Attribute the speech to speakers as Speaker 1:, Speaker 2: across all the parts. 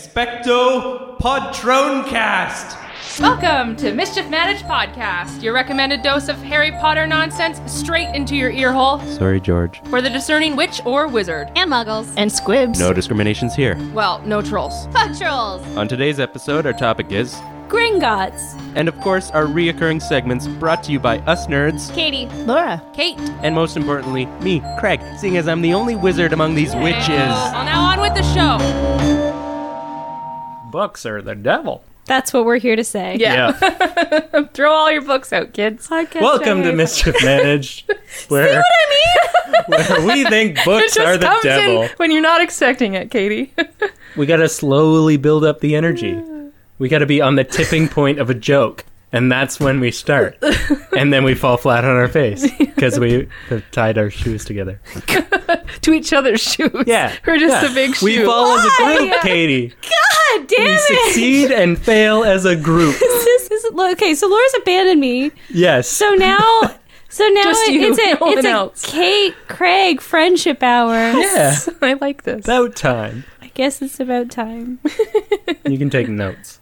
Speaker 1: Expecto Podroncast!
Speaker 2: Welcome to Mischief Managed Podcast, your recommended dose of Harry Potter nonsense straight into your earhole
Speaker 1: Sorry, George.
Speaker 2: for the discerning witch or wizard.
Speaker 3: and muggles
Speaker 4: and squibs.
Speaker 1: No discriminations here.
Speaker 2: Well, no trolls.
Speaker 3: and trolls.
Speaker 1: On today's episode, our topic is,
Speaker 4: Gringotts.
Speaker 1: and of course, our reoccurring segments brought to you by us nerds,
Speaker 3: Katie,
Speaker 4: Laura.
Speaker 2: Kate.
Speaker 1: and most importantly, me, Craig, seeing as I'm the only wizard among these witches.
Speaker 2: uh, Well, now on with the show.
Speaker 5: Books are the devil.
Speaker 4: That's what we're here to say.
Speaker 2: Yeah. Throw all your books out, kids.
Speaker 4: Podcast
Speaker 5: Welcome to
Speaker 4: day.
Speaker 5: Mischief Managed, where, where we think books are the devil.
Speaker 2: when you're not expecting it, Katie.
Speaker 5: We gotta slowly build up the energy. We gotta be on the tipping point of a joke, and that's when we start. And then we fall flat on our face because we have tied our shoes together.
Speaker 2: to each other's shoes.
Speaker 5: Yeah,
Speaker 2: We're just
Speaker 5: yeah.
Speaker 2: a big shoe.
Speaker 5: We fall as a group, Katie.
Speaker 4: God damn
Speaker 5: We
Speaker 4: it!
Speaker 5: succeed and fail as a group.
Speaker 4: This is okay. So Laura's abandoned me.
Speaker 5: Yes.
Speaker 4: So now, so now
Speaker 2: Just
Speaker 4: it-
Speaker 2: you,
Speaker 4: it's a
Speaker 2: no one
Speaker 4: it's a
Speaker 2: else.
Speaker 4: Kate Craig friendship hour.
Speaker 5: yeah,
Speaker 2: I like this.
Speaker 5: about time.
Speaker 4: I guess it's about time.
Speaker 5: You can take notes.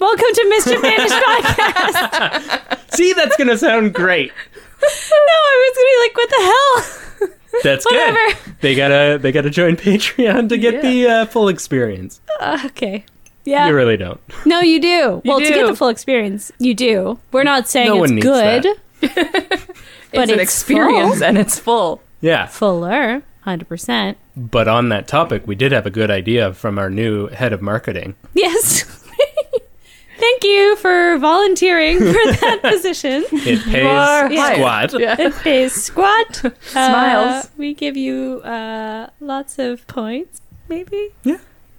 Speaker 4: Welcome to Mr. Managed Podcast.
Speaker 5: See, that's gonna sound great.
Speaker 4: No, I was gonna be like, what the hell?
Speaker 5: That's
Speaker 4: Whatever.
Speaker 5: good. They gotta they gotta join Patreon to get
Speaker 2: Yeah.
Speaker 5: the uh, full experience.
Speaker 4: Uh, okay. Yeah.
Speaker 5: you really don't.
Speaker 4: No, you do. well, to
Speaker 2: do.
Speaker 4: get the full experience, you do. We're not saying
Speaker 5: No
Speaker 4: it's
Speaker 5: one needs
Speaker 4: good,
Speaker 5: that.
Speaker 4: but
Speaker 2: it's an experience and it's full.
Speaker 5: Yeah.
Speaker 4: full. fuller, hundred percent.
Speaker 5: But on that topic, we did have a good idea from our new head of marketing.
Speaker 4: Yes. Thank you for volunteering for that position.
Speaker 5: It
Speaker 2: are
Speaker 5: pays
Speaker 2: hired.
Speaker 5: squad.
Speaker 2: Yeah.
Speaker 4: It pays squat. Uh,
Speaker 2: Smiles.
Speaker 4: we give you uh, lots of points, maybe.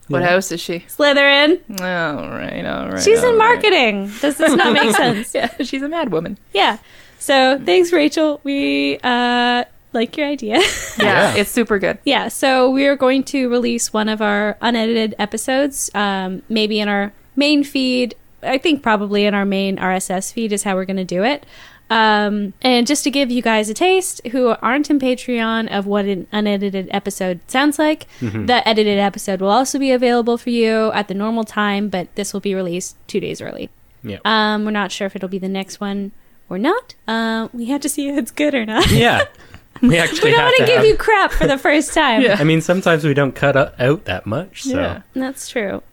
Speaker 2: What house is she?
Speaker 4: Slytherin.
Speaker 2: All right, all right.
Speaker 4: She's
Speaker 2: all
Speaker 4: in
Speaker 2: right.
Speaker 4: marketing. Does this not make sense?
Speaker 2: Yeah, she's a mad woman.
Speaker 4: Yeah. So thanks, Rachel. We uh, like your idea.
Speaker 5: Yeah.
Speaker 2: Yeah, it's super good.
Speaker 4: Yeah, so we are going to release one of our unedited episodes, um, maybe in our main feed. I think probably in our main RSS feed is how we're going to do it. Um, and just to give you guys a taste who aren't in Patreon of what an unedited episode sounds like,
Speaker 5: Mm-hmm.
Speaker 4: the edited episode will also be available for you at the normal time, but this will be released two days early.
Speaker 5: Yeah.
Speaker 4: Um, we're not sure if it'll be the next one or not. Uh, we have to see if it's good or not.
Speaker 5: yeah. We actually
Speaker 4: we don't
Speaker 5: have
Speaker 4: want
Speaker 5: to
Speaker 4: to give
Speaker 5: have-
Speaker 4: you crap for the first time.
Speaker 2: Yeah.
Speaker 5: I mean, sometimes we don't cut o- out that much. So
Speaker 2: Yeah.
Speaker 4: That's true.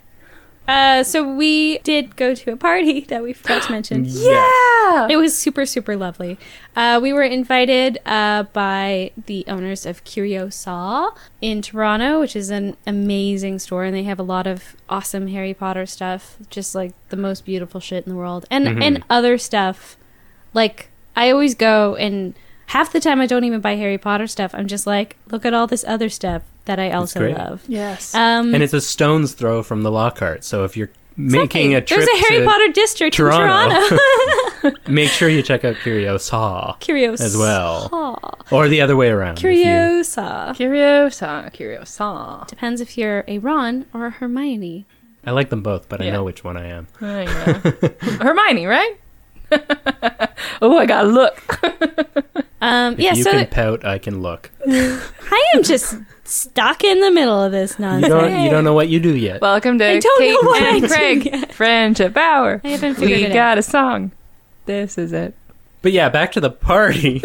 Speaker 4: Uh, so we did go to a party that we forgot to mention.
Speaker 5: yeah.
Speaker 2: Yeah.
Speaker 4: It was super, super lovely. Uh, we were invited uh, by the owners of Curio Saw in Toronto, which is an amazing store, and they have a lot of awesome Harry Potter stuff, just like the most beautiful shit in the world, and
Speaker 5: Mm-hmm.
Speaker 4: and other stuff. Like I always go, and half the time I don't even buy Harry Potter stuff. I'm just like, look at all this other stuff that I also
Speaker 5: great.
Speaker 4: love.
Speaker 2: Yes. Uh,
Speaker 4: Um,
Speaker 5: And it's a stone's throw from the Lockhart. So if you're making
Speaker 4: Exactly.
Speaker 5: a trip
Speaker 4: There's a Harry
Speaker 5: to
Speaker 4: Potter district in
Speaker 5: Toronto,
Speaker 4: Toronto.
Speaker 5: make sure you check out Curiosa.
Speaker 4: Curios
Speaker 5: As well. Or the other way around. if you-
Speaker 4: Curiosa.
Speaker 2: Curiosa, curiosa.
Speaker 4: Depends if you're a Ron or a Hermione.
Speaker 5: I like them both, but
Speaker 2: Yeah.
Speaker 5: I know which one I am.
Speaker 2: I know. Hermione, right? oh, I got a look.
Speaker 4: Um,
Speaker 5: If
Speaker 4: yeah,
Speaker 5: you
Speaker 4: so
Speaker 5: can pout, I can look.
Speaker 4: I am just stuck in the middle of this
Speaker 5: You
Speaker 4: nonsense.
Speaker 5: don't, you don't know what you do yet.
Speaker 2: Welcome to
Speaker 4: I don't
Speaker 2: Kate
Speaker 4: know what I
Speaker 2: and
Speaker 4: do
Speaker 2: Craig
Speaker 4: yet.
Speaker 2: Friendship Hour.
Speaker 4: I haven't figured
Speaker 2: We
Speaker 4: it
Speaker 2: got a song. This is it.
Speaker 5: But yeah, back to the party.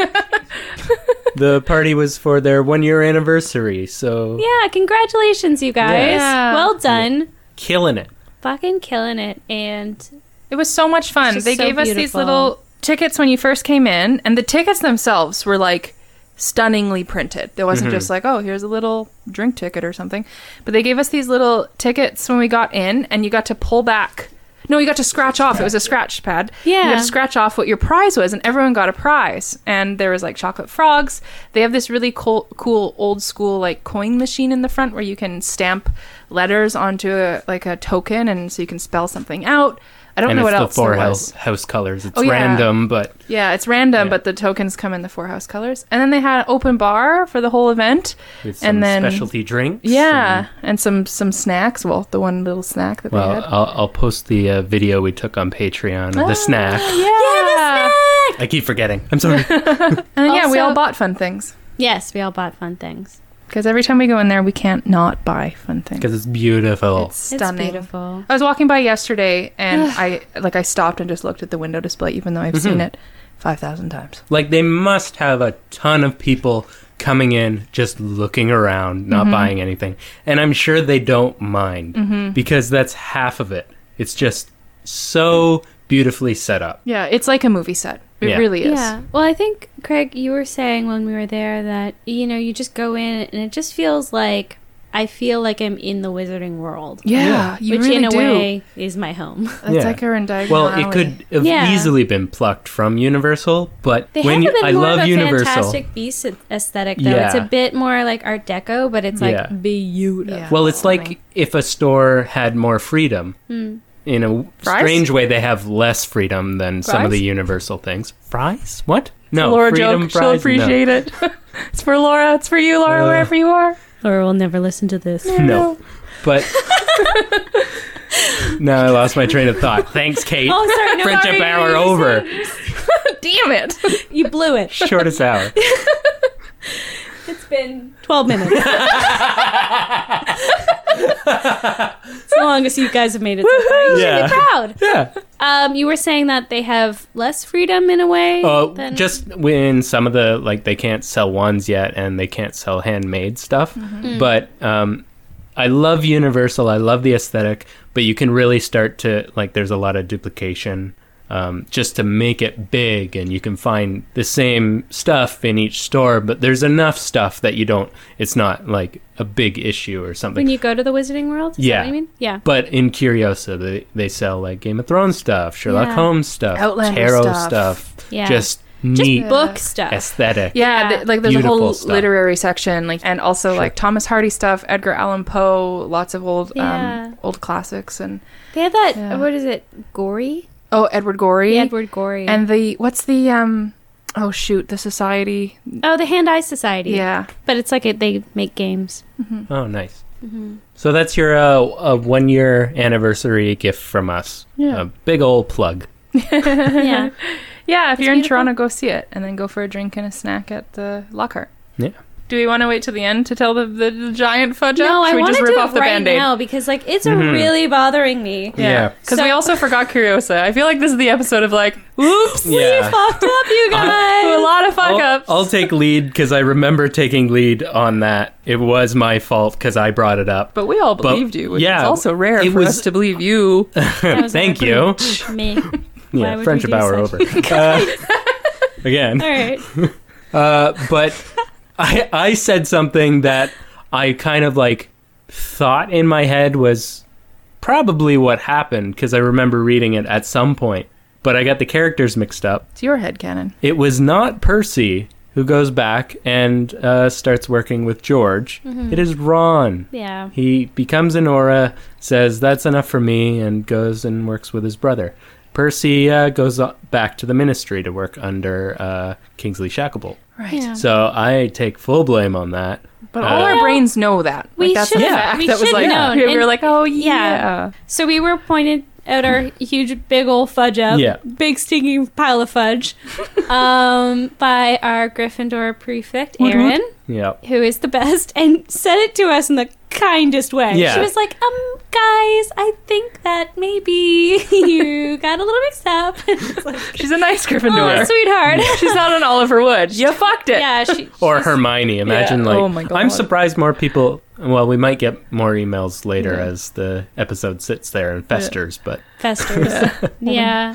Speaker 5: the party was for their one year anniversary, so
Speaker 4: out. Yeah, congratulations, you guys.
Speaker 2: Yeah.
Speaker 4: Well done.
Speaker 5: killing it.
Speaker 4: Fucking killing it. And
Speaker 2: It was so much fun.
Speaker 4: It's just
Speaker 2: They
Speaker 4: so
Speaker 2: gave us these
Speaker 4: beautiful.
Speaker 2: little tickets when you first came in, and the tickets themselves were like stunningly printed. There wasn't just like, oh, here's a little drink ticket or something. But they gave us these little tickets when we got in, and you got to pull back. No, you got to scratch off. It was a scratch pad. You got
Speaker 4: Yeah.
Speaker 2: to scratch off what your prize was, and everyone got a prize. And there was like chocolate frogs. They have this really cool, cool old school like coin machine in the front where you can stamp letters onto a, like a token, and so you can spell something out. I don't
Speaker 5: And
Speaker 2: know
Speaker 5: it's
Speaker 2: what
Speaker 5: the
Speaker 2: else
Speaker 5: four
Speaker 2: there
Speaker 5: house,
Speaker 2: was.
Speaker 5: house colors. It's
Speaker 2: Oh, yeah.
Speaker 5: random, but
Speaker 2: Yeah, it's random, but the tokens come in the four house colors. And then they had an open bar for the whole event,
Speaker 5: with some
Speaker 2: and then
Speaker 5: specialty drinks.
Speaker 2: yeah, and some some snacks. Well, the one little snack that
Speaker 5: Well, uh,
Speaker 2: they had.
Speaker 5: I'll, I'll post the uh, video we took on Patreon of
Speaker 2: Ah.
Speaker 5: the snack.
Speaker 2: yeah,
Speaker 5: I keep forgetting. I'm sorry.
Speaker 2: and yeah, we
Speaker 4: Also-
Speaker 2: all bought fun things.
Speaker 4: yes, we all bought fun things.
Speaker 2: Because every time we go in there, we can't not buy fun things.
Speaker 5: because it's beautiful.
Speaker 2: It's stunning.
Speaker 4: It's beautiful.
Speaker 2: I was walking by yesterday and I like I stopped and just looked at the window display, even though I've
Speaker 5: Mm-hmm.
Speaker 2: seen it five thousand times.
Speaker 5: like they must have a ton of people coming in just looking around not
Speaker 4: Mm-hmm.
Speaker 5: buying anything and i'm sure they don't mind because that's half of it it's just so beautifully set up
Speaker 2: Yeah, it's like a movie set. It
Speaker 5: Yeah.
Speaker 2: really is.
Speaker 4: Yeah. Well, I think Craig, you were saying when we were there that you know you just go in and it just feels like I feel like I'm in the wizarding world.
Speaker 2: Yeah, you
Speaker 4: which
Speaker 2: really
Speaker 4: in a
Speaker 2: do.
Speaker 4: way is my home.
Speaker 2: That's
Speaker 5: Yeah.
Speaker 2: like a in Diagonal
Speaker 5: well it could
Speaker 2: Alley.
Speaker 5: have
Speaker 4: Yeah.
Speaker 5: easily been plucked from universal but
Speaker 4: They
Speaker 5: when
Speaker 4: have a bit
Speaker 5: i
Speaker 4: more of
Speaker 5: love
Speaker 4: a
Speaker 5: universal
Speaker 4: Fantastic Beast aesthetic, though. It's
Speaker 5: Yeah.
Speaker 4: a bit more like Art Deco, but it's like
Speaker 5: Yeah.
Speaker 4: beautiful.
Speaker 2: Yeah.
Speaker 5: well it's like if a store had more freedom
Speaker 4: Hmm.
Speaker 5: in a
Speaker 2: Fries?
Speaker 5: strange way they have less freedom than some of
Speaker 2: Fries?
Speaker 5: the universal things fries what no
Speaker 2: Laura
Speaker 5: freedom
Speaker 2: joke.
Speaker 5: fries
Speaker 2: She'll
Speaker 5: No.
Speaker 2: appreciate it. it's for Laura. It's for you, Laura,
Speaker 5: Uh,
Speaker 2: wherever you are.
Speaker 4: Laura will never listen to this.
Speaker 5: No. But no, I lost my train of thought. Thanks, Kate.
Speaker 4: Oh, sorry, no,
Speaker 5: Friendship
Speaker 4: sorry,
Speaker 5: hour
Speaker 4: you
Speaker 5: over.
Speaker 2: Damn it.
Speaker 4: You blew it.
Speaker 5: Shortest hour.
Speaker 4: It's been 12 minutes. it's the longest you guys have made it so far. You
Speaker 5: Yeah.
Speaker 4: should be proud.
Speaker 5: Yeah.
Speaker 4: Um, you were saying that they have less freedom in a way.
Speaker 5: Uh,
Speaker 4: than-
Speaker 5: just when some of the like they can't sell ones yet, and they can't sell handmade stuff.
Speaker 4: Mm-hmm.
Speaker 5: But um, I love Universal. I love the aesthetic, but you can really start to like. There's a lot of duplication. Um, just to make it big, and you can find the same stuff in each store, but there's enough stuff that you don't. It's not like a big issue or something.
Speaker 4: when you go to the Wizarding World. Is
Speaker 5: Yeah.
Speaker 4: That what you mean? Yeah.
Speaker 5: But in Curiosa, they, they sell like Game of Thrones stuff, Sherlock
Speaker 4: Yeah.
Speaker 5: Holmes stuff,
Speaker 2: Outlander
Speaker 5: tarot
Speaker 2: stuff.
Speaker 5: stuff,
Speaker 4: Yeah.
Speaker 5: just
Speaker 4: Just
Speaker 5: neat
Speaker 4: book stuff.
Speaker 5: aesthetic.
Speaker 2: Yeah,
Speaker 4: Yeah.
Speaker 2: th- like there's a whole
Speaker 5: Beautiful stuff.
Speaker 2: literary section, like and also like Thomas Hardy stuff, Edgar Allan Poe, lots of old
Speaker 4: Yeah.
Speaker 2: um, old classics, and
Speaker 4: They have that.
Speaker 2: Yeah.
Speaker 4: What is it? Gory.
Speaker 2: oh Edward Gorey,
Speaker 4: Edward Gory.
Speaker 2: and the what's the um oh shoot the society
Speaker 4: oh, the Hand Eye Society.
Speaker 2: yeah
Speaker 4: But it's like it, they make games.
Speaker 5: Oh, nice.
Speaker 4: Mm-hmm.
Speaker 5: So that's your uh, uh, one year anniversary gift from us.
Speaker 2: Yeah.
Speaker 5: A big old plug.
Speaker 4: yeah.
Speaker 2: yeah if
Speaker 4: It's
Speaker 2: you're
Speaker 4: beautiful.
Speaker 2: in Toronto go see it and then go for a drink and a snack at the Lockhart.
Speaker 5: Yeah.
Speaker 2: Do we want to wait till the end to tell the, the, the giant fudge? up?
Speaker 4: No, I
Speaker 2: Should we
Speaker 4: want
Speaker 2: just
Speaker 4: to
Speaker 2: rip
Speaker 4: do
Speaker 2: off
Speaker 4: it
Speaker 2: the
Speaker 4: right
Speaker 2: band-aid?
Speaker 4: now because like it's really bothering me.
Speaker 5: Mm-hmm. Yeah.
Speaker 2: Because
Speaker 4: So-
Speaker 2: we also forgot Curiosa. I feel like this is the episode of like, oops,
Speaker 5: Yeah. Oh,
Speaker 4: Fucked up, you guys.
Speaker 2: a lot of fuck
Speaker 5: I'll,
Speaker 2: ups.
Speaker 5: I'll take lead because I remember taking lead on that. It was my fault because I brought it up.
Speaker 2: But we all
Speaker 5: But-
Speaker 2: believed you, which
Speaker 5: yeah,
Speaker 2: is also rare
Speaker 5: it
Speaker 2: for
Speaker 5: was-
Speaker 2: us to believe you.
Speaker 4: That was
Speaker 5: Thank
Speaker 4: like,
Speaker 5: you.
Speaker 4: Me. Why would
Speaker 5: Yeah,
Speaker 4: we
Speaker 5: friendship
Speaker 4: do
Speaker 5: hour over.
Speaker 4: such-
Speaker 5: Uh, again.
Speaker 4: All right.
Speaker 5: Uh, but I I said something that I kind of like thought in my head was probably what happened because I remember reading it at some point, but I got the characters mixed up.
Speaker 2: It's your head cannon.
Speaker 5: It was not Percy who goes back and uh, starts working with George. It is Ron.
Speaker 4: Yeah.
Speaker 5: He becomes an aura, says, That's enough for me, and goes and works with his brother. Percy uh, goes o- back to the ministry to work under uh, Kingsley Shacklebolt.
Speaker 2: Right.
Speaker 4: Yeah.
Speaker 5: So I take full blame on that.
Speaker 2: But
Speaker 5: Uh,
Speaker 2: all our
Speaker 4: Well,
Speaker 2: brains know that. Like,
Speaker 4: we
Speaker 2: that's
Speaker 4: should
Speaker 2: the
Speaker 5: have-
Speaker 2: fact
Speaker 4: we
Speaker 2: that was
Speaker 4: should
Speaker 2: like,
Speaker 4: have known.
Speaker 2: we were
Speaker 4: And-
Speaker 2: like, oh,
Speaker 4: yeah.
Speaker 2: yeah.
Speaker 4: So we were pointed at our huge, big old fudge up,
Speaker 5: Yeah.
Speaker 4: big stinking pile of fudge, um, by our Gryffindor prefect Erin,
Speaker 5: Yeah.
Speaker 4: who is the best, and said it to us in the kindest way.
Speaker 5: Yeah.
Speaker 4: She was like, "Um, guys, I think that maybe you got a little mixed up." It's like,
Speaker 2: She's a nice
Speaker 4: oh,
Speaker 2: Gryffindor.
Speaker 4: sweetheart.
Speaker 2: She's not an Oliver Wood. You fucked it.
Speaker 4: yeah, she,
Speaker 5: Or
Speaker 4: she's-
Speaker 5: Hermione. Imagine,
Speaker 2: Yeah.
Speaker 5: like,
Speaker 2: Oh my God.
Speaker 5: I'm surprised more people. Well, we might get more emails later as the episode sits there and festers, but
Speaker 4: festers. Yeah.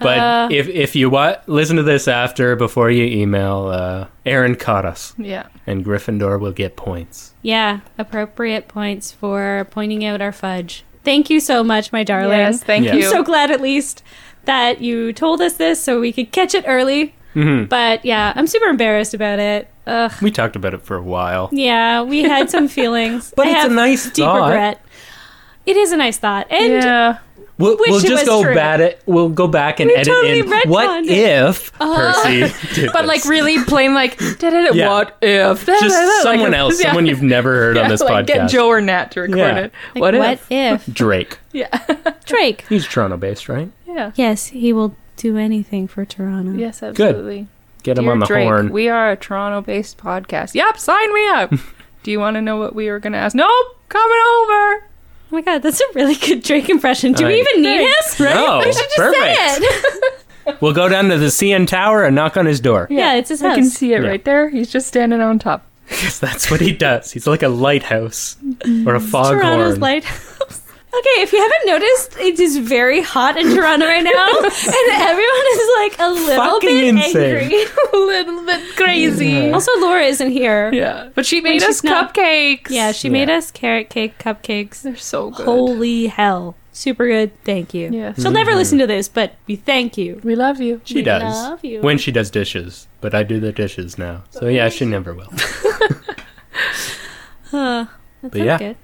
Speaker 5: But
Speaker 4: Uh,
Speaker 5: if if you want, listen to this after before you email. Uh, Aaron caught us,
Speaker 2: Yeah.
Speaker 5: and Gryffindor will get points.
Speaker 4: Yeah, appropriate points for pointing out our fudge. Thank you so much, my darling.
Speaker 2: Yes, thank
Speaker 5: Yeah.
Speaker 2: you.
Speaker 4: I'm so glad at least that you told us this so we could catch it early.
Speaker 5: Mm-hmm.
Speaker 4: But yeah, I'm super embarrassed about it. Ugh.
Speaker 5: We talked about it for a while,
Speaker 4: Yeah, we had some feelings.
Speaker 5: but
Speaker 4: I
Speaker 5: it's a
Speaker 4: have
Speaker 5: nice
Speaker 4: deep
Speaker 5: thought.
Speaker 4: regret. It is a nice thought. And
Speaker 2: yeah.
Speaker 5: We'll,
Speaker 4: Which
Speaker 5: we'll
Speaker 4: it
Speaker 5: just
Speaker 4: was
Speaker 5: go
Speaker 4: true.
Speaker 5: back it. We'll go back and
Speaker 4: We
Speaker 5: edit
Speaker 4: totally
Speaker 5: in
Speaker 4: retconned
Speaker 5: what
Speaker 4: it. Uh-huh.
Speaker 5: if Percy did
Speaker 2: But like
Speaker 5: this.
Speaker 2: really plain, like, did it?
Speaker 5: Yeah.
Speaker 2: What if? da- da- da-
Speaker 5: just
Speaker 2: like
Speaker 5: someone
Speaker 2: a-
Speaker 5: else,
Speaker 2: yeah.
Speaker 5: someone you've never heard
Speaker 2: Yeah,
Speaker 5: on this
Speaker 2: like,
Speaker 5: podcast.
Speaker 2: Get Joe or Nat to record
Speaker 5: Yeah.
Speaker 2: it.
Speaker 4: like,
Speaker 2: what,
Speaker 4: what
Speaker 2: if?
Speaker 4: if?
Speaker 5: Drake.
Speaker 2: Yeah.
Speaker 4: Drake?
Speaker 5: He's Toronto based, right?
Speaker 2: yeah.
Speaker 4: Yes, he will do anything for Toronto.
Speaker 2: Yes, absolutely.
Speaker 5: Get him
Speaker 2: Dear
Speaker 5: on the
Speaker 2: Drake,
Speaker 5: horn.
Speaker 2: We are a Toronto-based podcast. Yep, sign me up. Do you want to know what we were going to ask? Nope, coming over.
Speaker 4: Oh my god, that's a really good Drake impression. Do
Speaker 5: All
Speaker 4: we
Speaker 5: right.
Speaker 4: even need him?
Speaker 5: No,
Speaker 4: we should just say
Speaker 5: perfect.
Speaker 4: it.
Speaker 5: We'll go down to the CN Tower and knock on his door.
Speaker 4: Yeah, it's his
Speaker 2: I can
Speaker 4: house.
Speaker 2: see it
Speaker 5: Yeah.
Speaker 2: right there. He's just standing on top.
Speaker 5: Because that's what he does. He's like a lighthouse or a
Speaker 4: Toronto's
Speaker 5: foghorn.
Speaker 4: lighthouse. Okay, if you haven't noticed, it is very hot in Toronto right now, and everyone is like a little
Speaker 5: Fucking
Speaker 4: bit
Speaker 5: insane.
Speaker 4: angry.
Speaker 2: a little bit crazy. Yeah.
Speaker 4: also, Laura isn't here.
Speaker 2: But she made
Speaker 4: she's
Speaker 2: us
Speaker 4: not-
Speaker 2: cupcakes.
Speaker 4: Yeah, she made
Speaker 5: Yeah.
Speaker 4: us carrot cake cupcakes.
Speaker 2: They're so good.
Speaker 4: Holy hell. Super good. Thank you.
Speaker 2: Yes.
Speaker 4: She'll never listen to this, but we thank you.
Speaker 2: we love you.
Speaker 5: Mm-hmm. She does.
Speaker 4: love you.
Speaker 5: When she does dishes. But I do the dishes now. So yeah, she never will.
Speaker 4: Huh. That's
Speaker 5: But yeah.
Speaker 4: good.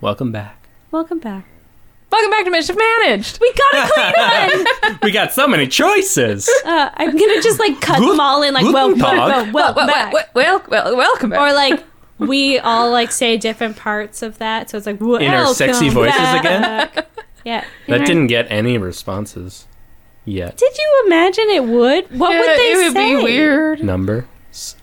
Speaker 5: Welcome back.
Speaker 4: Welcome back.
Speaker 2: Welcome back to Mischief Managed.
Speaker 4: We got a clean one!
Speaker 5: We got so many choices.
Speaker 4: Uh, I'm gonna just like cut
Speaker 5: Good-
Speaker 4: them all in like,
Speaker 5: good
Speaker 4: well,
Speaker 5: dog.
Speaker 4: well, well, well,
Speaker 2: Well,
Speaker 4: back.
Speaker 2: well, well, well, welcome back.
Speaker 4: Or like, we all like say different parts of that, so it's like, well,
Speaker 5: In our sexy voices again.
Speaker 4: Yeah. In
Speaker 5: That
Speaker 4: our-
Speaker 5: didn't get any responses yet.
Speaker 4: Did you imagine it would? What
Speaker 2: Yeah,
Speaker 4: would they
Speaker 2: it would
Speaker 4: say?
Speaker 2: be weird.
Speaker 5: Number.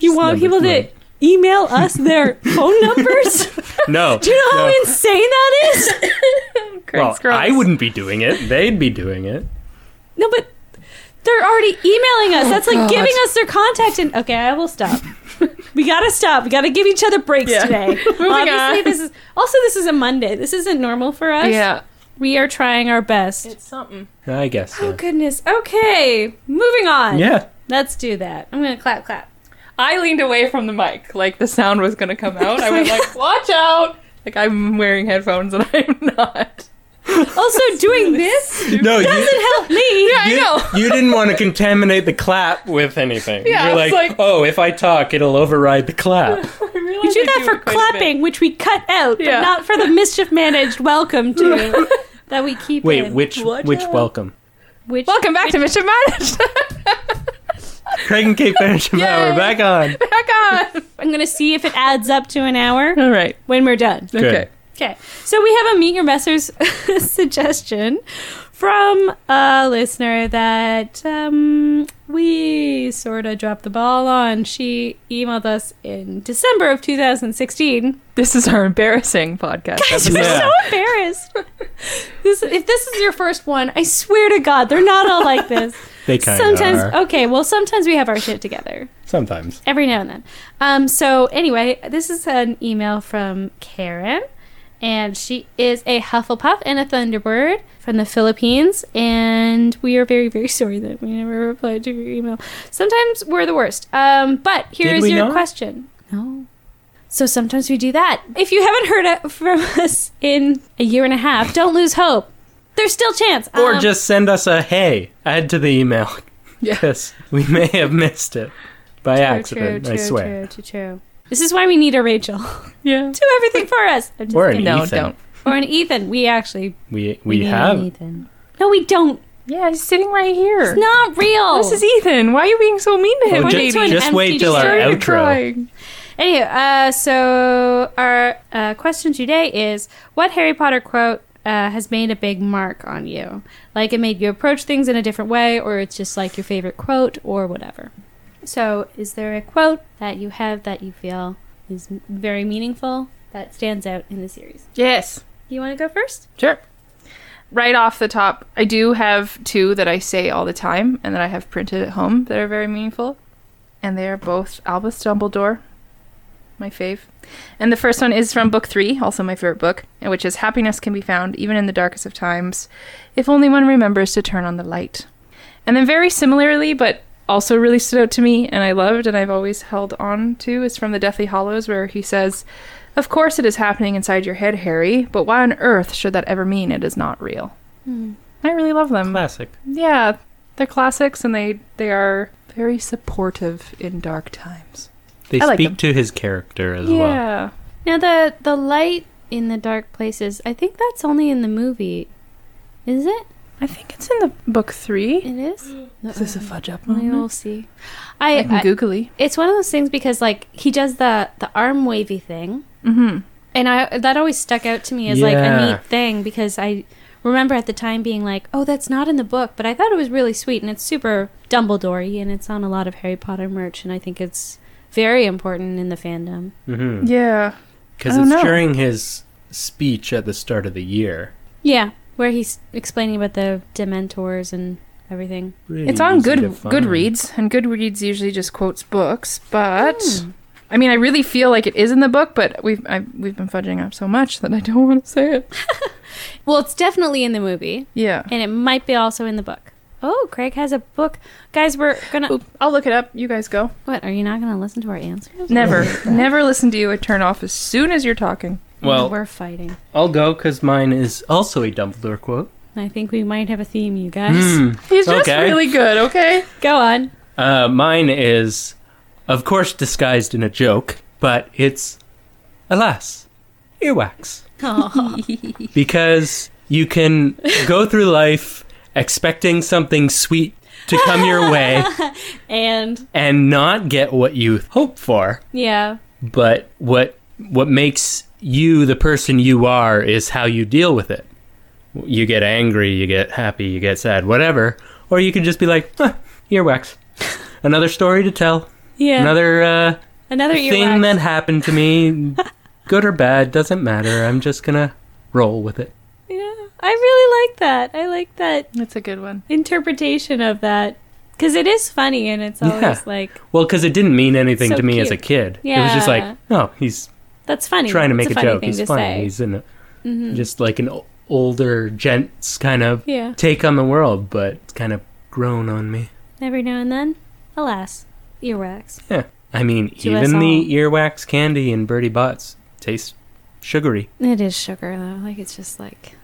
Speaker 4: You want
Speaker 5: Number
Speaker 4: people to
Speaker 5: three.
Speaker 4: email us their phone numbers?
Speaker 5: No.
Speaker 4: Do you know how
Speaker 5: no.
Speaker 4: insane that is?
Speaker 2: Craig
Speaker 5: well, I
Speaker 2: Scruggs.
Speaker 5: wouldn't be doing it. They'd be doing it.
Speaker 4: No, but they're already emailing
Speaker 5: Oh,
Speaker 4: us. That's like
Speaker 2: God.
Speaker 4: giving us their contact. And okay, I will stop. we gotta stop. We gotta give each other breaks
Speaker 2: Yeah.
Speaker 4: today.
Speaker 2: Moving
Speaker 4: Obviously,
Speaker 2: on.
Speaker 4: this is also this is a Monday. This isn't normal for us.
Speaker 2: Yeah.
Speaker 4: we are trying our best.
Speaker 2: It's something.
Speaker 5: I guess.
Speaker 4: oh
Speaker 5: Yeah.
Speaker 4: goodness. Okay, moving on.
Speaker 5: yeah.
Speaker 4: let's do that. I'm gonna clap, clap.
Speaker 2: I leaned away from the mic, like the sound was gonna come out. I was like, "Watch out!" Like I'm wearing headphones and I'm not.
Speaker 4: Also, doing this
Speaker 5: No, you,
Speaker 4: doesn't help me.
Speaker 2: I know.
Speaker 5: you didn't want to contaminate the clap with anything.
Speaker 2: Yeah,
Speaker 5: You're like,
Speaker 2: it's like-
Speaker 5: oh, if I talk, it'll override the clap.
Speaker 4: We do that for clapping, which we cut out,
Speaker 2: Yeah.
Speaker 4: but not for the mischief managed welcome to that we keep.
Speaker 5: Wait,
Speaker 4: in.
Speaker 5: which
Speaker 4: Watch
Speaker 5: which
Speaker 4: out.
Speaker 5: welcome?
Speaker 4: Which
Speaker 2: Welcome back to Mission Managed.
Speaker 5: Craig and Kate finish them out. We're
Speaker 2: Yay.
Speaker 5: back on.
Speaker 2: back on.
Speaker 4: I'm gonna see if it adds up to an hour
Speaker 2: All right.
Speaker 4: when we're done.
Speaker 5: Good.
Speaker 2: Okay.
Speaker 4: Okay. So we have a meet your messers suggestion from a listener that um, we sort of dropped the ball on. She emailed us in December of 2016.
Speaker 2: This is our embarrassing podcast.
Speaker 4: Guys, we're
Speaker 5: Yeah.
Speaker 4: so embarrassed. this, if this is your first one, I swear to God, they're not all like this.
Speaker 5: They kind of
Speaker 4: sometimes, oh.
Speaker 5: are.
Speaker 4: okay, well, sometimes we have our shit together.
Speaker 5: Sometimes.
Speaker 4: every now and then. Um, so anyway, this is an email from Karen, and she is a Hufflepuff and a Thunderbird from the Philippines, and we are very very sorry that we never replied to your email. Sometimes we're the worst. Um, but here
Speaker 5: Did
Speaker 4: is
Speaker 5: we
Speaker 4: your
Speaker 5: not?
Speaker 4: question. No. So sometimes we do that. If you haven't heard it from us in a year and a half, don't lose hope. There's still chance.
Speaker 5: Or
Speaker 4: Um,
Speaker 5: just send us a hey, add to the email.
Speaker 2: Yeah.
Speaker 5: Yes, we may have missed it by accident, I swear.
Speaker 4: True, true, true. This is why we need a Rachel.
Speaker 2: Yeah.
Speaker 4: Do everything for us. I'm just
Speaker 5: Or an
Speaker 4: kidding.
Speaker 2: No,
Speaker 5: Ethan.
Speaker 2: don't.
Speaker 4: or an Ethan. We actually
Speaker 5: We, we,
Speaker 4: need an
Speaker 5: have.
Speaker 4: Ethan. No, we don't.
Speaker 2: Yeah, he's sitting right here.
Speaker 4: It's not real.
Speaker 2: This is e- Ethan. Why are you being so mean to him?
Speaker 5: Oh,
Speaker 4: We're
Speaker 5: ju- just
Speaker 4: going to an empty
Speaker 5: wait till our
Speaker 4: story.
Speaker 5: outro.
Speaker 2: Crying.
Speaker 4: Anyway, uh, so our uh, question today is: What Harry Potter quote uh, has made a big mark on you? Like it made you approach things in a different way, or it's just like your favorite quote, or whatever. So, is there a quote that you have that you feel is m- very meaningful that stands out in the series?
Speaker 2: Yes.
Speaker 4: You want to go first?
Speaker 2: Sure. Right off the top, I do have two that I say all the time and that I have printed at home that are very meaningful. And they are both Albus Dumbledore, my fave. And the first one is from book three, also my favorite book, and which is Happiness Can Be Found Even in the Darkest of Times, if only one remembers to turn on the light. And then, very similarly, but also really stood out to me and I loved and I've always held on to is from the Deathly Hollows, where he says, Of course it is happening inside your head, Harry, but why on earth should that ever mean it is not real? I really love them.
Speaker 5: Classic.
Speaker 2: Yeah, they're classics and they, they are very supportive in dark times.
Speaker 5: They
Speaker 2: I like
Speaker 5: speak
Speaker 2: them.
Speaker 5: to his character as well.
Speaker 2: yeah.
Speaker 4: Now the the light in the dark places. I think that's only in the movie, is it?
Speaker 2: I think it's in the book three.
Speaker 4: It is.
Speaker 2: Is this a fudge up
Speaker 4: We will
Speaker 2: moment?
Speaker 4: see.
Speaker 2: I
Speaker 4: I,
Speaker 2: am
Speaker 4: I
Speaker 2: googly.
Speaker 4: it's one of those things because like he does the the arm wavy thing,
Speaker 2: Mm-hmm.
Speaker 4: and I that always stuck out to me as like a
Speaker 5: Yeah.
Speaker 4: neat thing because I remember at the time being like, oh, that's not in the book, but I thought it was really sweet and it's super Dumbledore and it's on a lot of Harry Potter merch and I think it's very important in the fandom.
Speaker 5: Mm-hmm.
Speaker 2: Yeah.
Speaker 5: Because
Speaker 2: I don't
Speaker 5: it's
Speaker 2: know.
Speaker 5: during his speech at the start of the year.
Speaker 4: Yeah, where he's explaining about the Dementors and everything.
Speaker 5: Really
Speaker 2: It's on
Speaker 5: easy
Speaker 2: Good
Speaker 5: to find.
Speaker 2: Goodreads, and Goodreads usually just quotes books. But
Speaker 4: Hmm.
Speaker 2: I mean, I really feel like it is in the book, but we've I, we've been fudging up so much that I don't want to say it.
Speaker 4: Well, it's definitely in the movie,
Speaker 2: Yeah,
Speaker 4: and it might be also in the book. Oh, Craig has a book. Guys, we're gonna.
Speaker 2: Oop, I'll look it up. You guys go.
Speaker 4: What? Are you not gonna listen to our answers?
Speaker 2: Never, never listen to you. I turn off as soon as you're talking.
Speaker 5: Well,
Speaker 4: we're fighting.
Speaker 5: I'll go because mine is also a Dumbledore quote.
Speaker 4: I think we might have a theme, you guys.
Speaker 5: Hmm.
Speaker 2: He's just
Speaker 5: Okay.
Speaker 2: really good. Okay.
Speaker 4: Go on.
Speaker 5: Uh, mine is, of course, disguised in a joke, but it's, alas, earwax. because you can go through life expecting something sweet to come your way
Speaker 4: and
Speaker 5: and not get what you hope for.
Speaker 4: yeah,
Speaker 5: but what what makes you the person you are is how you deal with it. You get angry, you get happy, you get sad, whatever, or you can just be like, huh, earwax. Another story to tell,
Speaker 4: yeah.
Speaker 5: another uh,
Speaker 4: another
Speaker 5: thing
Speaker 4: earwax.
Speaker 5: that happened to me, good or bad, doesn't matter. I'm just gonna roll with it.
Speaker 4: Yeah, I really like that. I like that
Speaker 2: That's a good one.
Speaker 4: interpretation of that because it is funny and it's always
Speaker 5: Yeah.
Speaker 4: like
Speaker 5: Well, because it didn't mean anything
Speaker 4: So
Speaker 5: to me as a
Speaker 4: cute.
Speaker 5: kid. It was just
Speaker 4: Yeah.
Speaker 5: like, oh, he's
Speaker 4: that's funny.
Speaker 5: trying to
Speaker 4: It's
Speaker 5: make a,
Speaker 4: funny
Speaker 5: joke.
Speaker 4: thing
Speaker 5: He's
Speaker 4: to
Speaker 5: funny.
Speaker 4: say. Mm-hmm. Mm.
Speaker 5: He's in a, just like an o- older gent's kind of
Speaker 4: Yeah,
Speaker 5: take on the world, but it's kind of grown on me.
Speaker 4: every now and then, alas, earwax.
Speaker 5: Yeah. I mean,
Speaker 4: To us
Speaker 5: even
Speaker 4: all.
Speaker 5: the earwax candy in Birdie Bots tastes sugary.
Speaker 4: It is sugar though. Like it's just like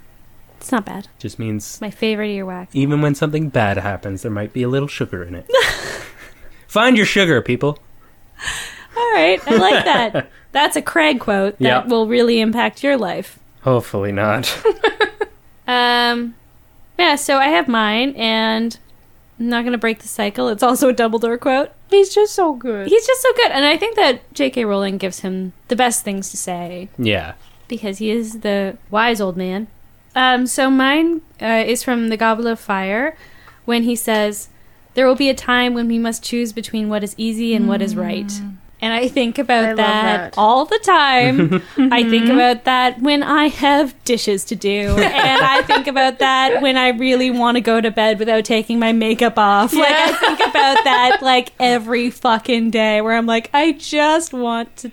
Speaker 4: it's not bad.
Speaker 5: Just means
Speaker 4: It's my favorite earwax.
Speaker 5: even when something bad happens, there might be a little sugar in it. Find your sugar, people.
Speaker 4: All right, I like that. that's a Craig quote that
Speaker 5: Yeah.
Speaker 4: will really impact your life.
Speaker 5: Hopefully not.
Speaker 4: Um, yeah. So I have mine, and I'm not gonna break the cycle. It's also a Dumbledore quote.
Speaker 2: He's just so good.
Speaker 4: He's just so good, and I think that J.K. Rowling gives him the best things to say
Speaker 5: yeah.
Speaker 4: because he is the wise old man. Um, so mine uh, is from The Goblet of Fire when he says, There will be a time when we must choose between what is easy and what is right. And I think about
Speaker 2: Mm. I love
Speaker 4: that,
Speaker 2: that. Mm-hmm.
Speaker 4: all the time. I think about that when I have dishes to do. and I think about that when I really want to go to bed without taking my makeup off. Like, I think about that like every fucking day where I'm like, I just want to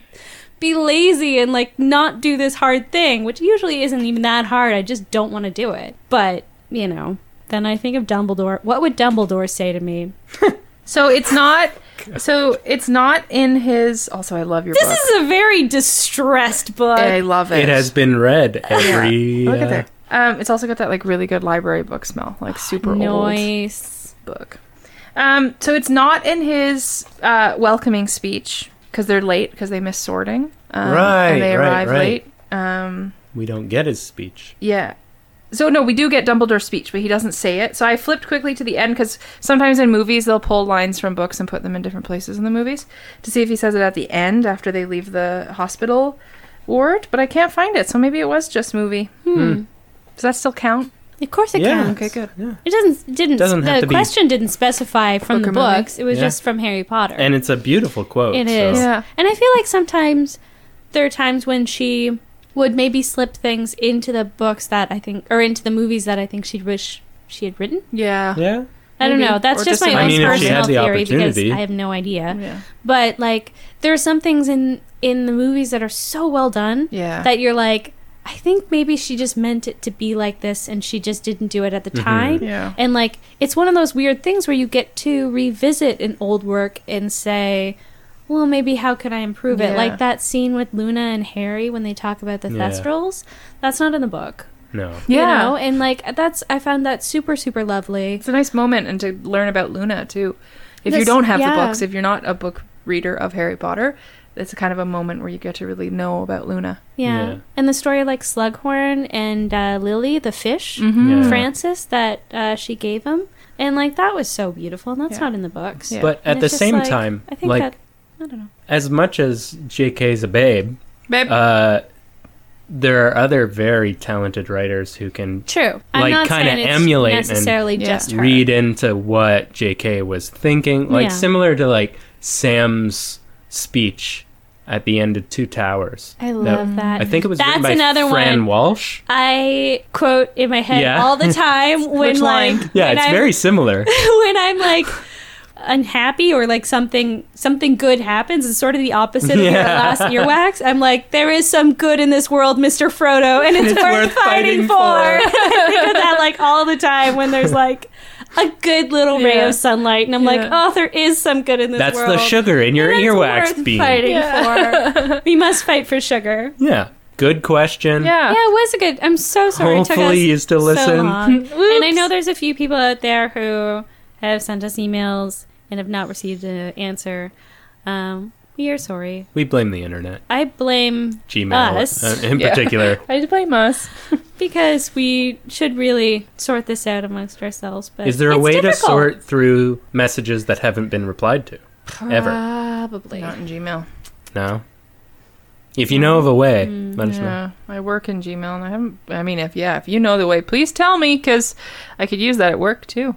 Speaker 4: be lazy and like not do this hard thing, which usually isn't even that hard. I just don't want to do it. But, you know, then I think of Dumbledore. What would Dumbledore say to me?
Speaker 2: so it's not. So it's not in his. Also, I love your
Speaker 4: This
Speaker 2: book.
Speaker 4: is a very distressed book.
Speaker 2: I love it.
Speaker 5: It has been read every.
Speaker 2: Look at
Speaker 5: uh,
Speaker 2: that. Um, it's also got that like really good library book smell, like super old
Speaker 4: Nice.
Speaker 2: book. Um, so it's not in his uh, welcoming speech because they're late because they miss sorting. Um,
Speaker 5: Right,
Speaker 2: and they
Speaker 5: right,
Speaker 2: arrive
Speaker 5: right.
Speaker 2: late. Um,
Speaker 5: We don't get his speech.
Speaker 2: yeah. So no, we do get Dumbledore's speech, but he doesn't say it. So I flipped quickly to the end because sometimes in movies they'll pull lines from books and put them in different places in the movies to see if he says it at the end after they leave the hospital ward. But I can't find it, so maybe it was just movie.
Speaker 5: Hmm.
Speaker 2: Does that still count?
Speaker 4: Of course it
Speaker 5: yeah.
Speaker 4: counts.
Speaker 2: Okay, good.
Speaker 5: Yeah.
Speaker 4: It doesn't it didn't
Speaker 5: Doesn't have
Speaker 4: the
Speaker 5: to be-
Speaker 4: question didn't specify from
Speaker 2: Book
Speaker 4: the
Speaker 2: or movie.
Speaker 4: books. It was
Speaker 5: Yeah.
Speaker 4: just from Harry Potter.
Speaker 5: And it's a beautiful quote.
Speaker 4: It
Speaker 5: so-
Speaker 4: is.
Speaker 2: Yeah.
Speaker 4: And I feel like sometimes there are times when she would maybe slip things into the books that I think, or into the movies that I think she'd wish she had written.
Speaker 2: Yeah.
Speaker 5: Yeah.
Speaker 4: I don't
Speaker 2: Maybe.
Speaker 4: know. That's
Speaker 2: Or
Speaker 4: just
Speaker 2: just
Speaker 4: my
Speaker 2: in
Speaker 4: own
Speaker 2: I mean, if she
Speaker 4: personal
Speaker 5: had the
Speaker 4: theory because
Speaker 5: opportunity.
Speaker 4: I have no idea.
Speaker 2: Yeah.
Speaker 4: But like, there are some things in in the movies that are so well done
Speaker 2: Yeah.
Speaker 4: that you're like, I think maybe she just meant it to be like this, and she just didn't do it at the
Speaker 2: Mm-hmm.
Speaker 4: time.
Speaker 2: Yeah.
Speaker 4: And like, it's one of those weird things where you get to revisit an old work and say, well, maybe how could I improve it?
Speaker 2: Yeah.
Speaker 4: Like that scene with Luna and Harry when they talk about the
Speaker 5: Yeah.
Speaker 4: Thestrals. That's not in the book.
Speaker 5: No.
Speaker 4: You
Speaker 2: Yeah.
Speaker 4: know? And like, that's, I found that super, super lovely.
Speaker 2: It's a nice moment and to learn about Luna too. If you
Speaker 4: This-
Speaker 2: don't have the
Speaker 4: yeah.
Speaker 2: books, if you're not a book reader of Harry Potter, it's kind of a moment where you get to really know about Luna.
Speaker 4: Yeah.
Speaker 5: Yeah.
Speaker 4: And the story of like Slughorn and uh, Lily, the fish,
Speaker 5: Yeah.
Speaker 4: Francis, that uh, she gave him. And like, that was so beautiful. And that's
Speaker 2: Yeah.
Speaker 4: not in the books.
Speaker 2: Yeah.
Speaker 5: But
Speaker 4: And
Speaker 5: at the
Speaker 4: it's just,
Speaker 5: same
Speaker 4: like,
Speaker 5: time,
Speaker 4: I think
Speaker 5: like
Speaker 4: that, I don't know.
Speaker 5: as much as J.K.'s a babe,
Speaker 2: Babe.
Speaker 5: uh, there are other very talented writers who can
Speaker 4: True. I'm
Speaker 5: Like,
Speaker 4: not
Speaker 5: kinda
Speaker 4: saying it's
Speaker 5: emulate and
Speaker 4: necessarily
Speaker 2: Yeah.
Speaker 4: just her.
Speaker 5: read into what J.K. was thinking, like
Speaker 4: Yeah.
Speaker 5: similar to like Sam's speech at the end of Two Towers.
Speaker 4: I love that.
Speaker 5: I think it was
Speaker 4: That's
Speaker 5: written by
Speaker 4: another
Speaker 5: Fran
Speaker 4: one.
Speaker 5: Walsh.
Speaker 4: I quote in my head
Speaker 5: Yeah.
Speaker 4: all the time when
Speaker 2: Which line?
Speaker 4: like
Speaker 5: Yeah,
Speaker 4: when
Speaker 5: it's
Speaker 4: I'm,
Speaker 5: very similar.
Speaker 4: when I'm like unhappy or like something something good happens it's sort of the opposite of your
Speaker 5: Yeah.
Speaker 4: last earwax i'm like there is some good in this world mr frodo and it's,
Speaker 5: It's
Speaker 4: worth,
Speaker 5: worth fighting
Speaker 4: fighting, for i think of that like all the time when there's like a good little ray
Speaker 2: Yeah.
Speaker 4: of sunlight and i'm like
Speaker 2: Yeah.
Speaker 4: oh there is some good in this
Speaker 5: That's
Speaker 4: world
Speaker 5: the sugar in your
Speaker 4: That's
Speaker 5: earwax
Speaker 4: worth
Speaker 5: bean.
Speaker 4: fighting
Speaker 2: Yeah.
Speaker 4: for we must fight for sugar
Speaker 5: Yeah. Good question.
Speaker 4: yeah
Speaker 2: Yeah.
Speaker 4: it was a good i'm so sorry it took us
Speaker 5: Hopefully you still
Speaker 4: so
Speaker 5: listen.
Speaker 4: long. And I
Speaker 2: Oops.
Speaker 4: know there's a few people out there who have sent us emails and have not received an answer. Um, we are sorry.
Speaker 5: We blame the internet,
Speaker 4: I blame
Speaker 5: Gmail
Speaker 4: Us.
Speaker 5: uh, in
Speaker 2: Yeah.
Speaker 5: particular.
Speaker 2: I just blame us.
Speaker 4: because we should really sort this out amongst ourselves. But
Speaker 5: Is there a
Speaker 4: it's
Speaker 5: way to
Speaker 4: difficult.
Speaker 5: sort through messages that haven't been replied to? Ever?
Speaker 4: Probably.
Speaker 2: Not in Gmail.
Speaker 5: No. If you know of a way,
Speaker 4: Mm,
Speaker 5: let us know.
Speaker 2: Yeah, I work in Gmail, and I haven't. I mean, if yeah, if you know the way, please tell me, because I could use that at work too.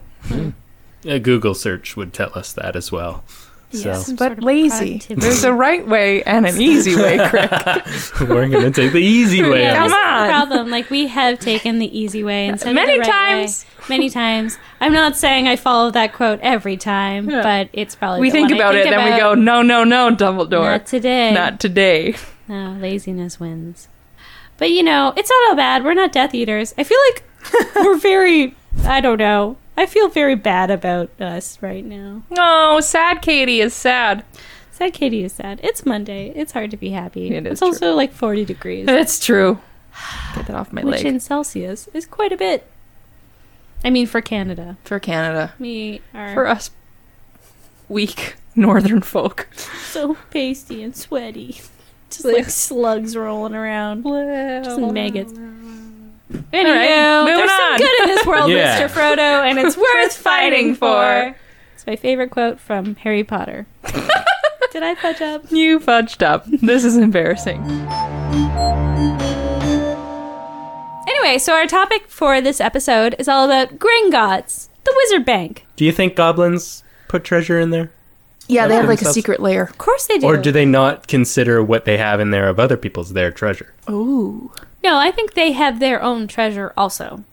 Speaker 5: A Google search would tell us that as well.
Speaker 4: Yes. Some
Speaker 2: but
Speaker 4: sort of
Speaker 2: lazy.
Speaker 4: productivity.
Speaker 2: There's a right way and an easy way, Craig.
Speaker 5: So we're going to take the easy way.
Speaker 4: Yeah,
Speaker 5: out.
Speaker 4: this is
Speaker 2: Come
Speaker 4: the
Speaker 2: on.
Speaker 4: problem. Like we have taken the easy way instead of
Speaker 2: Many
Speaker 4: the right
Speaker 2: times.
Speaker 4: way. Many times. I'm not saying I follow that quote every time,
Speaker 2: Yeah.
Speaker 4: but it's probably
Speaker 2: we
Speaker 4: the
Speaker 2: think
Speaker 4: one I
Speaker 2: about it, then we go,
Speaker 4: about.
Speaker 2: no, no, no, Dumbledore,
Speaker 4: Not today.
Speaker 2: not today.
Speaker 4: No, laziness wins. But you know, it's not all bad. We're not Death Eaters. I feel like we're very. I don't know. I feel very bad about us right now.
Speaker 2: No, sad Katie is sad.
Speaker 4: Sad Katie is sad. It's Monday. It's hard to be happy.
Speaker 2: It is
Speaker 4: It's also like 40 degrees,
Speaker 2: It's true. Get that off my
Speaker 4: which
Speaker 2: leg.
Speaker 4: in Celsius is quite a bit. I mean, for Canada,
Speaker 2: For Canada,
Speaker 4: we are
Speaker 2: for us, weak northern folk.
Speaker 4: so pasty and sweaty. Just like slugs rolling around. Just maggots. Anywho,
Speaker 2: All right, moving
Speaker 4: there's some
Speaker 2: on.
Speaker 4: good in this world,
Speaker 5: Yeah.
Speaker 4: Mr. Frodo, and it's worth
Speaker 2: Worth
Speaker 4: fighting
Speaker 2: fighting
Speaker 4: for. It's my favorite quote from Harry Potter. Did I fudge up?
Speaker 2: You fudged up. This is embarrassing.
Speaker 4: Anyway, so our topic for this episode is all about Gringotts, the Wizard Bank.
Speaker 5: Do you think goblins put treasure in there?
Speaker 2: Yeah,
Speaker 5: they have, like, a Themselves.
Speaker 2: secret lair.
Speaker 4: Of course they do.
Speaker 5: Or do they not consider what they have in there of other people's their treasure?
Speaker 2: Ooh.
Speaker 4: no, I think they have their own treasure also.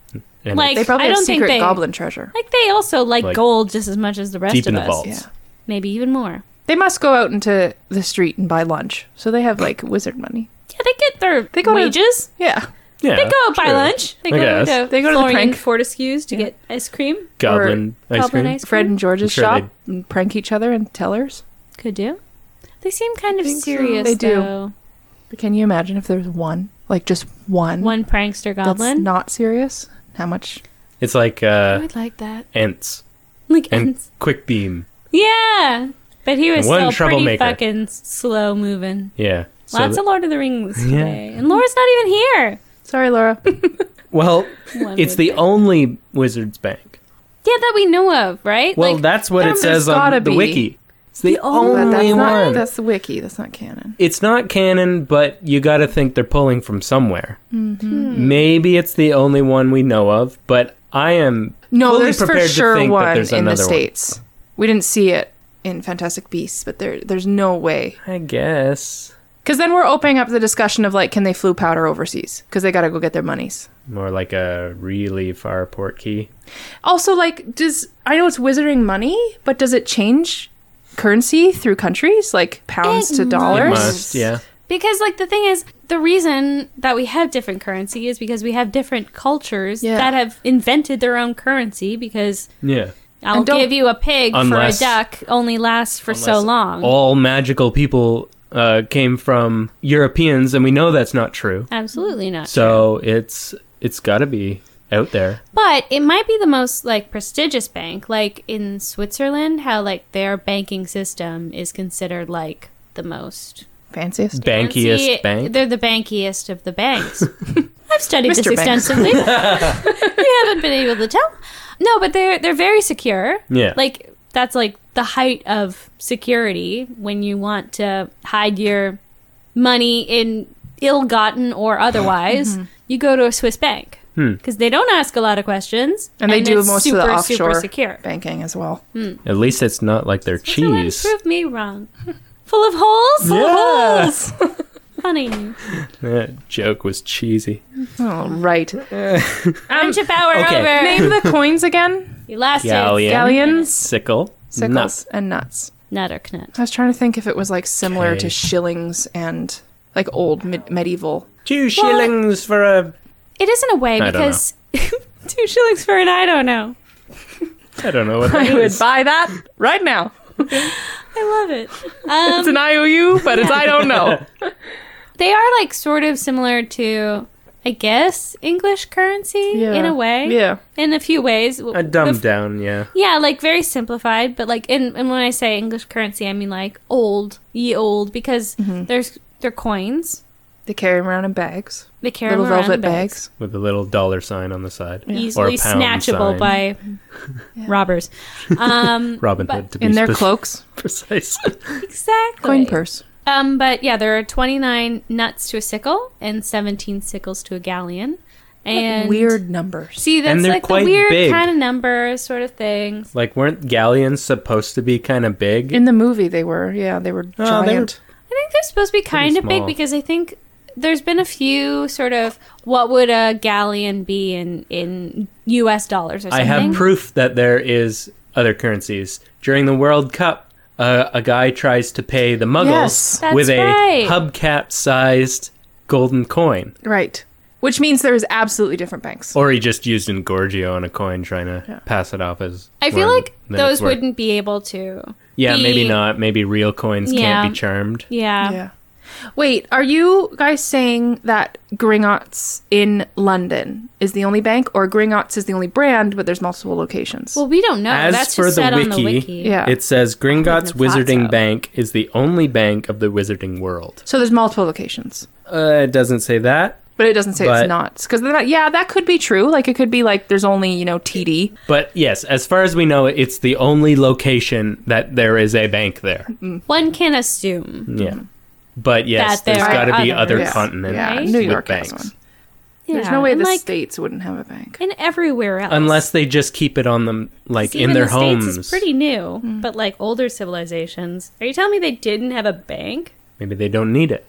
Speaker 5: And
Speaker 4: Like,
Speaker 5: it's
Speaker 2: They probably
Speaker 4: I
Speaker 2: have
Speaker 4: don't think
Speaker 2: secret
Speaker 4: they-
Speaker 2: goblin treasure.
Speaker 4: Like they also like,
Speaker 5: Like,
Speaker 4: gold just as much as the rest
Speaker 5: deep
Speaker 4: of
Speaker 5: in the
Speaker 4: us.
Speaker 2: Yeah.
Speaker 5: vaults.
Speaker 4: Maybe even more.
Speaker 2: They must go out into the street and buy lunch. So they have like wizard money.
Speaker 4: Yeah, they get their
Speaker 2: They go to-
Speaker 4: wages.
Speaker 2: Yeah.
Speaker 5: Yeah,
Speaker 4: they go out buy
Speaker 5: sure.
Speaker 4: lunch. They
Speaker 5: Oh, I
Speaker 4: go
Speaker 5: guess.
Speaker 4: to
Speaker 2: They go to the
Speaker 4: Florian
Speaker 2: prank.
Speaker 4: Fortescue's to
Speaker 2: Yeah.
Speaker 4: get ice cream.
Speaker 5: Goblin ice
Speaker 4: Goblin
Speaker 5: cream.
Speaker 4: ice
Speaker 2: Fred and George's
Speaker 5: sure
Speaker 2: shop and prank each other and tellers.
Speaker 4: Could do. They seem kind of
Speaker 2: think so.
Speaker 4: serious.
Speaker 2: They do.
Speaker 4: though.
Speaker 2: But can you imagine if there's one? Like just one
Speaker 4: One prankster
Speaker 2: that's
Speaker 4: goblin.
Speaker 2: not serious? How much?
Speaker 5: It's like uh,
Speaker 2: I'd like that.
Speaker 5: Ents
Speaker 4: like,
Speaker 5: and
Speaker 4: ends-
Speaker 5: Quick Beam.
Speaker 4: yeah, but he
Speaker 5: And
Speaker 4: was
Speaker 5: one
Speaker 4: still pretty
Speaker 5: troublemaker.
Speaker 4: fucking slow moving.
Speaker 5: Yeah. So
Speaker 4: Lots
Speaker 5: th-
Speaker 4: of Lord of the Rings
Speaker 5: Yeah.
Speaker 4: today, and Laura's not even here.
Speaker 2: Sorry, Laura.
Speaker 5: well,
Speaker 4: One
Speaker 5: it's
Speaker 4: would
Speaker 5: the
Speaker 4: think.
Speaker 5: only wizard's bank.
Speaker 4: Yeah, that we know of, right?
Speaker 5: Well,
Speaker 4: like,
Speaker 5: that's what it
Speaker 2: there's
Speaker 5: says
Speaker 2: gotta
Speaker 5: on the
Speaker 2: be.
Speaker 5: wiki. It's the, only
Speaker 2: But that's
Speaker 5: one.
Speaker 2: not that's the wiki, that's not canon.
Speaker 5: it's not canon, but you got to think they're pulling from somewhere.
Speaker 2: Mm-hmm.
Speaker 5: Maybe it's the only one we know of, but I am
Speaker 2: No,
Speaker 5: fully
Speaker 2: there's for
Speaker 5: prepared to
Speaker 2: sure
Speaker 5: think that
Speaker 2: one
Speaker 5: there's
Speaker 2: in the
Speaker 5: another
Speaker 2: States. We didn't see it in Fantastic Beasts, but there there's no way.
Speaker 5: one. I guess
Speaker 2: Because then we're opening up the discussion of like, can they flu powder overseas? Because they got to go get their monies.
Speaker 5: more like a really far port key.
Speaker 2: Also, like, does I know it's wizarding money, but does it change currency through countries, like pounds
Speaker 4: It
Speaker 2: to
Speaker 5: It
Speaker 2: dollars?
Speaker 5: must, yeah.
Speaker 4: because like the thing is, the reason that we have different currency is because we have different cultures
Speaker 2: Yeah.
Speaker 4: that have invented their own currency because
Speaker 5: Yeah.
Speaker 4: I'll
Speaker 2: And don't-
Speaker 4: give you a pig
Speaker 5: Unless-
Speaker 4: for a duck only lasts for so
Speaker 5: Unless
Speaker 4: long.
Speaker 5: All magical people uh, came from Europeans, and we know that's not true.
Speaker 4: Absolutely not.
Speaker 5: So it's it's got to be out there.
Speaker 4: But it might be the most like prestigious bank, like in Switzerland, how like their banking system is considered like the most
Speaker 2: Fanciest.
Speaker 5: Bankiest
Speaker 4: See,
Speaker 5: bank.
Speaker 4: They're the bankiest of the banks. I've studied this
Speaker 2: Mr. Banks.
Speaker 4: extensively. you haven't been able to tell. No, but they're they're very secure.
Speaker 5: Yeah.
Speaker 4: Like that's like the height of security when you want to hide your money in ill-gotten or otherwise.
Speaker 2: Mm-hmm.
Speaker 4: You go to a Swiss bank
Speaker 5: Hmm.
Speaker 4: because they don't ask a lot of questions,
Speaker 2: And they do
Speaker 4: it's
Speaker 2: most of
Speaker 4: super,
Speaker 2: the
Speaker 4: super
Speaker 2: offshore
Speaker 4: secure. Mm.
Speaker 2: banking as well.
Speaker 5: At least it's not like their
Speaker 4: Switzerland
Speaker 5: cheese.
Speaker 4: Prove me wrong. full of holes.
Speaker 5: Yeah.
Speaker 4: Funny.
Speaker 5: That joke was cheesy.
Speaker 2: All right.
Speaker 4: Friendship hour
Speaker 5: Um, okay.
Speaker 4: over.
Speaker 2: Name the coins again.
Speaker 4: You lasted.
Speaker 5: Galleon.
Speaker 2: Galleons,
Speaker 5: Sickle.
Speaker 2: sickles,
Speaker 5: Nuts.
Speaker 2: and nuts.
Speaker 4: Nut or knut.
Speaker 2: I was trying to think if it was like similar
Speaker 5: Okay.
Speaker 2: to shillings and like old mid- medieval.
Speaker 5: Two shillings for a.
Speaker 4: It is in a way
Speaker 5: I don't
Speaker 4: because two shillings for an I don't know.
Speaker 5: I don't know what that
Speaker 2: I would
Speaker 5: is.
Speaker 2: buy that right now.
Speaker 4: I love it. Um,
Speaker 2: It's an IOU, but it's I don't know.
Speaker 4: they are like sort of similar to, I guess, English currency in a way.
Speaker 2: Yeah.
Speaker 4: In a few ways. W-
Speaker 5: A
Speaker 4: the
Speaker 5: dumb
Speaker 4: f-
Speaker 5: down, yeah.
Speaker 4: Yeah, like very simplified, but like, in, and when I say English currency, I mean like old, ye old, because there's they're coins.
Speaker 2: They carry them around in bags,
Speaker 4: They carry
Speaker 2: little
Speaker 4: them around
Speaker 2: velvet
Speaker 4: in
Speaker 2: bags.
Speaker 5: With a little dollar sign on the side. Or
Speaker 4: easily
Speaker 5: a pound
Speaker 4: snatchable
Speaker 5: sign.
Speaker 4: by robbers. Um,
Speaker 5: Robin
Speaker 4: but-
Speaker 5: Hood, to be
Speaker 2: in their
Speaker 5: spec-
Speaker 2: cloaks,
Speaker 5: precise.
Speaker 4: exactly.
Speaker 2: coin purse.
Speaker 4: Um, but yeah, there are 29 nuts to a sickle and 17 sickles to a galleon. And
Speaker 2: Weird numbers.
Speaker 4: See, that's
Speaker 5: And they're
Speaker 4: like the
Speaker 5: quite
Speaker 4: weird
Speaker 5: big.
Speaker 4: kind of number sort of thing.
Speaker 5: like, weren't galleons supposed to be kind of big?
Speaker 2: In the movie, they were. Yeah, they were
Speaker 5: Oh, they were-
Speaker 2: giant.
Speaker 4: I think they're supposed to be kind of big
Speaker 5: small.
Speaker 4: because I think there's been a few sort of what would a galleon be in in U.S. dollars or
Speaker 5: I
Speaker 4: something.
Speaker 5: have proof that there is other currencies. During the World Cup, uh, a guy tries to pay the
Speaker 2: Yes,
Speaker 5: Muggles
Speaker 4: that's
Speaker 5: with a
Speaker 4: right.
Speaker 5: hubcap-sized golden coin,
Speaker 2: Right. Which means there is absolutely different banks.
Speaker 5: or he just used Engorgio on a coin trying to pass it off as.
Speaker 4: I feel
Speaker 5: one
Speaker 4: like
Speaker 5: that it's
Speaker 4: those
Speaker 5: worth.
Speaker 4: wouldn't be able to.
Speaker 5: Yeah, maybe
Speaker 4: be-
Speaker 5: not. Maybe real coins
Speaker 4: Yeah.
Speaker 5: can't be charmed.
Speaker 4: Yeah.
Speaker 2: yeah. Wait, are you guys saying that Gringotts in London is the only bank, or Gringotts is the only brand, but there's multiple locations?
Speaker 4: Well, we don't know.
Speaker 5: As
Speaker 4: that's
Speaker 5: for
Speaker 4: just
Speaker 5: the
Speaker 4: said
Speaker 5: wiki,
Speaker 4: on the wiki.
Speaker 2: Yeah.
Speaker 5: it says Gringotts
Speaker 4: I wouldn't have thought
Speaker 5: Wizarding
Speaker 4: so.
Speaker 5: Bank is the only bank of the Wizarding world.
Speaker 2: so there's multiple locations,
Speaker 5: Uh, it doesn't say that,
Speaker 2: but it doesn't say
Speaker 5: But-
Speaker 2: it's not because yeah, that could be true. Like it could be like there's only you know TD.
Speaker 5: but yes, as far as we know, it's the only location that there is a bank there.
Speaker 4: One can assume.
Speaker 5: Yeah. But yes,
Speaker 4: Mm-hmm. That there
Speaker 5: there's
Speaker 4: are
Speaker 5: got to be
Speaker 4: others.
Speaker 5: other
Speaker 2: Yeah.
Speaker 5: continents
Speaker 2: Yeah,
Speaker 5: with
Speaker 2: New York has
Speaker 5: banks.
Speaker 2: one. There's no
Speaker 4: Yeah.
Speaker 2: way
Speaker 4: And,
Speaker 2: the
Speaker 4: like,
Speaker 2: states wouldn't have a bank.
Speaker 4: and everywhere else.
Speaker 5: Unless they just keep it on them like
Speaker 4: Even
Speaker 5: in their
Speaker 4: the
Speaker 5: homes.
Speaker 4: States is pretty new,
Speaker 2: Mm.
Speaker 4: but like older civilizations. Are you telling me they didn't have a bank
Speaker 5: Maybe they don't need it.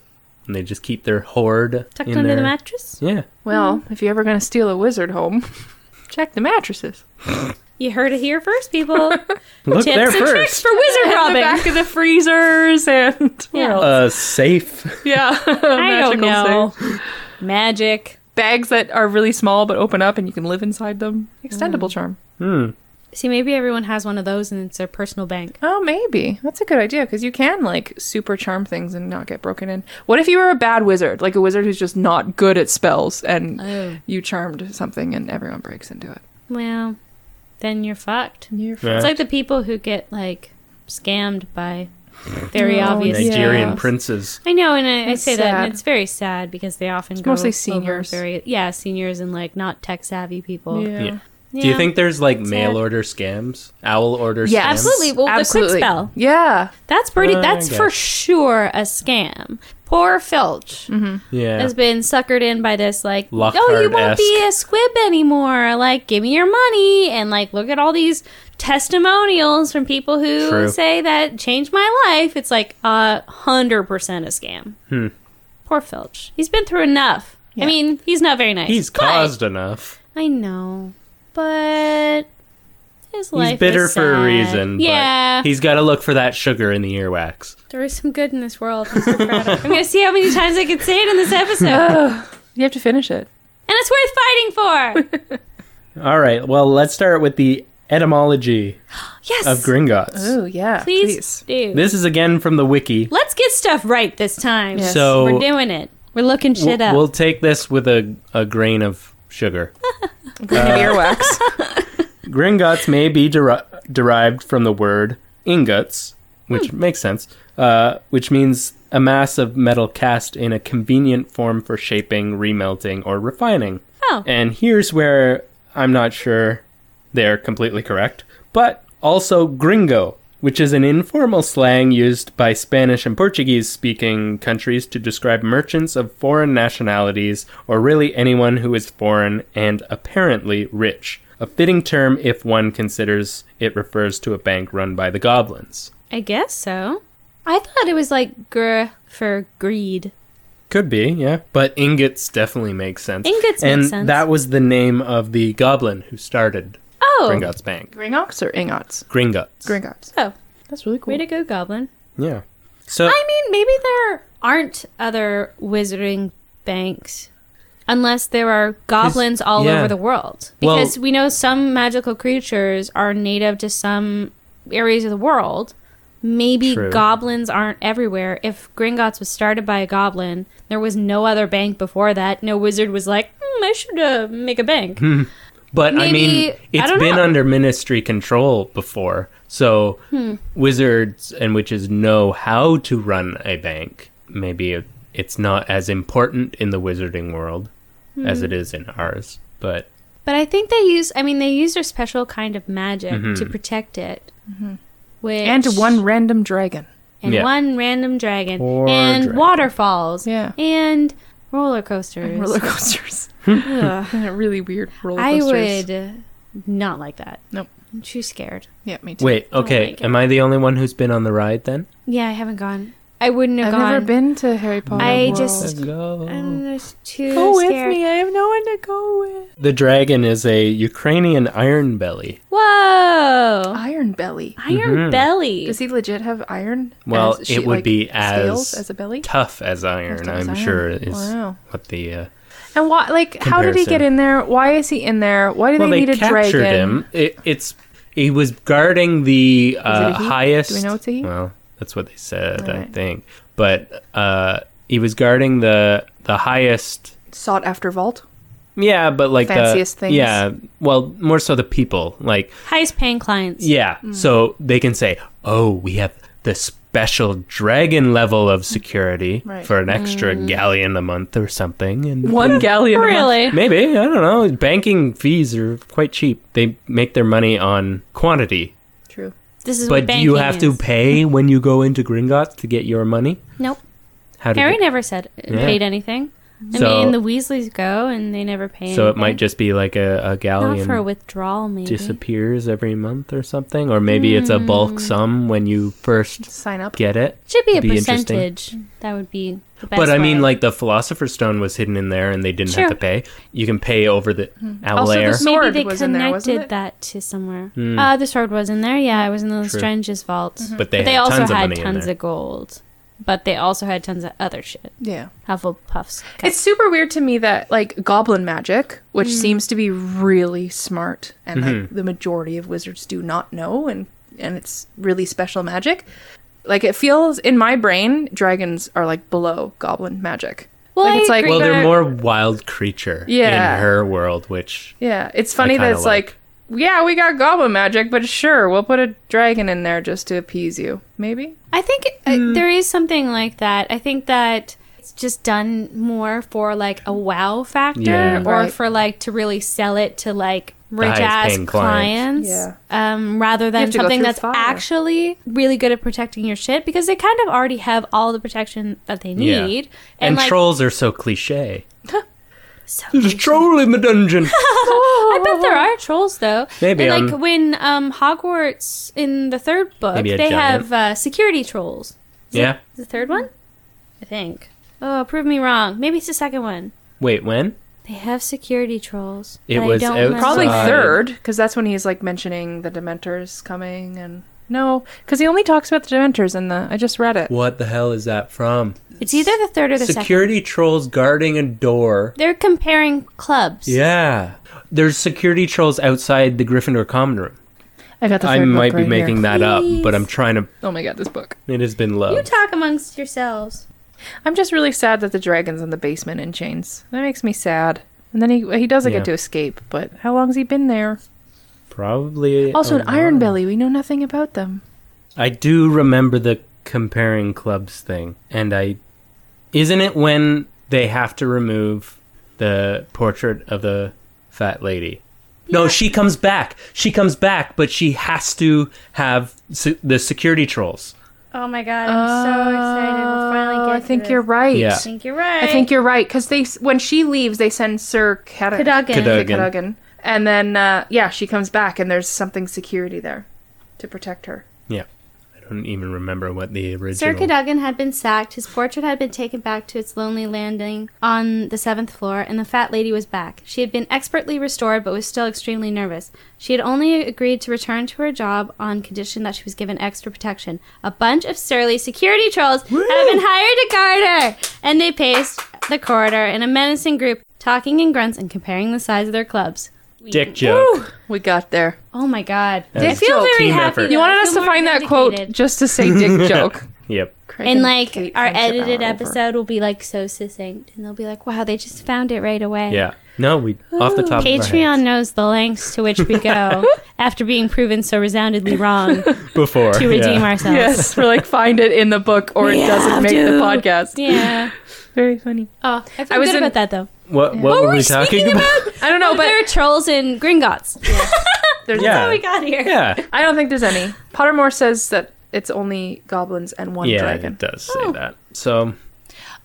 Speaker 5: And they just keep their hoard
Speaker 4: tucked
Speaker 5: in
Speaker 4: under
Speaker 5: their-
Speaker 4: the mattress?
Speaker 5: Yeah.
Speaker 2: Well, if you're ever going to steal a wizard home, check the mattresses.
Speaker 4: You heard it here first, people.
Speaker 5: Look
Speaker 4: Tips
Speaker 5: there
Speaker 4: and tricks
Speaker 5: first.
Speaker 4: for wizard
Speaker 2: In the
Speaker 4: robbing.
Speaker 2: back of the freezers and
Speaker 4: Yeah.
Speaker 5: Uh, safe.
Speaker 2: yeah,
Speaker 4: I don't know. Magic.
Speaker 2: bags that are really small but open up and you can live inside them. Extendable charm.
Speaker 5: Hmm.
Speaker 4: See, maybe everyone has one of those, and it's their personal bank.
Speaker 2: Oh, maybe that's a good idea because you can like super charm things and not get broken in. What if you were a bad wizard, like a wizard who's just not good at spells, and
Speaker 4: Oh.
Speaker 2: you charmed something and everyone breaks into it?
Speaker 4: Well, then you're fucked.
Speaker 2: You're
Speaker 5: Yeah.
Speaker 4: It's like the people who get like scammed by very
Speaker 2: Oh,
Speaker 4: obvious.
Speaker 5: Nigerian
Speaker 2: Yeah.
Speaker 5: princes.
Speaker 4: I know, and I, I
Speaker 2: It's
Speaker 4: say that, and
Speaker 2: sad.
Speaker 4: it's very sad because they often go
Speaker 2: mostly
Speaker 4: over
Speaker 2: seniors.
Speaker 4: Very, yeah, seniors and like not tech savvy people.
Speaker 2: Yeah.
Speaker 5: Yeah. Do you
Speaker 4: Yeah.
Speaker 5: think there's like mail
Speaker 4: Sad.
Speaker 5: order scams? Owl order
Speaker 2: Yes.
Speaker 5: scams?
Speaker 4: Absolutely. Well, the quick spell.
Speaker 2: Yeah.
Speaker 4: That's pretty.
Speaker 5: Uh, I
Speaker 4: that's for
Speaker 5: guess.
Speaker 4: sure a scam. Poor Filch
Speaker 5: Mm-hmm. Yeah.
Speaker 4: has been suckered in by this. Like, oh, you won't
Speaker 5: Lockhart-esque.
Speaker 4: be a squib anymore. Like, give me your money and like look at all these testimonials from people who
Speaker 5: True.
Speaker 4: say that changed my life. It's like a hundred percent a scam.
Speaker 5: Hmm.
Speaker 4: Poor Filch. He's been through enough. I
Speaker 2: Yeah.
Speaker 4: mean, he's not very nice.
Speaker 5: He's
Speaker 4: but-
Speaker 5: caused enough.
Speaker 4: I know, but his life.
Speaker 5: He's bitter
Speaker 4: is
Speaker 5: for a
Speaker 4: sad.
Speaker 5: reason. but
Speaker 4: Yeah,
Speaker 5: he's got to look for that sugar in the earwax.
Speaker 4: There is some good in this world. I'm, so proud of- I'm gonna see how many times I can say it in this episode, and
Speaker 2: You have to finish it.
Speaker 4: it's worth fighting for.
Speaker 5: All right. Well, let's start with the etymology
Speaker 4: Yes,
Speaker 5: of Gringotts.
Speaker 2: Oh yeah.
Speaker 4: please, do.
Speaker 5: This is again from the wiki.
Speaker 4: Let's get stuff right this time.
Speaker 2: Yes.
Speaker 5: So
Speaker 4: We're doing it. We're looking shit
Speaker 5: we'll,
Speaker 4: up.
Speaker 5: we'll take this with a, a grain of sugar.
Speaker 2: Bring the earwax.
Speaker 5: Gringotts may be deri- derived from the word ingots, which makes sense, uh, which means a mass of metal cast in a convenient form for shaping, remelting, or refining.
Speaker 4: oh,
Speaker 5: And here's where I'm not sure they're completely correct, but also gringo, which is an informal slang used by Spanish and Portuguese speaking countries to describe merchants of foreign nationalities or really anyone who is foreign and apparently rich. A fitting term if one considers it refers to a bank run by the goblins.
Speaker 4: I guess so. I thought it was like gr for greed.
Speaker 5: Could be, yeah. But ingots definitely makes sense.
Speaker 4: Ingots make
Speaker 5: and
Speaker 4: sense.
Speaker 5: that was the name of the goblin who started
Speaker 4: Oh,
Speaker 5: Gringotts Bank.
Speaker 2: Gringox or Ingots?
Speaker 5: Gringotts.
Speaker 2: Gringots.
Speaker 4: oh,
Speaker 2: That's really cool.
Speaker 4: way to go, Goblin.
Speaker 5: yeah. So
Speaker 4: I mean, maybe there aren't other wizarding banks unless there are goblins all
Speaker 5: yeah.
Speaker 4: over the world.
Speaker 5: Well-
Speaker 4: Because we know some magical creatures are native to some areas of the world. Maybe
Speaker 5: True.
Speaker 4: goblins aren't everywhere. If Gringotts was started by a goblin, there was no other bank before that. No wizard was like, hmm, I should uh, make a bank.
Speaker 5: Hmm. But I mean,
Speaker 4: Maybe- I
Speaker 5: it's
Speaker 4: don't
Speaker 5: been
Speaker 4: know.
Speaker 5: under ministry control before, so wizards and witches know how to run a bank. Maybe it, it's not as important in the wizarding world as it is in ours, but
Speaker 4: But I think they use, I mean, they use their special kind of magic
Speaker 5: Mm-hmm.
Speaker 4: to protect it. Which,
Speaker 2: Mm-hmm. And one random dragon.
Speaker 4: and
Speaker 5: Yeah.
Speaker 4: one random dragon
Speaker 5: Poor
Speaker 4: and
Speaker 5: dragon.
Speaker 4: waterfalls
Speaker 2: Yeah.
Speaker 4: and roller coasters.
Speaker 2: Roller coasters.
Speaker 4: Ugh.
Speaker 2: really weird roller
Speaker 4: I
Speaker 2: coasters.
Speaker 4: would not like that.
Speaker 2: Nope.
Speaker 4: I'm too scared.
Speaker 2: Yeah, me too.
Speaker 5: wait, okay,
Speaker 4: like it.
Speaker 5: am I the only one who's been on the ride then?
Speaker 4: Yeah, I haven't gone. I wouldn't have
Speaker 2: I've
Speaker 4: gone.
Speaker 2: never been to Harry Potter.
Speaker 4: I
Speaker 2: World.
Speaker 4: just-
Speaker 5: Let's go.
Speaker 4: I'm just too
Speaker 2: go with
Speaker 4: scared.
Speaker 2: me. I have no one to go with.
Speaker 5: the dragon is a Ukrainian iron belly.
Speaker 4: Whoa!
Speaker 2: Iron belly.
Speaker 4: Iron
Speaker 5: Mhm.
Speaker 4: belly.
Speaker 2: Does he legit have iron?
Speaker 5: Well,
Speaker 2: as-
Speaker 5: it
Speaker 2: she-
Speaker 5: would
Speaker 2: like,
Speaker 5: be as
Speaker 2: scales as a belly.
Speaker 5: Tough as iron,
Speaker 2: tough as
Speaker 5: I'm
Speaker 2: iron.
Speaker 5: sure is
Speaker 2: Wow.
Speaker 5: what the uh,
Speaker 2: And why? Like, how did he
Speaker 5: Comparison.
Speaker 2: get in there? Why is he in there? Why do they need a
Speaker 5: captured
Speaker 2: dragon?
Speaker 5: him. It, it's he was guarding the
Speaker 2: it a
Speaker 5: uh,
Speaker 2: he?
Speaker 5: highest.
Speaker 2: Do we know it's a he?
Speaker 5: Well, that's what they said, I
Speaker 2: Alright.
Speaker 5: think. But uh, he was guarding the the highest.
Speaker 2: Sought after vault.
Speaker 5: Yeah, but like
Speaker 2: Fanciest
Speaker 5: the,
Speaker 2: things.
Speaker 5: Yeah, well, more so the people. Like
Speaker 4: Highest paying clients.
Speaker 5: yeah,
Speaker 2: Mm.
Speaker 5: so they can say, "Oh, we have the special dragon level of security
Speaker 2: Right. Mm.
Speaker 5: for an extra galleon a month or something." And
Speaker 2: One galleon.
Speaker 4: Really?
Speaker 5: Maybe I don't know. Banking fees are quite cheap. They make their money on quantity.
Speaker 2: True.
Speaker 4: This is
Speaker 5: But
Speaker 4: what
Speaker 5: do you
Speaker 4: banking
Speaker 5: have to
Speaker 4: is.
Speaker 5: pay when you go into Gringotts to get your money?
Speaker 4: Nope.
Speaker 5: How do
Speaker 4: Harry
Speaker 5: you-
Speaker 4: never said
Speaker 5: Yeah.
Speaker 4: paid anything. I
Speaker 5: So-
Speaker 4: mean, the Weasleys go and they never pay.
Speaker 5: So it
Speaker 4: anything.
Speaker 5: might just be like a, a
Speaker 4: not for a
Speaker 5: galleon
Speaker 4: withdrawal. Maybe
Speaker 5: disappears every month or something, or maybe it's a
Speaker 4: Mm.
Speaker 5: bulk sum when you first
Speaker 2: Sign up.
Speaker 5: get it.
Speaker 4: should be a
Speaker 5: Be interesting.
Speaker 4: percentage. That would be. The best
Speaker 5: But I mean,
Speaker 4: way.
Speaker 5: like the Philosopher's Stone was hidden in there, and they didn't have
Speaker 4: Sure.
Speaker 5: to
Speaker 4: Mm-hmm.
Speaker 5: pay. You can pay over the owl
Speaker 2: Also, the
Speaker 5: air.
Speaker 2: s-
Speaker 4: Maybe
Speaker 2: sword
Speaker 4: they
Speaker 2: was in
Speaker 4: connected
Speaker 2: there, wasn't it?
Speaker 4: that to somewhere. Uh, the sword was in there. Yeah, it was in the
Speaker 5: Hmm. True.
Speaker 4: Strange's vault.
Speaker 2: Mm-hmm.
Speaker 5: But they had
Speaker 4: also
Speaker 5: tons of
Speaker 4: had
Speaker 5: money in
Speaker 4: tons
Speaker 5: there.
Speaker 4: of gold. But they also had tons of other shit.
Speaker 2: Yeah.
Speaker 4: Hufflepuff's. got-
Speaker 2: It's super weird to me that like goblin magic, which
Speaker 4: Mm.
Speaker 2: seems to be really smart and like
Speaker 4: Mm-hmm.
Speaker 2: the majority of wizards do not know and and it's really special magic. Like it feels in my brain dragons are like below goblin magic.
Speaker 4: Well,
Speaker 2: like,
Speaker 4: I
Speaker 2: it's like
Speaker 4: agree.
Speaker 5: well, they're
Speaker 2: they're-
Speaker 5: more wild creature
Speaker 2: Yeah.
Speaker 5: in her world, which
Speaker 2: Yeah, it's funny that
Speaker 5: kinda
Speaker 2: it's like, yeah, we got goblin magic, but sure, we'll put a dragon in there just to appease you. Maybe?
Speaker 4: I think
Speaker 5: Hmm.
Speaker 4: uh, there is something like that. I think that it's just done more for like a wow factor
Speaker 5: Yeah.
Speaker 4: or
Speaker 2: Right.
Speaker 4: for like to really sell it to like rich ass
Speaker 5: highest-paying clients.
Speaker 4: clients um, rather
Speaker 2: have
Speaker 4: than
Speaker 2: to go
Speaker 4: something
Speaker 2: through
Speaker 4: that's
Speaker 2: fire.
Speaker 4: actually really good at protecting your shit because they kind of already have all the protection that they
Speaker 5: Yeah.
Speaker 4: need.
Speaker 5: and,
Speaker 4: like,
Speaker 5: trolls are so cliche.
Speaker 4: so
Speaker 5: There's a troll in the dungeon.
Speaker 4: I bet there are trolls though.
Speaker 5: Maybe,
Speaker 4: And, like
Speaker 5: um,
Speaker 4: when um, Hogwarts in the third book,
Speaker 5: Maybe a
Speaker 4: they
Speaker 5: giant.
Speaker 4: have uh, security trolls.
Speaker 5: yeah.
Speaker 4: The third one, I think. Oh, prove me wrong. Maybe it's the second one.
Speaker 5: Wait, when?
Speaker 4: They have security trolls.
Speaker 5: It
Speaker 4: but I
Speaker 5: was
Speaker 4: don't
Speaker 5: out-
Speaker 4: remember.
Speaker 2: Probably
Speaker 5: Right.
Speaker 2: third, because that's when he's like mentioning the Dementors coming and. No, because he only talks about the Dementors in the. I just read it.
Speaker 5: What the hell is that from?
Speaker 4: It's either the third or the second.
Speaker 5: Security trolls guarding a door.
Speaker 4: They're comparing clubs.
Speaker 5: Yeah. There's security trolls outside the Gryffindor common room.
Speaker 2: I got the third
Speaker 5: I
Speaker 2: book
Speaker 5: might be
Speaker 2: right
Speaker 5: making
Speaker 2: here.
Speaker 5: that up, but I'm
Speaker 4: Please.
Speaker 5: trying to.
Speaker 2: Oh my god, this book!
Speaker 5: It has been low.
Speaker 4: You talk amongst yourselves.
Speaker 2: I'm just really sad that the dragon's in the basement in chains. That makes me sad. And then he he doesn't
Speaker 5: Yeah.
Speaker 2: get to escape. But how long's he been there?
Speaker 5: Probably.
Speaker 2: Also,
Speaker 5: a
Speaker 2: an Iron
Speaker 5: lot.
Speaker 2: Belly. We know nothing about them.
Speaker 5: I do remember the comparing clubs thing, and I. Isn't it when they have to remove the portrait of the fat lady? No, she comes back. She comes back, but she has to have se- the security trolls.
Speaker 4: Oh my god, I'm so excited. We're finally
Speaker 2: Oh,
Speaker 4: getting
Speaker 2: I
Speaker 4: to
Speaker 2: think
Speaker 4: this.
Speaker 2: you're right.
Speaker 5: Yeah.
Speaker 4: I think you're right.
Speaker 2: I think you're right because they s- when she leaves, they send Sir Kada-
Speaker 4: Cadogan.
Speaker 5: Cadogan.
Speaker 2: Cadogan. and then uh, yeah, she comes back and there's something security there to protect her.
Speaker 5: Yeah. I don't don't even remember what the
Speaker 4: Sir
Speaker 5: original.
Speaker 4: Cadogan had been sacked, his portrait had been taken back to its lonely landing on the seventh floor, and the fat lady was back. She had been expertly restored, but was still extremely nervous. She had only agreed to return to her job on condition that she was given extra protection. A bunch of surly security trolls had been hired to guard her, and they paced the corridor in a menacing group, talking in grunts and comparing the size of their clubs.
Speaker 5: Dick joke.
Speaker 2: We got there.
Speaker 4: Oh my god. I
Speaker 5: That's
Speaker 4: feel
Speaker 5: a
Speaker 4: very
Speaker 5: team
Speaker 4: happy.
Speaker 5: effort.
Speaker 4: though.
Speaker 2: You
Speaker 4: I
Speaker 2: wanted
Speaker 4: feel
Speaker 2: us to
Speaker 4: more
Speaker 2: find that quote
Speaker 4: vindicated.
Speaker 2: just to say dick joke.
Speaker 5: Yep.
Speaker 4: and like our edited episode will be like so succinct and they'll be like wow they just found it right away
Speaker 5: Yeah. No, we off the top. of our
Speaker 4: patreon
Speaker 5: heads.
Speaker 4: knows the lengths to which we go after being proven so resoundedly wrong to
Speaker 5: before yeah.
Speaker 4: redeem ourselves
Speaker 2: Yes, we're like find it in the book or it doesn't make the podcast.
Speaker 4: yeah
Speaker 2: Very funny.
Speaker 4: oh i feel
Speaker 2: I was
Speaker 4: good
Speaker 2: in-
Speaker 4: about that though
Speaker 5: What what,
Speaker 4: Oh,
Speaker 5: were we talking about?
Speaker 2: I don't know,
Speaker 4: but there are
Speaker 2: but
Speaker 4: trolls and gringotts
Speaker 2: there's
Speaker 5: Yeah.
Speaker 4: how we got here
Speaker 5: Yeah.
Speaker 2: I don't think there's any. Pottermore says that it's only goblins and one
Speaker 5: yeah,
Speaker 2: dragon.
Speaker 5: it does say
Speaker 4: Oh.
Speaker 5: that. So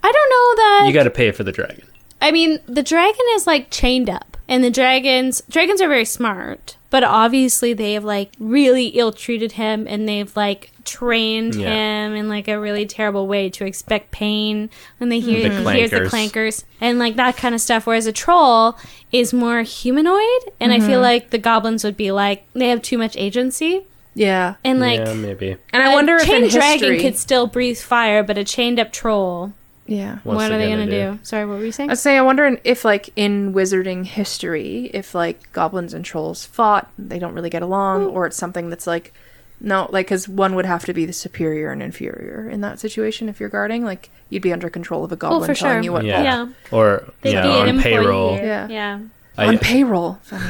Speaker 4: i don't know that
Speaker 5: you got to pay for the dragon.
Speaker 4: I mean, the dragon is like chained up, and the dragons dragons are very smart, but obviously they have like really ill treated him, and they've like trained
Speaker 5: Yeah.
Speaker 4: him in like a really terrible way to expect pain when they hear
Speaker 5: Mm. The
Speaker 4: he hears the
Speaker 5: clankers.
Speaker 4: clankers and like that kind of stuff. Whereas a troll is more humanoid, and I
Speaker 2: Mm-hmm.
Speaker 4: feel like the goblins would be like they have too much agency,
Speaker 2: Yeah.
Speaker 4: and like.
Speaker 5: yeah, maybe.
Speaker 2: And I
Speaker 4: a
Speaker 2: wonder if
Speaker 4: chained
Speaker 2: in
Speaker 4: dragon
Speaker 2: history-
Speaker 4: could still breathe fire, but a chained up troll.
Speaker 2: Yeah.
Speaker 5: What's
Speaker 4: what
Speaker 5: it
Speaker 4: are they
Speaker 5: gonna
Speaker 4: gonna do?
Speaker 5: do?
Speaker 4: Sorry, what were you saying?
Speaker 2: I was saying, I wonder in- if, like, in wizarding history, if, like, goblins and trolls fought, they don't really get along, or it's something that's, like, no, like, because one would have to be the superior and inferior in that situation if you're guarding. Like, you'd be under control of a goblin
Speaker 4: for
Speaker 2: telling
Speaker 4: sure.
Speaker 2: you what.
Speaker 5: Yeah.
Speaker 4: Yeah.
Speaker 5: Or
Speaker 4: They'd
Speaker 5: yeah,
Speaker 4: be an
Speaker 5: on
Speaker 4: employee
Speaker 5: payroll.
Speaker 4: here.
Speaker 2: Yeah.
Speaker 4: yeah.
Speaker 5: I-
Speaker 2: On payroll. Funny.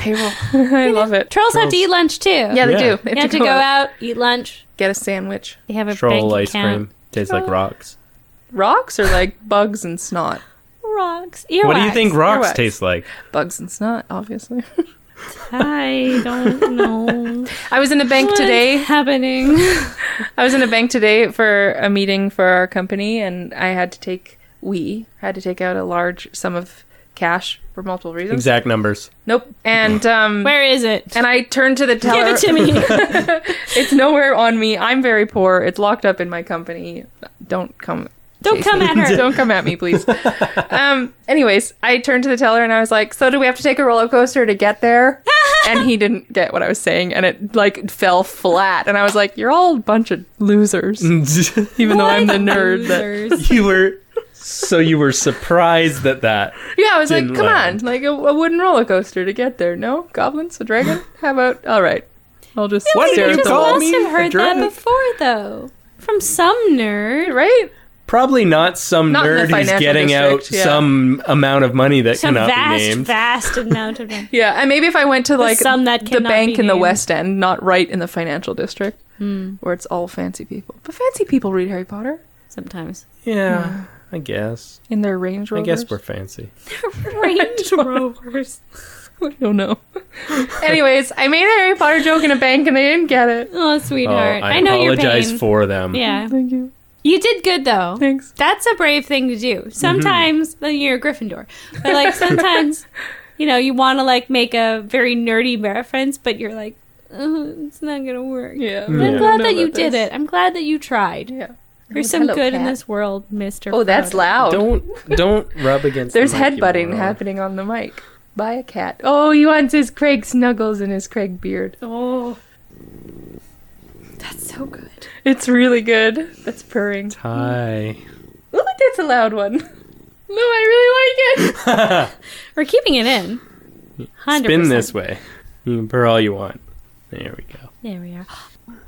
Speaker 2: payroll. I love it.
Speaker 4: Trolls have to eat lunch too.
Speaker 2: Yeah, they
Speaker 5: Yeah.
Speaker 2: do. They
Speaker 4: You have to go out, eat lunch.
Speaker 2: Get a sandwich.
Speaker 4: They have a
Speaker 5: troll
Speaker 4: bank
Speaker 5: ice
Speaker 4: account.
Speaker 5: cream tastes like rocks.
Speaker 2: Rocks or, like, bugs and snot?
Speaker 4: Rocks. Earwax.
Speaker 5: What do you think rocks
Speaker 2: Earwax.
Speaker 5: taste like?
Speaker 2: Bugs and snot, obviously.
Speaker 4: I don't know.
Speaker 2: I was in a bank
Speaker 4: What's
Speaker 2: today.
Speaker 4: happening.
Speaker 2: I was in a bank today for a meeting for our company, and I had to take we had to take out a large sum of cash for multiple reasons.
Speaker 5: Exact numbers.
Speaker 2: Nope. And um,
Speaker 4: Where is it?
Speaker 2: and I turned to the teller.
Speaker 4: Give it to me.
Speaker 2: It's nowhere on me. I'm very poor. It's locked up in my company. Don't come.
Speaker 4: Don't
Speaker 2: chase
Speaker 4: come
Speaker 2: me.
Speaker 4: at her.
Speaker 2: Don't come at me, please. um. Anyways, I turned to the teller and I was like, "So do we have to take a roller coaster to get there?" and he didn't get what I was saying, and it like fell flat. And I was like, "You're all a bunch of losers." even though I'm the nerd. That,
Speaker 4: Losers.
Speaker 5: you were so you were surprised that that
Speaker 2: yeah, I was like,
Speaker 5: Didn't
Speaker 2: come
Speaker 5: land.
Speaker 2: on, like a, a wooden roller coaster to get there. No goblins, a dragon. How about all right? I'll just
Speaker 5: What
Speaker 2: stare
Speaker 5: did
Speaker 2: at
Speaker 5: you
Speaker 2: the
Speaker 5: call
Speaker 2: wall.
Speaker 5: Call
Speaker 4: must
Speaker 5: me
Speaker 4: have
Speaker 5: a
Speaker 4: heard that
Speaker 5: drunk.
Speaker 4: before though. From some nerd.
Speaker 2: Right?
Speaker 5: probably not some
Speaker 2: Not in the
Speaker 5: nerd who's
Speaker 2: financial
Speaker 5: getting out
Speaker 2: district, yeah.
Speaker 5: some amount of money that
Speaker 4: Some
Speaker 5: cannot be
Speaker 4: vast,
Speaker 5: named.
Speaker 4: vast amount of them.
Speaker 2: Yeah, and maybe if I went to like
Speaker 4: sum that
Speaker 2: the
Speaker 4: cannot
Speaker 2: bank
Speaker 4: be
Speaker 2: in the
Speaker 4: named.
Speaker 2: West End, not right in the financial district,
Speaker 4: Hmm,
Speaker 2: where it's all fancy people. But fancy people read Harry Potter
Speaker 4: Sometimes.
Speaker 5: yeah, I guess.
Speaker 2: in their Range
Speaker 5: I
Speaker 2: Rovers.
Speaker 5: guess we're fancy.
Speaker 4: Range Rovers.
Speaker 2: I don't know. Anyways, I made a Harry Potter joke in a bank and they didn't get it.
Speaker 4: Oh, sweetheart.
Speaker 5: Oh,
Speaker 4: I,
Speaker 5: I,
Speaker 4: know your
Speaker 5: apologize
Speaker 4: pain.
Speaker 5: for them.
Speaker 4: Yeah.
Speaker 2: Thank you.
Speaker 4: You did good though.
Speaker 2: Thanks.
Speaker 4: That's a brave thing to
Speaker 2: Mm-hmm.
Speaker 4: do. Sometimes then you're a Gryffindor, but like sometimes, you know, you want to like make a very nerdy reference, but you're like, uh it's not gonna work.
Speaker 2: Yeah.
Speaker 4: But I'm glad that you did it. I'm glad that you tried.
Speaker 2: Yeah.
Speaker 4: There's some
Speaker 2: Hello,
Speaker 4: good in
Speaker 2: cat.
Speaker 4: this world, Mister.
Speaker 2: Oh, that's loud.
Speaker 5: Don't don't rub against.
Speaker 2: There's
Speaker 5: the mic, you
Speaker 2: headbutting
Speaker 5: moron.
Speaker 2: happening on the mic by a cat. Oh, he wants his Craig snuggles and his Craig beard.
Speaker 4: Oh, that's so good.
Speaker 2: It's really good. That's purring.
Speaker 5: Hi.
Speaker 2: Ooh, that's a loud one. No, I really like it.
Speaker 4: We're keeping it in. 100%.
Speaker 5: Spin this way. You can purr all you want. There we go.
Speaker 4: There we are.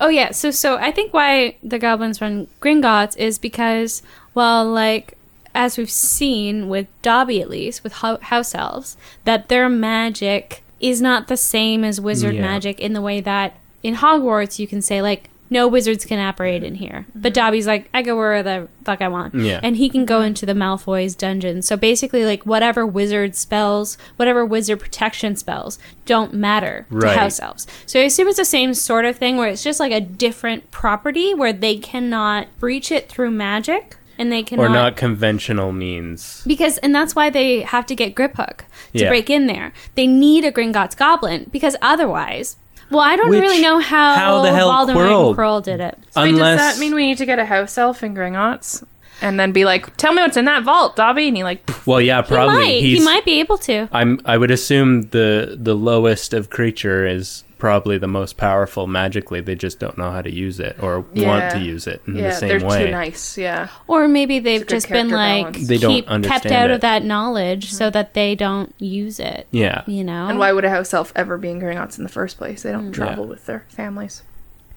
Speaker 4: Oh yeah, so so I think why the goblins run Gringotts is because well, like as we've seen with Dobby at least with ho- house elves, that their magic is not the same as wizard
Speaker 5: Yeah.
Speaker 4: magic in the way that in Hogwarts you can say like no wizards can operate in here, but Dobby's like I go where the fuck I want,
Speaker 5: Yeah.
Speaker 4: and he can go into the Malfoy's dungeon. So basically, like whatever wizard spells, whatever wizard protection spells, don't matter
Speaker 5: Right.
Speaker 4: to house elves. So I assume it's the same sort of thing where it's just like a different property where they cannot breach it through magic and they cannot
Speaker 5: Or not conventional means.
Speaker 4: because and that's why they have to get grip hook to
Speaker 5: Yeah.
Speaker 4: break in there. They need a Gringotts goblin because otherwise Well, I don't
Speaker 5: Which-
Speaker 4: really know how,
Speaker 5: how the hell
Speaker 4: Voldemort
Speaker 5: Quirrell- Uh,
Speaker 4: and Quirrell did it.
Speaker 2: Wait,
Speaker 5: Unless
Speaker 2: does that mean we need to get a house elf in Gringotts and then be like, "Tell me what's in that vault, Dobby"? And he like, "Pff,
Speaker 5: well, yeah, probably.
Speaker 4: he might.
Speaker 5: He's,
Speaker 4: He might be able to.
Speaker 5: I'm. I would assume the the lowest of creature is probably the most powerful magically. They just don't know how to use it or want
Speaker 2: Yeah.
Speaker 5: to use it in
Speaker 2: yeah,
Speaker 5: the same
Speaker 2: they're
Speaker 5: way.
Speaker 2: too nice. Yeah,
Speaker 4: Or maybe they've
Speaker 2: It's a good
Speaker 4: just been
Speaker 2: character
Speaker 4: like
Speaker 2: balance. Mm-hmm.
Speaker 5: They don't
Speaker 4: keep, kept
Speaker 5: understand
Speaker 4: out
Speaker 5: it.
Speaker 4: of that knowledge so that they don't use it.
Speaker 5: Yeah.
Speaker 4: You know?
Speaker 2: and why would a house elf ever be in Gringotts in the first place? They don't travel
Speaker 5: Yeah.
Speaker 2: with their families.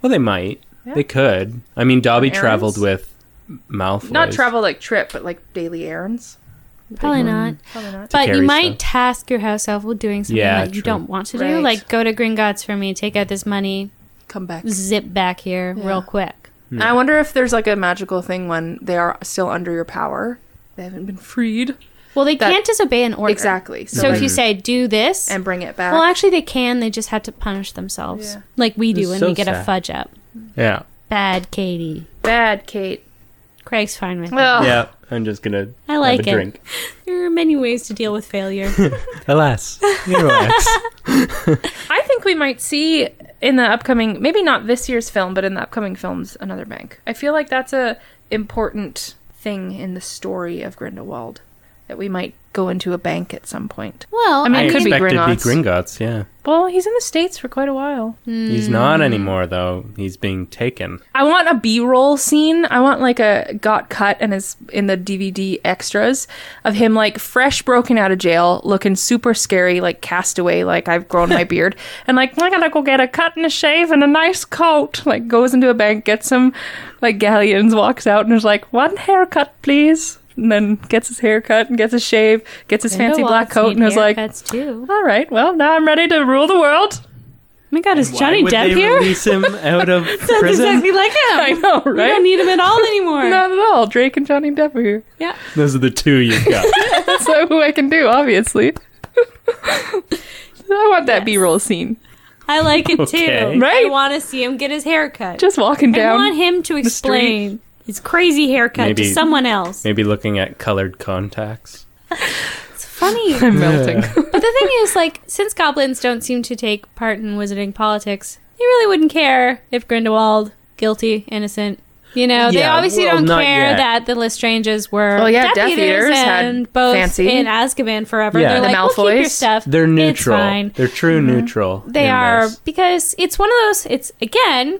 Speaker 5: Well, they might.
Speaker 2: Yeah.
Speaker 5: They could. I mean, Dobby
Speaker 2: Errands?
Speaker 5: traveled with Malfoy.
Speaker 2: Not travel like trip, but like daily errands. Mm-hmm.
Speaker 4: Probably not.
Speaker 2: Probably not.
Speaker 4: But you
Speaker 5: carry
Speaker 4: might
Speaker 5: stuff.
Speaker 4: task your house elf with doing something
Speaker 5: Yeah,
Speaker 4: that you
Speaker 5: true.
Speaker 4: don't want to do.
Speaker 2: Right.
Speaker 4: Like, go to Gringotts for me, take out this money,
Speaker 2: Come back.
Speaker 4: zip back here
Speaker 2: Yeah.
Speaker 4: real quick.
Speaker 5: Hmm.
Speaker 2: I wonder if there's like a magical thing when they are still under your power. They haven't been freed.
Speaker 4: Well, they
Speaker 2: That-
Speaker 4: can't disobey an order.
Speaker 2: Exactly. So,
Speaker 4: So
Speaker 2: like,
Speaker 4: if you say, do this.
Speaker 2: and bring it back.
Speaker 4: well, actually, they can. They just have to punish themselves.
Speaker 2: Yeah.
Speaker 4: Like we do
Speaker 5: It's
Speaker 4: when
Speaker 5: so
Speaker 4: we get a
Speaker 5: sad.
Speaker 4: fudge up.
Speaker 5: Yeah.
Speaker 4: Bad Katie.
Speaker 2: bad, Kate.
Speaker 4: Craig's fine with it.
Speaker 2: Well,
Speaker 5: Yeah. I'm just gonna.
Speaker 4: I like
Speaker 5: have a
Speaker 4: it.
Speaker 5: Drink.
Speaker 4: There are many ways to deal with failure.
Speaker 5: Alas. you relax.
Speaker 2: I think we might see in the upcoming, maybe not this year's film, but in the upcoming films, another bank. I feel like that's a important thing in the story of Grindelwald that we might go into a bank at some point.
Speaker 4: well,
Speaker 2: I mean,
Speaker 5: I
Speaker 2: it could be
Speaker 5: expected to be
Speaker 2: Gringotts.
Speaker 5: Gringotts. Yeah.
Speaker 2: Well, he's in the states for quite a while.
Speaker 5: He's not anymore though. He's being taken.
Speaker 2: I want a B-roll scene. I want like a got cut and is in the DVD extras of him like fresh broken out of jail, looking super scary, like castaway, like I've grown my beard, and like I gotta go get a cut and a shave and a nice coat. Like goes into a bank, gets some like galleons, walks out and is like one haircut, please, and then gets his haircut and gets a shave, gets his fancy black coat, and is like,
Speaker 4: that's too. Oh
Speaker 2: all right, well now I'm ready to rule the world. "Oh
Speaker 4: my god, is Johnny
Speaker 5: would
Speaker 4: Depp
Speaker 5: they
Speaker 4: here?
Speaker 5: Release him out of
Speaker 4: That's
Speaker 5: prison.
Speaker 4: exactly like him.
Speaker 2: I know,
Speaker 4: We
Speaker 2: right?
Speaker 4: don't need him at all anymore.
Speaker 2: Not at all. Drake and Johnny Depp are here.
Speaker 4: Yeah.
Speaker 5: Those are the two you've got.
Speaker 2: That's not who I can do, obviously. I want that B-roll scene.
Speaker 4: I like it
Speaker 5: Okay.
Speaker 4: too.
Speaker 2: Right?
Speaker 4: I want to see him get his hair cut.
Speaker 2: Just walking
Speaker 4: I
Speaker 2: down.
Speaker 4: want him to explain his crazy haircut to
Speaker 5: Maybe-
Speaker 4: someone else.
Speaker 5: Maybe looking at colored contacts.
Speaker 4: It's funny.
Speaker 2: I'm melting.
Speaker 4: But the thing is, like, since goblins don't seem to take part in wizarding politics, they really wouldn't care if Grindelwald guilty, innocent. You know, they
Speaker 5: Yeah,
Speaker 4: obviously
Speaker 5: well,
Speaker 4: don't
Speaker 5: not
Speaker 4: care
Speaker 5: yet.
Speaker 4: that the Lestranges were
Speaker 2: Well, yeah, Death
Speaker 4: Death
Speaker 2: Eaters
Speaker 4: Eaters
Speaker 2: had
Speaker 4: and both
Speaker 2: fancy-
Speaker 4: in Azkaban forever.
Speaker 5: Yeah.
Speaker 4: They're
Speaker 5: The
Speaker 4: like, we'll keep your
Speaker 2: Malfoys,
Speaker 4: stuff.
Speaker 5: They're neutral.
Speaker 4: It's fine. Mm-hmm.
Speaker 5: They're true neutral.
Speaker 4: They
Speaker 5: in
Speaker 4: are
Speaker 5: this.
Speaker 4: because it's one of those. It's again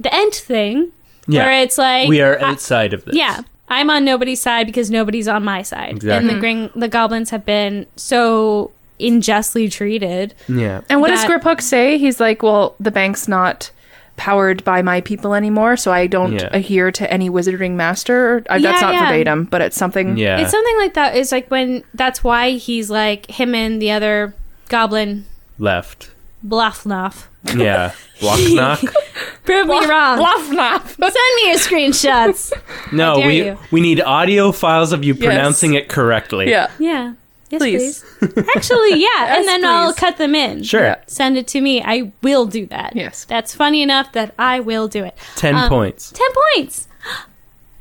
Speaker 4: the Ent thing
Speaker 5: Yeah.
Speaker 4: where it's like
Speaker 5: we are
Speaker 4: I-
Speaker 5: outside of this.
Speaker 4: yeah, I'm on nobody's side because nobody's on my side.
Speaker 5: Exactly.
Speaker 4: And the gring, the goblins have been so unjustly treated.
Speaker 5: Yeah.
Speaker 2: and what does
Speaker 4: That-
Speaker 2: Griphook say? He's like, well, the bank's not powered by my people anymore, so I don't
Speaker 5: Yeah.
Speaker 2: adhere to any wizarding master. I, that's
Speaker 4: Yeah,
Speaker 2: not
Speaker 4: yeah.
Speaker 2: verbatim, but it's something.
Speaker 5: Yeah.
Speaker 4: Um, It's something like that. Is like when that's why he's like him and the other goblin
Speaker 5: Left.
Speaker 4: Blafnoff.
Speaker 5: Yeah. Walk knock.
Speaker 4: Prove me wrong.
Speaker 2: Bluff laugh.
Speaker 4: Send me your screenshots.
Speaker 5: No,
Speaker 4: dare
Speaker 5: we
Speaker 4: you.
Speaker 5: we need audio files of you pronouncing it correctly.
Speaker 2: Yeah.
Speaker 4: yeah. Yes,
Speaker 2: Please.
Speaker 4: please. Actually, yeah,
Speaker 2: Yes,
Speaker 4: and then I'll
Speaker 2: please.
Speaker 4: cut them in.
Speaker 5: Sure.
Speaker 2: Yeah.
Speaker 4: Send it to me. I will do that.
Speaker 2: Yes.
Speaker 4: That's funny enough that I will do it.
Speaker 5: Ten
Speaker 4: Um,
Speaker 5: points.
Speaker 4: Ten points.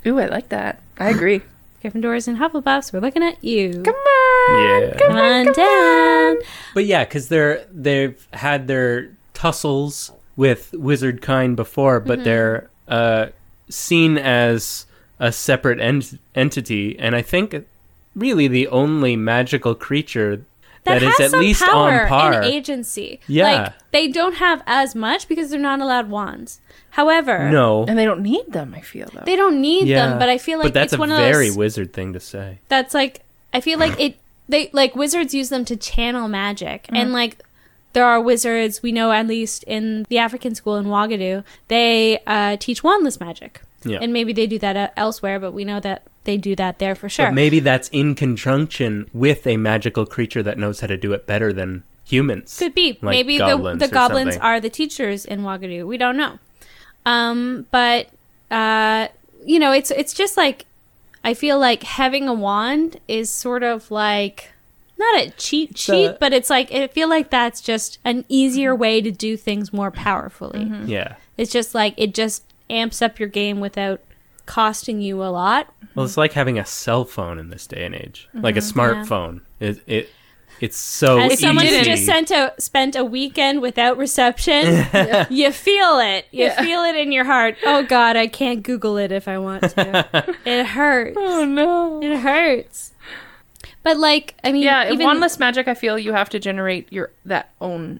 Speaker 2: Ooh, I like that. I agree.
Speaker 4: Gryffindors and Hufflepuffs, we're looking at you.
Speaker 2: Come on.
Speaker 5: Yeah.
Speaker 4: Come on down.
Speaker 5: But yeah, because they're they've had their tussles with wizard kind before, but
Speaker 4: Mm-hmm.
Speaker 5: they're uh, seen as a separate ent- entity, and I think really the only magical creature
Speaker 4: That,
Speaker 5: that is
Speaker 4: has
Speaker 5: at
Speaker 4: some
Speaker 5: least
Speaker 4: power
Speaker 5: on par.
Speaker 4: and agency.
Speaker 5: Yeah.
Speaker 4: Like they don't have as much because they're not allowed wands. However,
Speaker 5: no,
Speaker 2: And they don't need them, I feel, though.
Speaker 4: they don't need
Speaker 5: yeah,
Speaker 4: them. But I feel like
Speaker 5: but that's
Speaker 4: it's
Speaker 5: a
Speaker 4: one of
Speaker 5: very
Speaker 4: those
Speaker 5: wizard thing to say.
Speaker 4: that's like I feel like it. They like wizards use them to channel magic, and like there are wizards we know at least in the African school in Wagadu, they uh, teach wandless magic.
Speaker 5: Yeah.
Speaker 4: And maybe they do that uh, elsewhere, but we know that they do that there for sure.
Speaker 5: But maybe that's in conjunction with a magical creature that knows how to do it better than humans.
Speaker 4: Could be.
Speaker 5: like
Speaker 4: Maybe
Speaker 5: goblins
Speaker 4: the,
Speaker 5: or
Speaker 4: the goblins
Speaker 5: something.
Speaker 4: are the teachers in Wagadu. We don't know. Um, but uh, you know, it's it's just like I feel like having a wand is sort of like not a cheat sheet,
Speaker 5: a-
Speaker 4: but it's like I feel like that's just an easier way to do things more powerfully.
Speaker 5: Yeah.
Speaker 4: It's just like it just amps up your game without costing you a lot.
Speaker 5: Well, it's like having a cell phone in this day and age, like a smartphone. It, it It's so
Speaker 4: Mm-hmm. As someone who
Speaker 5: easy.
Speaker 4: just sent a, spent a weekend without reception, you feel it. You
Speaker 2: Yeah.
Speaker 4: feel it in your heart. Oh God, I can't Google it if I want to. it hurts.
Speaker 2: Oh no.
Speaker 4: It hurts. But like, I mean,
Speaker 2: Yeah, in
Speaker 4: even
Speaker 2: wandless magic, I feel you have to generate your that own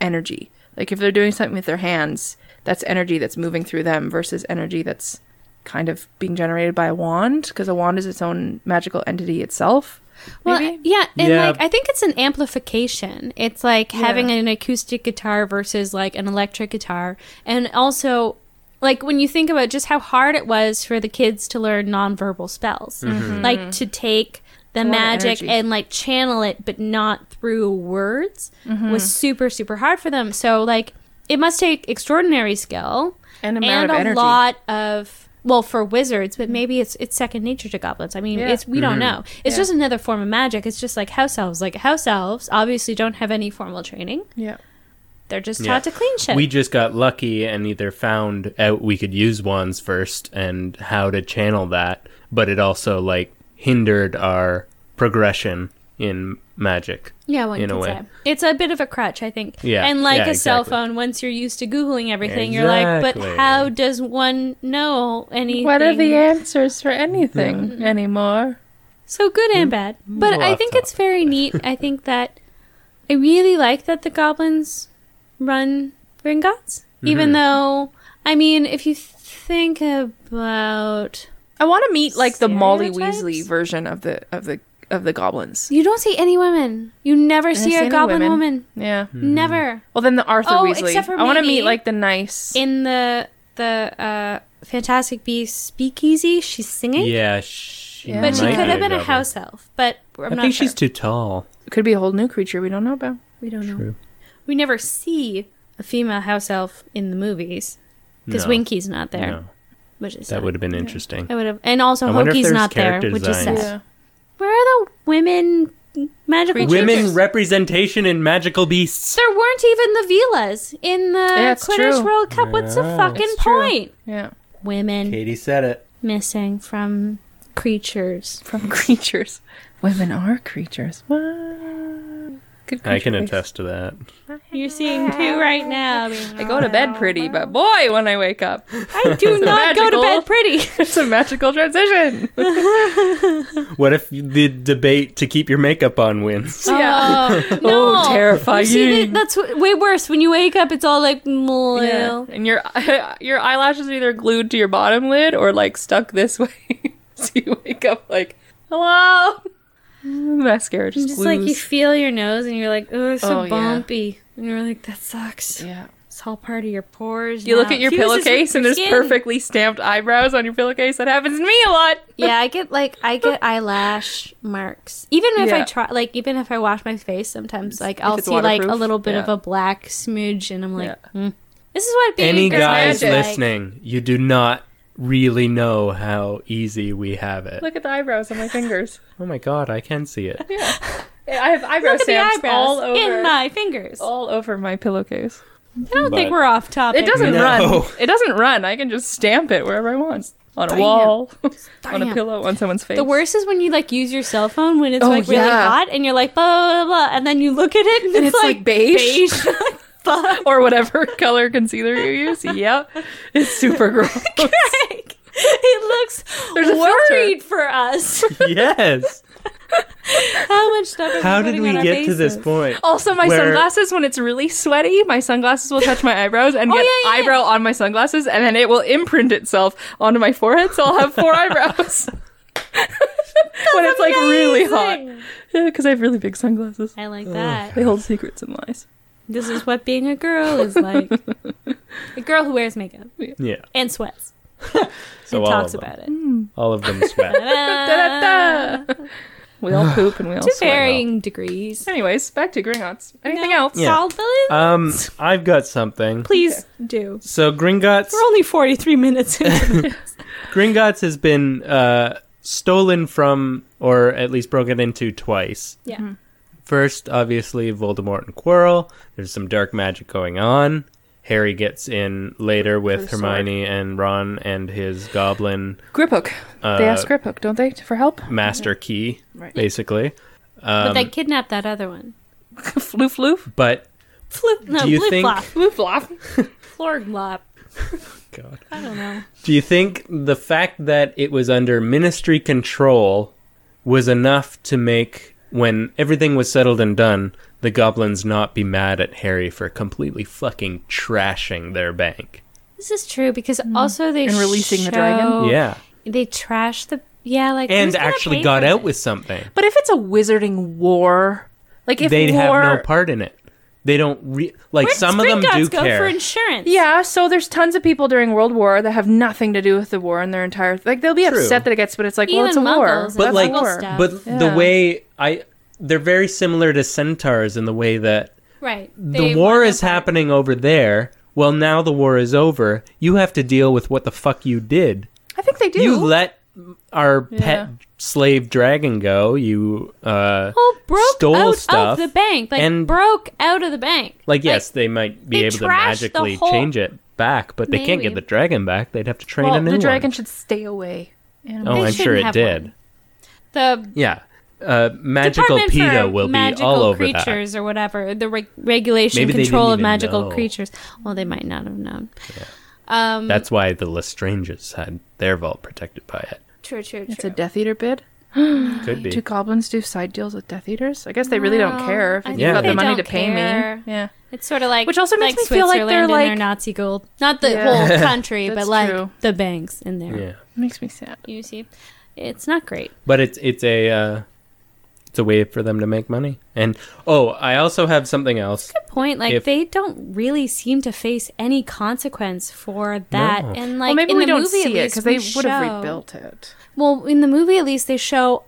Speaker 2: energy. Like if they're doing something with their hands, that's energy that's moving through them versus energy that's kind of being generated by a wand because a wand is its own magical entity itself.
Speaker 4: well,
Speaker 2: maybe?
Speaker 4: yeah, and
Speaker 5: Yeah.
Speaker 4: like I think it's an amplification. It's like having an acoustic guitar versus like an electric guitar, and also like when you think about just how hard it was for the kids to learn nonverbal spells, like to take the
Speaker 2: lot of
Speaker 4: magic
Speaker 2: Mm-hmm. energy.
Speaker 4: and like channel it, but not through words,
Speaker 2: Mm-hmm.
Speaker 4: was super super hard for them. So like it must take extraordinary skill.
Speaker 2: And amount
Speaker 4: and
Speaker 2: of
Speaker 4: a
Speaker 2: energy.
Speaker 4: lot of well for wizards but maybe it's it's second nature to goblins i mean
Speaker 2: Yeah.
Speaker 4: it's we
Speaker 5: Mm-hmm.
Speaker 4: don't know it's
Speaker 2: Yeah.
Speaker 4: just another form of magic it's just like house elves like house elves obviously don't have any formal training
Speaker 2: Yeah.
Speaker 4: they're just
Speaker 5: Yeah.
Speaker 4: taught to clean shit
Speaker 5: We just got lucky and either found out we could use wands first and how to channel that, but it also like hindered our progression in magic.
Speaker 4: yeah one
Speaker 5: in a
Speaker 4: can
Speaker 5: way.
Speaker 4: say it's a bit of a crutch i think
Speaker 5: Yeah.
Speaker 4: and like
Speaker 5: Yeah,
Speaker 4: a cell
Speaker 5: exactly.
Speaker 4: phone once you're used to googling everything you're like but
Speaker 5: Exactly.
Speaker 4: how does one know anything
Speaker 2: What are the answers for anything
Speaker 4: Mm-hmm.
Speaker 2: anymore?
Speaker 4: so good
Speaker 5: Hmm?
Speaker 4: and bad but i think
Speaker 5: laptop.
Speaker 4: it's very neat i think that i really like that the goblins run Gringotts,
Speaker 5: Mm-hmm.
Speaker 4: even though i mean if you think about
Speaker 2: I want to meet like the Molly
Speaker 4: Stereotypes?
Speaker 2: Weasley version of the of the of the goblins.
Speaker 4: you don't see any women you never see
Speaker 2: see
Speaker 4: a
Speaker 2: any
Speaker 4: goblin
Speaker 2: women.
Speaker 4: woman
Speaker 2: Yeah.
Speaker 5: Mm-hmm.
Speaker 4: never
Speaker 2: Well, then the Arthur
Speaker 4: Oh,
Speaker 2: Weasley.
Speaker 4: except for
Speaker 2: I want to
Speaker 4: maybe-
Speaker 2: meet like the nice.
Speaker 4: in the the uh fantastic beast speakeasy she's singing
Speaker 5: Yeah, she
Speaker 2: Yeah.
Speaker 4: but she
Speaker 5: might
Speaker 4: could
Speaker 5: be
Speaker 4: have been a
Speaker 5: goblin.
Speaker 4: house elf but i'm
Speaker 5: I
Speaker 4: not
Speaker 5: think
Speaker 4: sure.
Speaker 5: she's too tall.
Speaker 2: Could be a whole new creature we don't know about.
Speaker 4: we don't know
Speaker 5: True.
Speaker 4: we never see a female house elf in the movies because
Speaker 5: No.
Speaker 4: Winky's not there,
Speaker 5: No,
Speaker 4: which is
Speaker 5: that
Speaker 4: sad.
Speaker 5: would have been interesting.
Speaker 4: I would have, and also
Speaker 5: I wonder if
Speaker 4: Hokey's
Speaker 5: there's
Speaker 4: not there,
Speaker 5: character
Speaker 4: which is sad.
Speaker 5: designs.
Speaker 4: Where are the women magical
Speaker 5: Women
Speaker 4: creatures?
Speaker 5: representation in magical beasts.
Speaker 4: there weren't even the Vilas in the
Speaker 2: Yeah, it's
Speaker 4: Quidditch
Speaker 2: true.
Speaker 4: World Cup. What's the
Speaker 5: Yeah.
Speaker 4: fucking
Speaker 2: It's true.
Speaker 4: point?
Speaker 2: Yeah.
Speaker 4: Women
Speaker 5: Katie said it.
Speaker 4: missing from creatures.
Speaker 2: From creatures. Women are creatures. What? Good
Speaker 5: I
Speaker 2: creature
Speaker 5: can
Speaker 2: voice.
Speaker 5: attest to that.
Speaker 4: You're seeing two right now.
Speaker 2: I go to bed pretty, but boy, when I wake up,
Speaker 4: I do not go to
Speaker 2: magical.
Speaker 4: bed pretty.
Speaker 2: it's a magical transition.
Speaker 5: What if the debate to keep your makeup on wins?
Speaker 2: Yeah.
Speaker 4: Oh, no.
Speaker 2: terrifying.
Speaker 4: You see, that- that's w- way worse. When you wake up, it's all like,
Speaker 2: Yeah.
Speaker 4: yeah.
Speaker 2: And your your eyelashes are either glued to your bottom lid or like stuck this way. so you wake up like, hello. Mascara just,
Speaker 4: Just like you
Speaker 2: glues.
Speaker 4: feel your nose and you're like, oh, it's so
Speaker 2: Oh, yeah.
Speaker 4: bumpy. And you're like, that sucks.
Speaker 2: yeah.
Speaker 4: It's all part of your pores.
Speaker 2: You look
Speaker 4: now.
Speaker 2: at your
Speaker 4: Fuses with
Speaker 2: pillowcase and there's
Speaker 4: skin.
Speaker 2: perfectly stamped eyebrows on your pillowcase. That happens to me a lot.
Speaker 4: Yeah, I get like I get eyelash marks. Even if I
Speaker 2: Yeah.
Speaker 4: try, like even if I wash my face, sometimes like I'll
Speaker 2: it's
Speaker 4: see like a
Speaker 2: waterproof,
Speaker 4: little bit
Speaker 2: yeah.
Speaker 4: of a black smudge, and I'm like,
Speaker 2: Yeah.
Speaker 4: "Hmm." this is what being
Speaker 5: Any
Speaker 4: a girl
Speaker 5: guys
Speaker 4: is like.
Speaker 5: listening, you do not really know how easy we have it.
Speaker 2: Look at the eyebrows on my fingers.
Speaker 5: Oh my god, I can see it.
Speaker 2: I have eyebrow
Speaker 4: Look at the
Speaker 2: stamps
Speaker 4: eyebrows
Speaker 2: all over
Speaker 4: in my fingers. I
Speaker 2: all over my pillowcase.
Speaker 4: don't think
Speaker 5: But-
Speaker 4: we're off topic.
Speaker 2: It doesn't
Speaker 5: No.
Speaker 2: run. It doesn't run. I can just stamp it wherever I want. On a wall, on a
Speaker 4: Damn.
Speaker 2: pillow, on someone's face.
Speaker 4: The worst is when you like use your cell phone when it's
Speaker 2: Oh,
Speaker 4: like really
Speaker 2: yeah.
Speaker 4: hot, and you're like blah blah blah, and then you look at it and,
Speaker 2: And it's, like, beige.
Speaker 4: beige. Fuck.
Speaker 2: or whatever color concealer you use. Yep. It's super gross.
Speaker 4: Craig, It looks
Speaker 2: There's a
Speaker 4: worried for us.
Speaker 5: yes.
Speaker 4: How much stuff? Are
Speaker 5: How
Speaker 4: we
Speaker 5: did
Speaker 4: putting
Speaker 5: we
Speaker 4: on our
Speaker 5: get to this
Speaker 4: faces? Oh.
Speaker 5: point?
Speaker 2: Also, my
Speaker 5: Where-
Speaker 2: sunglasses, when it's really sweaty, my sunglasses will touch my eyebrows and
Speaker 4: Oh,
Speaker 2: get
Speaker 4: yeah, yeah.
Speaker 2: eyebrow on my sunglasses, and then it will imprint itself onto my forehead, so I'll have four eyebrows. when it's like really hot.
Speaker 4: Amazing.
Speaker 2: Because I have really big sunglasses.
Speaker 4: I like that.
Speaker 2: They hold secrets and lies.
Speaker 4: This is what being a girl is like. a girl who wears makeup
Speaker 5: Yeah.
Speaker 4: and sweats
Speaker 5: So
Speaker 4: and
Speaker 5: all
Speaker 4: talks
Speaker 5: of them.
Speaker 4: about it.
Speaker 2: Mm.
Speaker 5: All of them sweat.
Speaker 4: Ta-da!
Speaker 2: Da-da-da! We all poop and we all
Speaker 4: To
Speaker 2: sweat.
Speaker 4: varying degrees.
Speaker 2: Anyways, back to Gringotts. Anything
Speaker 4: No.
Speaker 2: else?
Speaker 5: Yeah.
Speaker 4: Solve the-
Speaker 5: um, I've got something.
Speaker 4: Please do.
Speaker 5: So Gringotts
Speaker 4: We're only 43 minutes into this.
Speaker 5: Gringotts has been uh stolen from or at least broken into twice.
Speaker 4: yeah.
Speaker 2: Mm-hmm.
Speaker 5: First, obviously, Voldemort and Quirrell. There's some dark magic going on. Harry gets in later with
Speaker 2: the sword.
Speaker 5: Hermione and Ron and his goblin
Speaker 2: Griphook.
Speaker 5: uh,
Speaker 2: they ask Griphook, don't they, for help?
Speaker 5: master key,
Speaker 2: Right.
Speaker 5: basically.
Speaker 4: but they kidnapped that other one.
Speaker 2: floof floof.
Speaker 5: Um, But
Speaker 4: Flip, no,
Speaker 5: Do you
Speaker 4: flip
Speaker 5: think-
Speaker 4: flop, flip flop, florg flop.
Speaker 5: God.
Speaker 4: I don't know.
Speaker 5: do you think the fact that it was under ministry control was enough to make when everything was settled and done, the goblins not be mad at Harry for completely fucking trashing their bank?
Speaker 4: This is true because also they
Speaker 2: Hmm. And releasing the dragon?
Speaker 4: show-
Speaker 5: Yeah.
Speaker 4: they trashed the yeah like who's
Speaker 5: And
Speaker 4: Oh, gonna
Speaker 5: actually
Speaker 4: pay
Speaker 5: got
Speaker 4: for
Speaker 5: out
Speaker 4: this?
Speaker 5: with something.
Speaker 2: But if it's a wizarding war, like if
Speaker 5: they
Speaker 2: war,
Speaker 5: have no part in it. They don't re- like
Speaker 4: Where did
Speaker 5: some of them
Speaker 4: Gringotts
Speaker 5: do
Speaker 4: go
Speaker 5: care.
Speaker 4: for insurance.
Speaker 2: Yeah, so there's tons of people during World War that have nothing to do with the war in their entire like they'll be
Speaker 5: True.
Speaker 2: upset that it gets, but it's like well,
Speaker 4: Even
Speaker 2: it's a
Speaker 4: Muggles
Speaker 2: war.
Speaker 4: and
Speaker 5: but
Speaker 2: That's
Speaker 5: like
Speaker 2: a war.
Speaker 4: stuff.
Speaker 5: but
Speaker 2: Yeah.
Speaker 5: the way I they're very similar to centaurs in the way that
Speaker 4: right.
Speaker 5: the war is happening over there. Well, now the war is over. You have to deal with what the fuck you did.
Speaker 2: I think they do.
Speaker 5: You let our pet
Speaker 2: Yeah.
Speaker 5: slave dragon go. You uh
Speaker 4: Well, Oh, broke
Speaker 5: stole
Speaker 4: out
Speaker 5: stuff
Speaker 4: of the bank. Like
Speaker 5: and-
Speaker 4: broke out of the bank.
Speaker 5: like yes, they might be
Speaker 4: they
Speaker 5: able to
Speaker 4: trashed the
Speaker 5: magically
Speaker 4: whole-
Speaker 5: change it back, but they can't
Speaker 4: Maybe.
Speaker 5: get the dragon back. They'd have to train
Speaker 2: well,
Speaker 5: a new
Speaker 2: the dragon
Speaker 5: one.
Speaker 2: should stay away. Animal.
Speaker 5: Oh,
Speaker 4: They
Speaker 5: I'm sure
Speaker 4: shouldn't
Speaker 5: it
Speaker 4: have
Speaker 5: did.
Speaker 4: one. The
Speaker 5: Yeah. Uh, magical
Speaker 4: Department
Speaker 5: PETA
Speaker 4: for
Speaker 5: will be
Speaker 4: magical
Speaker 5: all over that.
Speaker 4: creatures or whatever the re- regulation
Speaker 5: Maybe they
Speaker 4: control
Speaker 5: didn't
Speaker 4: of
Speaker 5: even
Speaker 4: magical
Speaker 5: know.
Speaker 4: creatures. Well, they might not have known. Um,
Speaker 5: That's why the Lestranges had their vault protected by it.
Speaker 4: true, true, true.
Speaker 2: It's a Death Eater bid.
Speaker 5: Could be.
Speaker 2: Do goblins do side deals with Death Eaters? I guess they really don't
Speaker 4: No,
Speaker 2: care if
Speaker 4: I
Speaker 2: you've
Speaker 5: think
Speaker 2: got
Speaker 5: they
Speaker 2: the money to
Speaker 4: don't
Speaker 2: pay
Speaker 4: care.
Speaker 2: me. Yeah,
Speaker 4: It's sort of like
Speaker 2: Which also makes
Speaker 4: like
Speaker 2: me feel like they're,
Speaker 4: Switzerland and their
Speaker 2: like-
Speaker 4: Nazi gold, not the
Speaker 2: Yeah.
Speaker 4: whole country, but
Speaker 2: That's
Speaker 4: like
Speaker 2: true.
Speaker 4: the banks in there.
Speaker 5: yeah.
Speaker 2: makes me sad.
Speaker 4: You see, it's not great.
Speaker 5: But it's it's a uh, it's a way for them to make money. And oh, I also have something else.
Speaker 4: Point like
Speaker 5: If-
Speaker 4: they don't really seem to face any consequence for that,
Speaker 5: No.
Speaker 4: and
Speaker 2: well,
Speaker 4: like
Speaker 2: maybe
Speaker 4: in
Speaker 2: we
Speaker 4: the
Speaker 2: don't
Speaker 4: movie
Speaker 2: see
Speaker 4: at
Speaker 2: it
Speaker 4: least
Speaker 2: because they
Speaker 4: we
Speaker 2: would have
Speaker 4: show-
Speaker 2: rebuilt it.
Speaker 4: Well, in the movie at least they show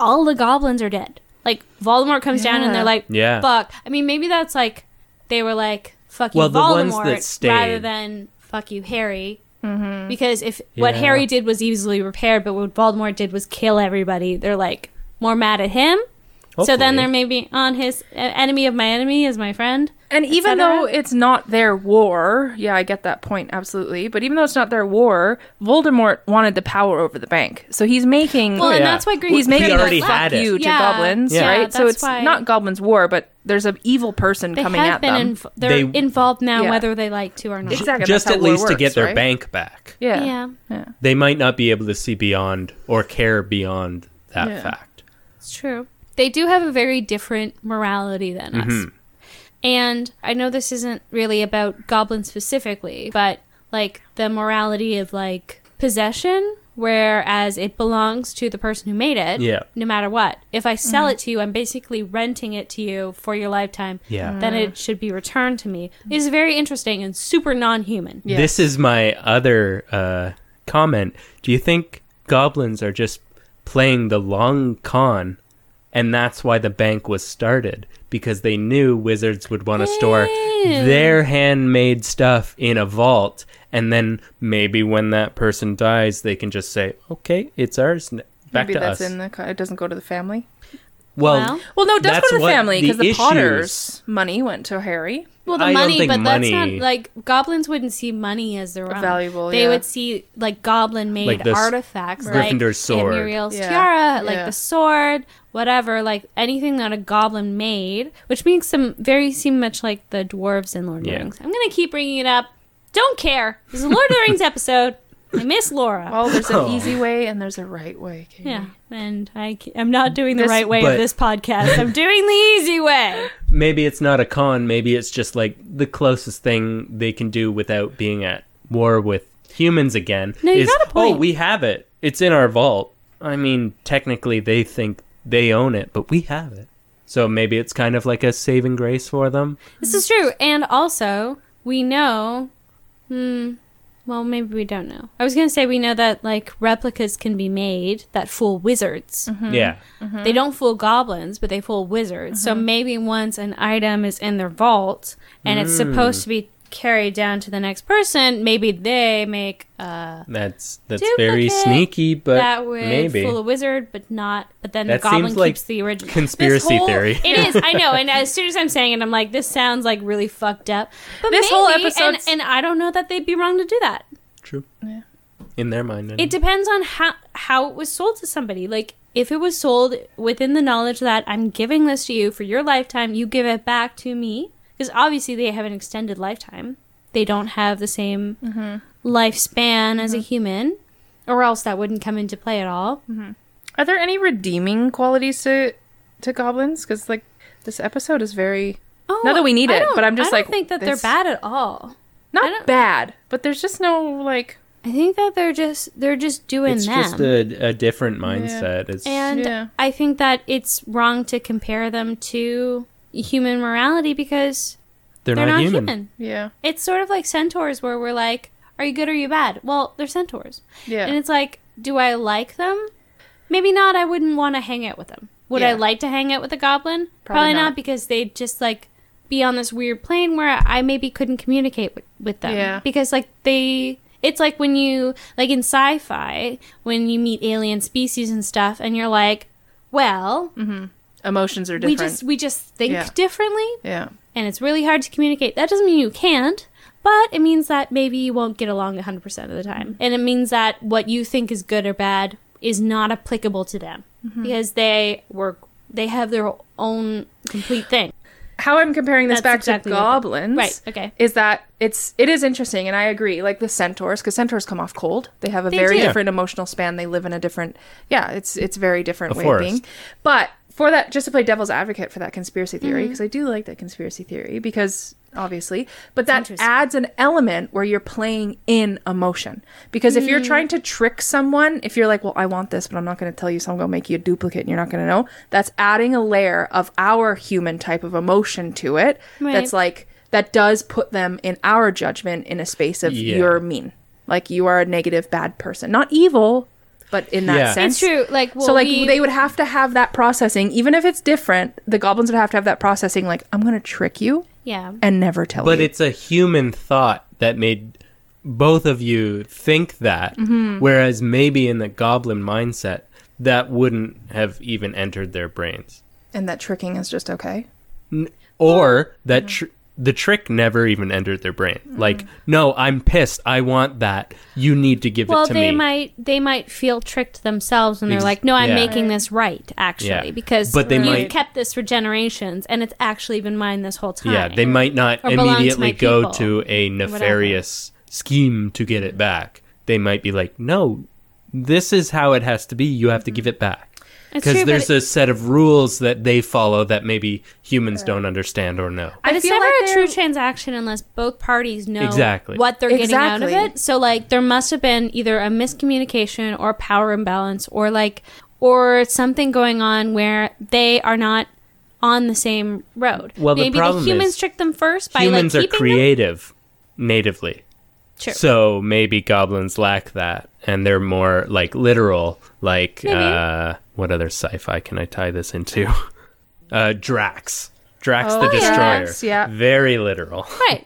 Speaker 4: all the goblins are dead. Like Voldemort comes down and
Speaker 2: Yeah.
Speaker 4: they're like,
Speaker 5: Yeah.
Speaker 4: fuck." I mean, maybe that's like they were like, "Fuck you,
Speaker 5: Well, the
Speaker 4: Voldemort,"
Speaker 5: ones that stayed.
Speaker 4: rather than "fuck you, Harry." Mm-hmm. Because if what
Speaker 5: Yeah.
Speaker 4: Harry did was easily repaired, but what Voldemort did was kill everybody, they're like more mad at him. So then
Speaker 5: Hopefully.
Speaker 4: they're maybe on his uh, enemy of my enemy is my friend.
Speaker 2: And even
Speaker 4: cetera.
Speaker 2: though it's not their war, yeah, I get that point absolutely. But even though it's not their war, Voldemort wanted the power over the bank, so he's making
Speaker 4: Well, and
Speaker 5: yeah.
Speaker 4: that's why Green
Speaker 2: he's making
Speaker 5: He
Speaker 2: a
Speaker 5: already
Speaker 2: fuck
Speaker 5: had it.
Speaker 2: you to
Speaker 4: Yeah.
Speaker 2: goblins,
Speaker 4: Yeah.
Speaker 2: right?
Speaker 4: Yeah,
Speaker 2: so
Speaker 4: that's
Speaker 2: it's
Speaker 4: why-
Speaker 2: not goblins war, but there's an evil person
Speaker 4: They
Speaker 2: coming
Speaker 4: have
Speaker 2: at
Speaker 4: been
Speaker 2: them.
Speaker 4: inv- they're
Speaker 5: They-
Speaker 4: involved now,
Speaker 2: Yeah.
Speaker 4: whether they like to or not.
Speaker 2: exactly,
Speaker 5: Just
Speaker 2: that's how
Speaker 5: at
Speaker 2: war
Speaker 5: least to
Speaker 2: works,
Speaker 5: get their
Speaker 2: right?
Speaker 5: bank back.
Speaker 2: Yeah.
Speaker 4: Yeah.
Speaker 2: yeah.
Speaker 5: They might not be able to see beyond or care beyond that
Speaker 2: Yeah.
Speaker 5: fact.
Speaker 4: It's true. They do have a very different morality than us.
Speaker 5: Mm-hmm.
Speaker 4: And I know this isn't really about goblins specifically, but like the morality of like possession, whereas it belongs to the person who made it,
Speaker 5: Yeah.
Speaker 4: no matter what. If I sell it to you, I'm basically renting it to you for your lifetime.
Speaker 5: Yeah.
Speaker 4: Then it should be returned to me. It's very interesting and super non human.
Speaker 2: Yeah.
Speaker 5: This is my other uh, comment. Do you think goblins are just playing the long con, and that's why the bank was started? Because they knew wizards would want to store their handmade stuff in a vault, and then maybe when that person dies, they can just say, "Okay, it's ours." n- Back
Speaker 2: Maybe
Speaker 5: to
Speaker 2: that's
Speaker 5: us.
Speaker 2: in the. co- It doesn't go to the family.
Speaker 5: well,
Speaker 4: Well,
Speaker 2: Well, no, it does
Speaker 5: That's
Speaker 2: go to the
Speaker 5: what
Speaker 2: family
Speaker 5: the
Speaker 2: because the,
Speaker 5: issues-
Speaker 2: Potter's money went to Harry.
Speaker 4: Well, the
Speaker 5: I don't
Speaker 4: money,
Speaker 5: think
Speaker 4: but that's not
Speaker 5: money-
Speaker 4: like goblins wouldn't see money as their own.
Speaker 2: Valuable,
Speaker 4: They
Speaker 2: yeah.
Speaker 4: would see like goblin made
Speaker 5: Like this
Speaker 4: artifacts,
Speaker 5: Right.
Speaker 4: like
Speaker 5: Gryffindor's
Speaker 4: Aunt
Speaker 5: sword.
Speaker 4: Muriel's
Speaker 2: Yeah.
Speaker 4: tiara, like
Speaker 2: Yeah.
Speaker 4: the sword, whatever, like anything that a goblin made, which makes them very seem much like the dwarves in Lord of the
Speaker 5: Yeah.
Speaker 4: Rings. I'm gonna keep bringing it up. Don't care. This is a Lord of the Rings episode. I miss Laura.
Speaker 2: Well, there's
Speaker 5: Oh.
Speaker 2: an easy way and there's a right way. Katie.
Speaker 4: yeah, and I, ca- I'm not doing the
Speaker 2: This-
Speaker 4: right way
Speaker 5: But-
Speaker 4: of this podcast. I'm doing the easy way.
Speaker 5: maybe it's not a con. Maybe it's just like the closest thing they can do without being at war with humans again.
Speaker 4: No, you
Speaker 5: is,
Speaker 4: got a point.
Speaker 5: Oh, we have it. It's in our vault. I mean, technically, they think they own it, but we have it. So maybe it's kind of like a saving grace for them.
Speaker 4: This is true. And also, we know. Hmm. Well, maybe we don't know. I was going to say we know that, like, replicas can be made that fool wizards.
Speaker 5: Yeah.
Speaker 4: They don't fool goblins, but they fool wizards. So maybe once an item is in their vault and it's supposed to be carried down to the next person, maybe they make uh,
Speaker 5: That's that's
Speaker 4: Duplicate
Speaker 5: very sneaky, but
Speaker 4: that would
Speaker 5: maybe
Speaker 4: fool a wizard, but not. But then
Speaker 5: That
Speaker 4: the goblin
Speaker 5: seems
Speaker 4: keeps
Speaker 5: like
Speaker 4: the original This
Speaker 5: conspiracy
Speaker 4: whole-
Speaker 5: theory.
Speaker 4: It is. I know. And as soon as I'm saying it, I'm like, this sounds like really fucked up. But
Speaker 2: This whole
Speaker 4: maybe- and,
Speaker 2: episode's-
Speaker 4: and I don't know that they'd be wrong to do that.
Speaker 5: True. In their mind, Hmm.
Speaker 4: It depends on how how it was sold to somebody. Like if it was sold within the knowledge that I'm giving this to you for your lifetime, you give it back to me. Because obviously they have an extended lifetime. They don't have the same
Speaker 2: Mm-hmm.
Speaker 4: lifespan as a human, or else that wouldn't come into play at all.
Speaker 2: Are there any redeeming qualities to to goblins? Because like this episode is very
Speaker 4: Oh,
Speaker 2: Not that we need
Speaker 4: I
Speaker 2: it,
Speaker 4: don't-
Speaker 2: but I'm just
Speaker 4: I don't
Speaker 2: like,
Speaker 4: think that
Speaker 2: this-
Speaker 4: they're bad at all. I
Speaker 2: not
Speaker 4: don't-
Speaker 2: bad, but there's just no like
Speaker 4: I think that they're just they're just doing
Speaker 5: It's
Speaker 4: them.
Speaker 5: just a, a different mindset. It's
Speaker 4: And
Speaker 2: Yeah.
Speaker 4: I think that it's wrong to compare them to human morality because
Speaker 5: they're,
Speaker 4: they're
Speaker 5: not,
Speaker 4: not,
Speaker 5: human.
Speaker 4: human.
Speaker 2: yeah
Speaker 4: It's sort of like centaurs where we're like, are you good or are you bad? Well, they're centaurs.
Speaker 2: yeah.
Speaker 4: And it's like, do I like them? Maybe not. I wouldn't want to hang out with them. Would I
Speaker 2: Yeah.
Speaker 4: like to hang out with a goblin? Probably, not.
Speaker 2: not.
Speaker 4: because they'd just like be on this weird plane where I maybe couldn't communicate with, with them.
Speaker 2: Yeah.
Speaker 4: Because like they, it's like when you, like in sci fi, when you meet alien species and stuff, and you're like, well,
Speaker 2: Emotions are
Speaker 4: we
Speaker 2: different.
Speaker 4: just we just think
Speaker 2: Yeah.
Speaker 4: differently
Speaker 2: yeah
Speaker 4: and it's really hard to communicate. That doesn't mean you can't, but it means that maybe you won't get along 100% of the time. And it means that what you think is good or bad is not applicable to them because they work they have their own complete thing.
Speaker 2: how I'm comparing this
Speaker 4: That's
Speaker 2: back
Speaker 4: exactly
Speaker 2: to
Speaker 4: what-
Speaker 2: goblins,
Speaker 4: Right, okay.
Speaker 2: is that it's it is interesting, and I agree. Like the centaurs, because centaurs come off cold; they have a very
Speaker 4: do.
Speaker 2: different emotional span. They live in a different, yeah, it's it's very different
Speaker 5: A
Speaker 2: way
Speaker 5: forest.
Speaker 2: of being. But for that, just to play devil's advocate for that conspiracy theory, because I do like that conspiracy theory, because obviously, but that
Speaker 4: interesting.
Speaker 2: adds an element where you're playing in emotion. Because if you're trying to trick someone, if you're like, well, I want this, but I'm not going to tell you, so I'm going to make you a duplicate and you're not going to know, that's adding a layer of our human type of emotion to it. That's like, that does put them in our judgment in a space of
Speaker 5: Yeah.
Speaker 2: you're mean. Like you are a negative, bad person. Not evil, but in that
Speaker 5: Yeah. It's
Speaker 2: sense.
Speaker 4: It's true. Like well,
Speaker 2: so like
Speaker 4: we-
Speaker 2: they would have to have that processing, even if it's different. The goblins would have to have that processing. Like I'm gonna trick you
Speaker 4: yeah.
Speaker 2: and never tell
Speaker 5: But
Speaker 2: you.
Speaker 5: it's a human thought that made both of you think that,
Speaker 4: Mm-hmm.
Speaker 5: whereas maybe in the goblin mindset, that wouldn't have even entered their brains.
Speaker 2: and that tricking is just okay.
Speaker 5: N- or that tr- the trick never even entered their brain.
Speaker 4: Mm-hmm.
Speaker 5: Like, no, I'm pissed. I want that. You need to give
Speaker 4: well,
Speaker 5: it to
Speaker 4: they
Speaker 5: me.
Speaker 4: might they might feel tricked themselves and they're
Speaker 5: Ex-
Speaker 4: like, "No, I'm
Speaker 5: yeah.
Speaker 4: making this right actually
Speaker 5: Yeah.
Speaker 4: because
Speaker 5: But they
Speaker 4: you've
Speaker 5: might-
Speaker 4: kept this for generations and it's actually been mine this whole time."
Speaker 5: yeah, they might not
Speaker 4: Or belong to
Speaker 5: immediately
Speaker 4: my
Speaker 5: go
Speaker 4: people.
Speaker 5: to a nefarious scheme to get it back. They might be like, no, this is how it has to be. You have to give it back.
Speaker 4: It's true,
Speaker 5: Because
Speaker 4: but
Speaker 5: there's
Speaker 4: it-
Speaker 5: a set of rules that they follow that maybe humans don't understand or know.
Speaker 4: But
Speaker 2: I
Speaker 4: it's
Speaker 2: feel
Speaker 4: never
Speaker 2: like
Speaker 4: a true
Speaker 2: they're-
Speaker 4: transaction unless both parties know
Speaker 5: Exactly.
Speaker 4: what they're getting out
Speaker 2: Exactly.
Speaker 4: of it. So like there must have been either a miscommunication or power imbalance or like or something going on where they are not on the same road.
Speaker 5: Well, the
Speaker 4: maybe
Speaker 5: problem
Speaker 4: the humans
Speaker 5: is
Speaker 4: tricked them first by
Speaker 5: humans
Speaker 4: like
Speaker 5: are
Speaker 4: keeping them.
Speaker 5: creative natively.
Speaker 4: True.
Speaker 5: So maybe goblins lack that, and they're more like literal. Like,
Speaker 4: Maybe.
Speaker 5: uh, what other sci-fi can I tie this into? Uh, Drax, Drax
Speaker 2: Oh,
Speaker 5: the
Speaker 2: yeah.
Speaker 5: Destroyer,
Speaker 2: Drax, yeah.
Speaker 5: very literal,
Speaker 4: Right.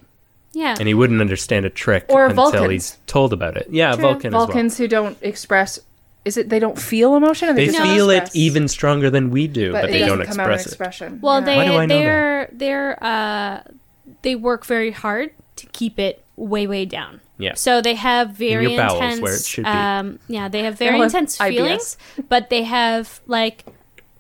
Speaker 4: Yeah.
Speaker 5: and he wouldn't understand a trick
Speaker 2: Or
Speaker 5: until
Speaker 2: Vulcans.
Speaker 5: he's told about it. Yeah, Vulcan.
Speaker 2: Vulcans
Speaker 5: As
Speaker 2: who don't express is it they don't feel emotion? Or
Speaker 5: well. They
Speaker 2: they just don't
Speaker 5: feel it
Speaker 2: express?
Speaker 5: even stronger than we do, but,
Speaker 2: it
Speaker 5: they don't
Speaker 2: doesn't come out in
Speaker 5: express it.
Speaker 2: Expression.
Speaker 4: Well,
Speaker 2: Yeah.
Speaker 5: Why do I know
Speaker 4: they
Speaker 5: that?
Speaker 4: they're they're uh they work very hard to keep it way way down.
Speaker 5: Yeah.
Speaker 4: So they have very
Speaker 5: your bowels,
Speaker 4: intense
Speaker 5: where it should be.
Speaker 4: um yeah, they have very
Speaker 2: They'll have
Speaker 4: intense
Speaker 2: IBS.
Speaker 4: feelings, but they have like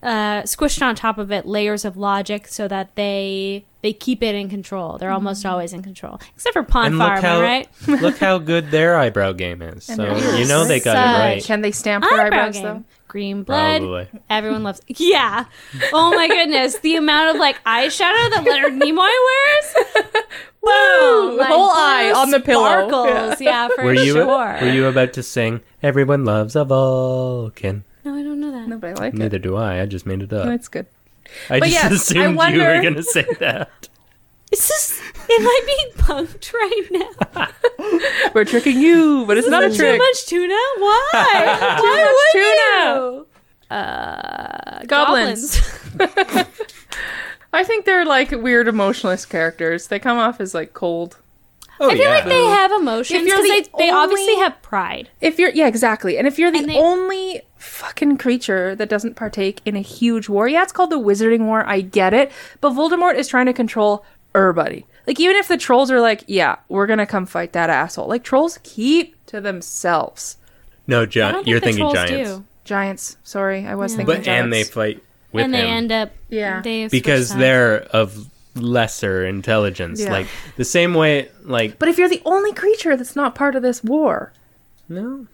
Speaker 4: uh squished on top of it layers of logic so that they they keep it in control. They're almost
Speaker 5: Mm-hmm.
Speaker 4: always in control. Except for Pond
Speaker 5: And look
Speaker 4: Farm,
Speaker 5: how
Speaker 4: right?
Speaker 5: look how good their eyebrow game is. So
Speaker 2: their
Speaker 5: you know they got
Speaker 4: Such
Speaker 5: it right.
Speaker 2: can they stamp their
Speaker 4: Eyebrow
Speaker 2: eyebrows
Speaker 4: game.
Speaker 2: though?
Speaker 4: Green blood.
Speaker 5: Probably.
Speaker 4: Everyone loves. Yeah. Oh my goodness, the amount of like eyeshadow that Leonard Nimoy wears. Boom!
Speaker 2: the whole eye on the pillow.
Speaker 4: Oh Sparkles. Yeah, for
Speaker 5: Were you
Speaker 4: sure.
Speaker 5: were you about to sing "Everyone Loves a Vulcan"?
Speaker 4: No, I don't know that.
Speaker 2: No, but I like it.
Speaker 5: Neither do I. I just made it up.
Speaker 2: That's good.
Speaker 5: I just
Speaker 2: yes, I
Speaker 5: assumed you were
Speaker 2: wonder-
Speaker 5: going to say that.
Speaker 4: It's just. Am I being punked right now?
Speaker 2: We're tricking you, but it's not a
Speaker 4: Too
Speaker 2: trick.
Speaker 4: much tuna? Why? Why would you? Uh,
Speaker 2: Goblins.
Speaker 4: goblins.
Speaker 2: I think they're like weird emotionless characters. They come off as like cold.
Speaker 5: Oh
Speaker 4: I feel like they have emotions
Speaker 2: If you're
Speaker 4: because they,
Speaker 2: the
Speaker 4: they obviously
Speaker 2: only-
Speaker 4: have pride.
Speaker 2: If you're yeah, exactly. And if you're the
Speaker 4: And they-
Speaker 2: only fucking creature that doesn't partake in a huge war, yeah, it's called the Wizarding War. I get it, but Voldemort is trying to control everybody. Like even if the trolls are like, yeah, we're gonna come fight that asshole. Like trolls keep to themselves.
Speaker 5: no
Speaker 4: I don't
Speaker 5: giant.
Speaker 4: think
Speaker 5: Uh, You're
Speaker 4: the
Speaker 5: thinking
Speaker 4: trolls
Speaker 5: giants.
Speaker 4: do.
Speaker 2: Giants. Sorry, I was thinking.
Speaker 5: But and they
Speaker 2: Giants.
Speaker 5: fight with
Speaker 4: and
Speaker 5: him
Speaker 4: they end up
Speaker 2: Yeah.
Speaker 4: they switch
Speaker 5: because
Speaker 4: sides.
Speaker 5: they're of lesser intelligence.
Speaker 2: Yeah.
Speaker 5: Like the same way, like
Speaker 2: But if you're the only creature that's not part of this war,
Speaker 5: no,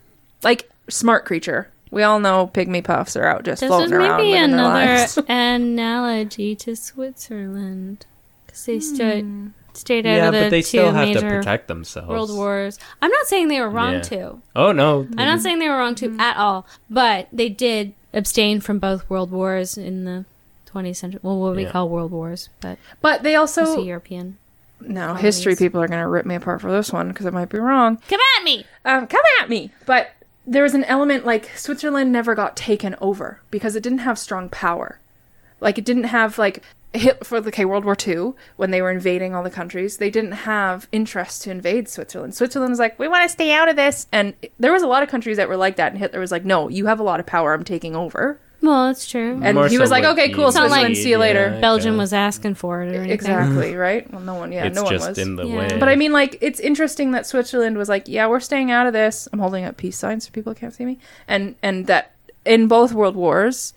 Speaker 2: like smart creature, we all know pygmy puffs are out just
Speaker 4: this
Speaker 2: floating
Speaker 4: is
Speaker 2: around.
Speaker 4: maybe
Speaker 2: living their
Speaker 4: another
Speaker 2: lives.
Speaker 4: analogy to Switzerland because they stood stayed out
Speaker 5: yeah,
Speaker 4: of the
Speaker 5: but they
Speaker 4: two
Speaker 5: still have to
Speaker 4: major
Speaker 5: protect themselves.
Speaker 4: world wars. I'm not saying they were wrong
Speaker 5: Oh, Yeah.
Speaker 4: to.
Speaker 5: Oh no,
Speaker 4: I'm not saying they were wrong to
Speaker 2: Mm-hmm.
Speaker 4: at all, but they did abstain from both world wars in the 20th century. Well, what we
Speaker 5: Yeah.
Speaker 4: call world wars, but
Speaker 2: But they
Speaker 4: it's a
Speaker 2: also
Speaker 4: European.
Speaker 2: no history people are gonna rip me apart for this one because I might be wrong.
Speaker 4: Come at me.
Speaker 2: um, come at me. But there was an element like Switzerland never got taken over because it didn't have strong power. Like it didn't have like hit for the okay, World War II when they were invading all the countries. They didn't have interest to invade Switzerland. Switzerland was like, we want to stay out of this, and there was a lot of countries that were like that. And Hitler was like, no, you have a lot of power. I'm taking over.
Speaker 4: Well, it's true.
Speaker 2: And
Speaker 5: More
Speaker 2: he
Speaker 5: so
Speaker 2: was like,
Speaker 5: like
Speaker 2: okay, cool,
Speaker 5: the-
Speaker 4: Sound like-
Speaker 2: Switzerland, see
Speaker 5: Yeah,
Speaker 2: you later.
Speaker 5: I
Speaker 4: Belgium
Speaker 5: guess.
Speaker 4: was asking for it or anything.
Speaker 2: E-, Exactly right. Well, no one, yeah,
Speaker 5: it's
Speaker 2: no one
Speaker 5: just
Speaker 2: was.
Speaker 5: in the
Speaker 4: Yeah.
Speaker 5: way.
Speaker 2: But I mean, like, it's interesting that Switzerland was like, "Yeah, we're staying out of this." I'm holding up peace signs so people can't see me, and and that in both world wars,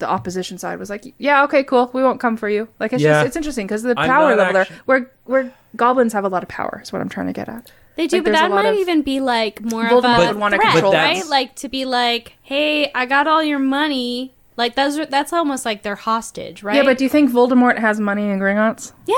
Speaker 2: the opposition side was like, "Yeah, okay, cool, we won't come for you." Like, it's
Speaker 5: Yeah.
Speaker 2: just it's interesting because the
Speaker 5: I'm
Speaker 2: power
Speaker 5: not
Speaker 2: level there,
Speaker 5: actu-
Speaker 2: where where goblins have a lot of power is what I'm trying to get at.
Speaker 4: They do,
Speaker 2: Like,
Speaker 4: but
Speaker 2: there's a
Speaker 4: that
Speaker 2: lot
Speaker 4: might
Speaker 2: of-
Speaker 4: even be like more of
Speaker 2: Voldemort
Speaker 4: a
Speaker 2: would wanna
Speaker 4: threat,
Speaker 2: control
Speaker 5: that.
Speaker 4: right? Like to be like, "Hey, I got all your money." Like those are that's almost like they're hostage, right?
Speaker 2: Yeah, but do you think Voldemort has money in Gringotts?
Speaker 4: yeah,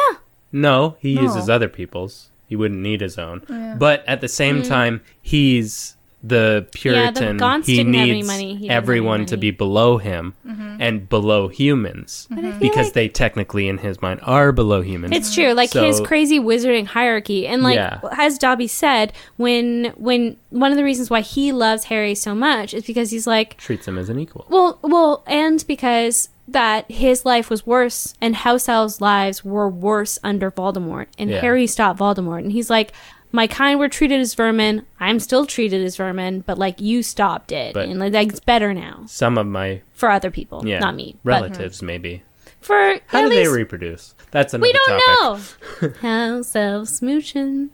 Speaker 5: no, he
Speaker 2: No.
Speaker 5: uses other people's. He wouldn't need his own. But at the same
Speaker 4: Mm.
Speaker 5: time, he's the Puritan.
Speaker 4: Gaunts
Speaker 5: he
Speaker 4: didn't have any
Speaker 5: needs
Speaker 4: money. He didn't have any
Speaker 5: everyone to
Speaker 4: money. Mm-hmm.
Speaker 5: be below him and below humans because they technically, in his mind, are below humans.
Speaker 4: it's true. Like
Speaker 5: So-
Speaker 4: his crazy wizarding hierarchy, and like
Speaker 5: Yeah.
Speaker 4: as Dobby said, when when one of the reasons why he loves Harry so much is because he's like,
Speaker 5: treats him as an equal.
Speaker 4: Well, well, and because that his life was worse and house elves' lives were worse under Voldemort, and
Speaker 5: Yeah.
Speaker 4: Harry stopped Voldemort, and he's like, "My kind were treated as vermin. I'm still treated as vermin, but like you stopped it,
Speaker 5: But-
Speaker 4: and like it's better now
Speaker 5: Some of my
Speaker 4: for other people,
Speaker 5: yeah,
Speaker 4: not me, but
Speaker 5: relatives maybe.
Speaker 4: for
Speaker 5: How
Speaker 4: at
Speaker 5: do
Speaker 4: least
Speaker 5: they reproduce? That's another
Speaker 4: we don't
Speaker 5: topic.
Speaker 4: know. house elves smooching.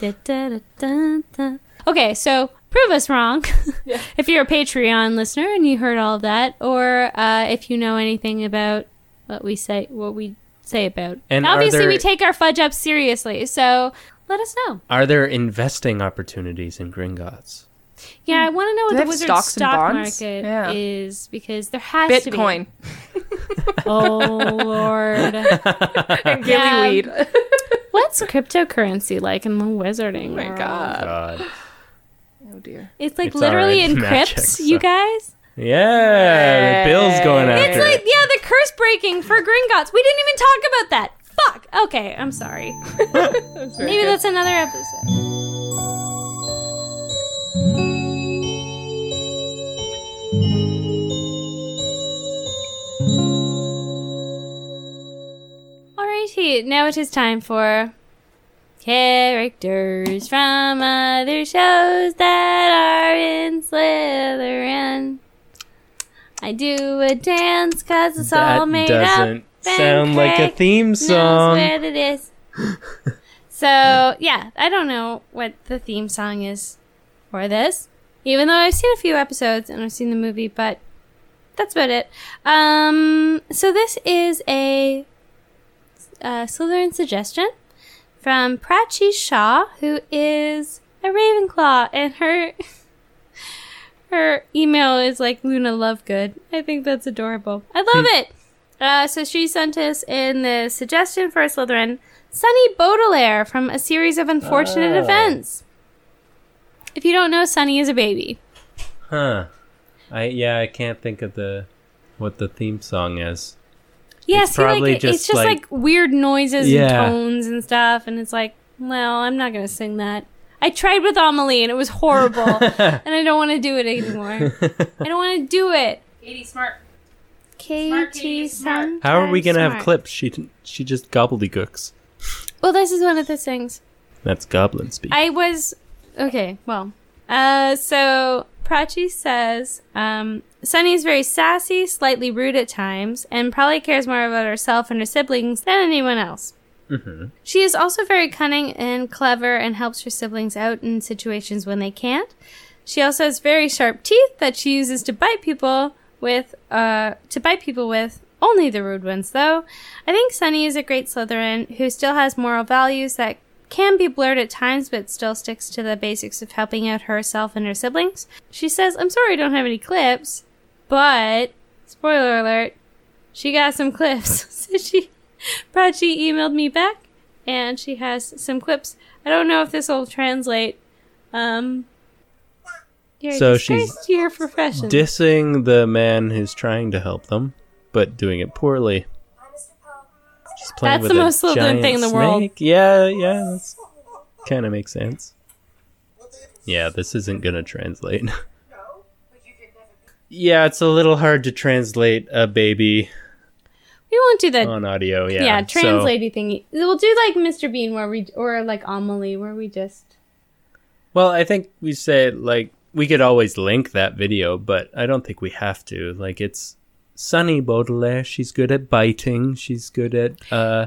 Speaker 4: Da, da, da, da, da. Okay, so prove us wrong. if you're a Patreon listener and you heard all of that, or uh, if you know anything about what we say, what we say about,
Speaker 5: And are
Speaker 4: obviously
Speaker 5: there-
Speaker 4: we take our fudge up seriously. So let us know.
Speaker 5: Are there investing opportunities in Gringotts?
Speaker 4: Yeah, I want to know what
Speaker 2: Hmm. they
Speaker 4: the
Speaker 2: have
Speaker 4: wizard
Speaker 2: stocks and
Speaker 4: stock
Speaker 2: bonds?
Speaker 4: market
Speaker 2: Yeah.
Speaker 4: is because there has
Speaker 2: Bitcoin
Speaker 4: to be. Oh lord,
Speaker 2: and
Speaker 4: Yeah.
Speaker 2: gilly weed.
Speaker 4: what's cryptocurrency like in the wizarding
Speaker 2: oh my
Speaker 4: world?
Speaker 2: god.
Speaker 5: God.
Speaker 2: Oh dear.
Speaker 4: It's like
Speaker 5: It's
Speaker 4: literally
Speaker 5: alright.
Speaker 4: in
Speaker 5: Magic,
Speaker 4: crypts,
Speaker 5: so-
Speaker 4: you guys.
Speaker 5: Yeah, the bill's going
Speaker 2: It's
Speaker 5: after.
Speaker 4: It's like yeah, the curse breaking for Gringotts. We didn't even talk about that. Fuck. Okay, I'm sorry. Maybe that's another episode. Alrighty, now it is time for characters from other shows that are in Slytherin. I do a dance cause it's all
Speaker 5: that
Speaker 4: made
Speaker 5: doesn't
Speaker 4: up. and
Speaker 5: sound like a
Speaker 4: Craig
Speaker 5: theme
Speaker 4: knows
Speaker 5: song.
Speaker 4: what it is. so yeah, I don't know what the theme song is for this, even though I've seen a few episodes and I've seen the movie, but that's about it. Um, so this is a uh, Slytherin suggestion from Prachi Shaw, who is a Ravenclaw, and her her email is like Luna Lovegood. I think that's adorable. I love it. Uh, so she sent us in the suggestion for a Slytherin, Sunny Baudelaire from a series of unfortunate
Speaker 5: Oh.
Speaker 4: events. If you don't know, Sunny is a baby.
Speaker 5: Huh. I yeah, I can't think of the what the theme song is.
Speaker 4: Yes,
Speaker 5: It's probably
Speaker 4: like, it's
Speaker 5: just,
Speaker 4: just
Speaker 5: like-
Speaker 4: like, weird noises and
Speaker 5: Yeah.
Speaker 4: tones and stuff, and it's like, well, I'm not gonna sing that. I tried with Amelie and it was horrible, and I don't want to do it anymore. I don't want to do it. Katie Smart. Katie Smart.
Speaker 5: How are we gonna have clips? She she just gobbledygooks.
Speaker 4: Well, this is one of the things.
Speaker 5: That's goblin speak.
Speaker 4: I was okay. Well, uh, so Prachi says um, Sunny is very sassy, slightly rude at times, and probably cares more about herself and her siblings than anyone else. She is also very cunning and clever and helps her siblings out in situations when they can't. She also has very sharp teeth that she uses to bite people with, uh, to bite people with. Only the rude ones, though. I think Sunny is a great Slytherin who still has moral values that can be blurred at times, but still sticks to the basics of helping out herself and her siblings. She says, "I'm sorry, I don't have any clips," but spoiler alert, she got some clips. so she, Prachi emailed me back, and she has some clips. I don't know if this will translate. Um, you're
Speaker 5: So
Speaker 4: so
Speaker 5: she's
Speaker 4: she's your profession.
Speaker 5: Dissing the man who's trying to help them, but doing it poorly. Just playing
Speaker 4: That's
Speaker 5: with
Speaker 4: the
Speaker 5: a
Speaker 4: most Slytherin
Speaker 5: giant
Speaker 4: thing in the world.
Speaker 5: snake. Yeah, yeah, that's kind of makes sense. Yeah, this isn't gonna translate. yeah, it's a little hard to translate a baby
Speaker 4: we won't do that.
Speaker 5: on audio. Oh, Yeah,
Speaker 4: yeah,
Speaker 5: so-
Speaker 4: translatey thingy. We'll do like Mr. Bean, where we or like Amelie, where we just
Speaker 5: Well, I think we say like we could always link that video, but I don't think we have to. Like it's Sunny Baudelaire. She's good at biting. She's good at uh,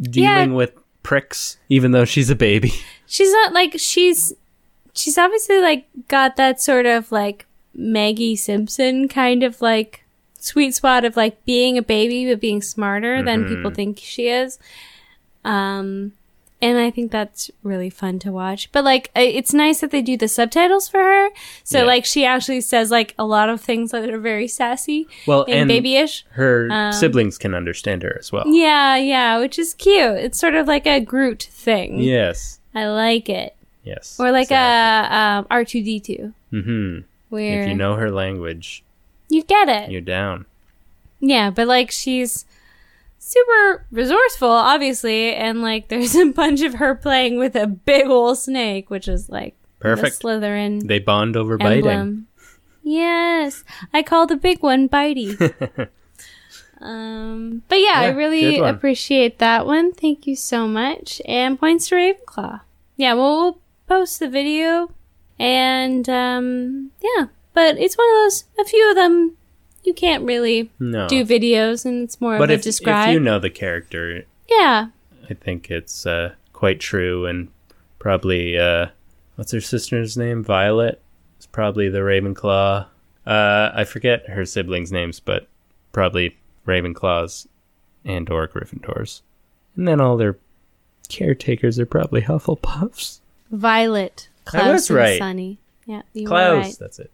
Speaker 5: dealing with pricks, even though she's a baby.
Speaker 4: she's not like she's she's obviously like got that sort of like Maggie Simpson kind of like sweet spot of like being a baby but being smarter than people think she is. Um and I think that's really fun to watch. But like i- it's nice that they do the subtitles for her. So
Speaker 5: Yeah.
Speaker 4: like she actually says like a lot of things that are very sassy
Speaker 5: Well,
Speaker 4: and, babyish.
Speaker 5: her
Speaker 4: um,
Speaker 5: siblings can understand her as well.
Speaker 4: Yeah, yeah, which is cute. It's sort of like a Groot thing.
Speaker 5: Yes.
Speaker 4: I like it.
Speaker 5: Yes.
Speaker 4: Or like a um, R two D two.
Speaker 5: hmm
Speaker 4: where
Speaker 5: If you know her language,
Speaker 4: you get it.
Speaker 5: you're down.
Speaker 4: yeah, but like she's super resourceful, obviously, and like there's a bunch of her playing with a big ol' snake, which is like
Speaker 5: Perfect.
Speaker 4: the Slytherin
Speaker 5: They bond over biting.
Speaker 4: emblem. Yes, I call the big one Bitey. um, but yeah, I
Speaker 5: Yeah,
Speaker 4: really
Speaker 5: good one.
Speaker 4: appreciate that one. Thank you so much, and points to Ravenclaw. Yeah, well, we'll post the video, and um, yeah, but it's one of those. A few of them you can't really
Speaker 5: No.
Speaker 4: do videos, and it's more
Speaker 5: but
Speaker 4: of a
Speaker 5: if,
Speaker 4: describe.
Speaker 5: if you know the character,
Speaker 4: yeah,
Speaker 5: I think it's uh, quite true, and probably uh, what's her sister's name? Violet. It's probably the Ravenclaw. Uh, I forget her siblings' names, but probably Ravenclaws and or Gryffindors. And then all their caretakers are probably Hufflepuffs.
Speaker 4: Violet,
Speaker 5: I
Speaker 4: Klaus,
Speaker 5: was
Speaker 4: and
Speaker 5: right.
Speaker 4: Sunny. Yeah, you were
Speaker 5: Klaus,
Speaker 4: right.
Speaker 5: that's it.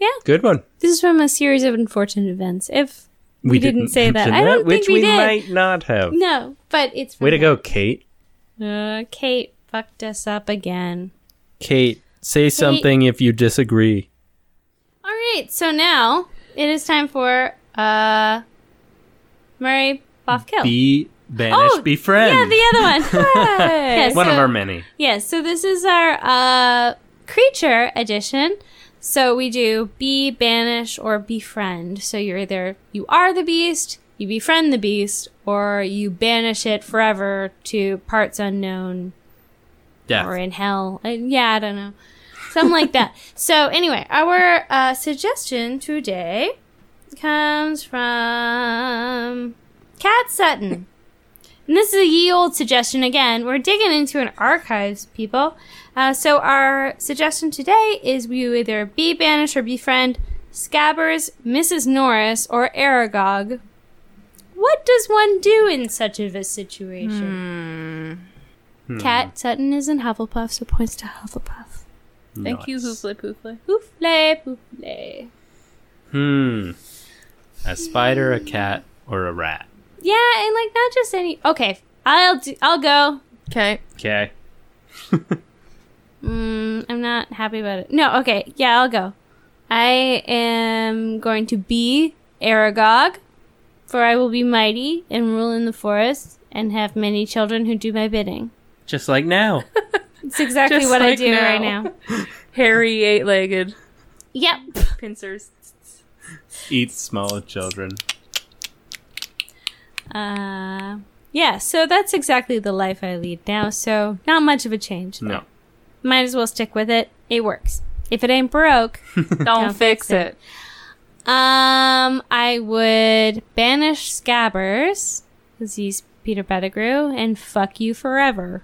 Speaker 4: Yeah.
Speaker 5: Good one.
Speaker 4: This is from a series of unfortunate events. If we, didn't, say that,
Speaker 5: mention
Speaker 4: I don't
Speaker 5: which
Speaker 4: think we,
Speaker 5: we,
Speaker 4: did.
Speaker 5: might not have.
Speaker 4: No, but it's from
Speaker 5: Way to go, Kate.
Speaker 4: that. Uh, Kate fucked us up again.
Speaker 5: Kate, say something if you disagree.
Speaker 4: All right, so now it is time for uh, Murray Boff Kill.
Speaker 5: Be banished, be friends.
Speaker 4: Oh. Yeah, the other one. Yeah,
Speaker 5: one of
Speaker 4: so-
Speaker 5: our many.
Speaker 4: Yes, so this is our uh, creature edition. So we do be, banish, or befriend. So you're either you are the beast, you befriend the beast, or you banish it forever to parts unknown
Speaker 5: Death.
Speaker 4: or in hell. Uh, yeah, I don't know. Something like that. So, anyway, our uh, suggestion today comes from Cat Sutton. And this is a ye old suggestion again. We're digging into an archives, people. Uh, so, our suggestion today is we either be banished or befriend Scabbers, Mrs. Norris, or Aragog. What does one do in such of a situation?
Speaker 2: Hmm.
Speaker 4: Cat Sutton is in Hufflepuff, so points to Hufflepuff.
Speaker 2: Thank you,
Speaker 5: Nice.
Speaker 2: Hoofley Poofley.
Speaker 4: Poofle, poofle.
Speaker 5: Hmm. A spider, a cat, or a rat.
Speaker 4: Yeah, and like not just any. Okay, I'll do, I'll go.
Speaker 2: Okay.
Speaker 5: Okay.
Speaker 4: Mm, I'm not happy about it. No, okay, yeah, I'll go. I am going to be Aragog, for I will be mighty and rule in the forest and have many children who do my bidding.
Speaker 5: Just like now.
Speaker 4: It's exactly
Speaker 2: Just
Speaker 4: what I
Speaker 2: like
Speaker 4: do
Speaker 2: now.
Speaker 4: right now.
Speaker 2: Hairy eight legged
Speaker 4: Yep.
Speaker 2: pincers.
Speaker 5: Eat small children.
Speaker 4: Uh, yeah, so that's exactly the life I lead now. So not much of a change.
Speaker 5: No.
Speaker 4: might as well stick with it. It works. If it ain't broke,
Speaker 2: Don't, fix it.
Speaker 4: um, I would banish Scabbers because he's Peter Pettigrew and fuck you forever.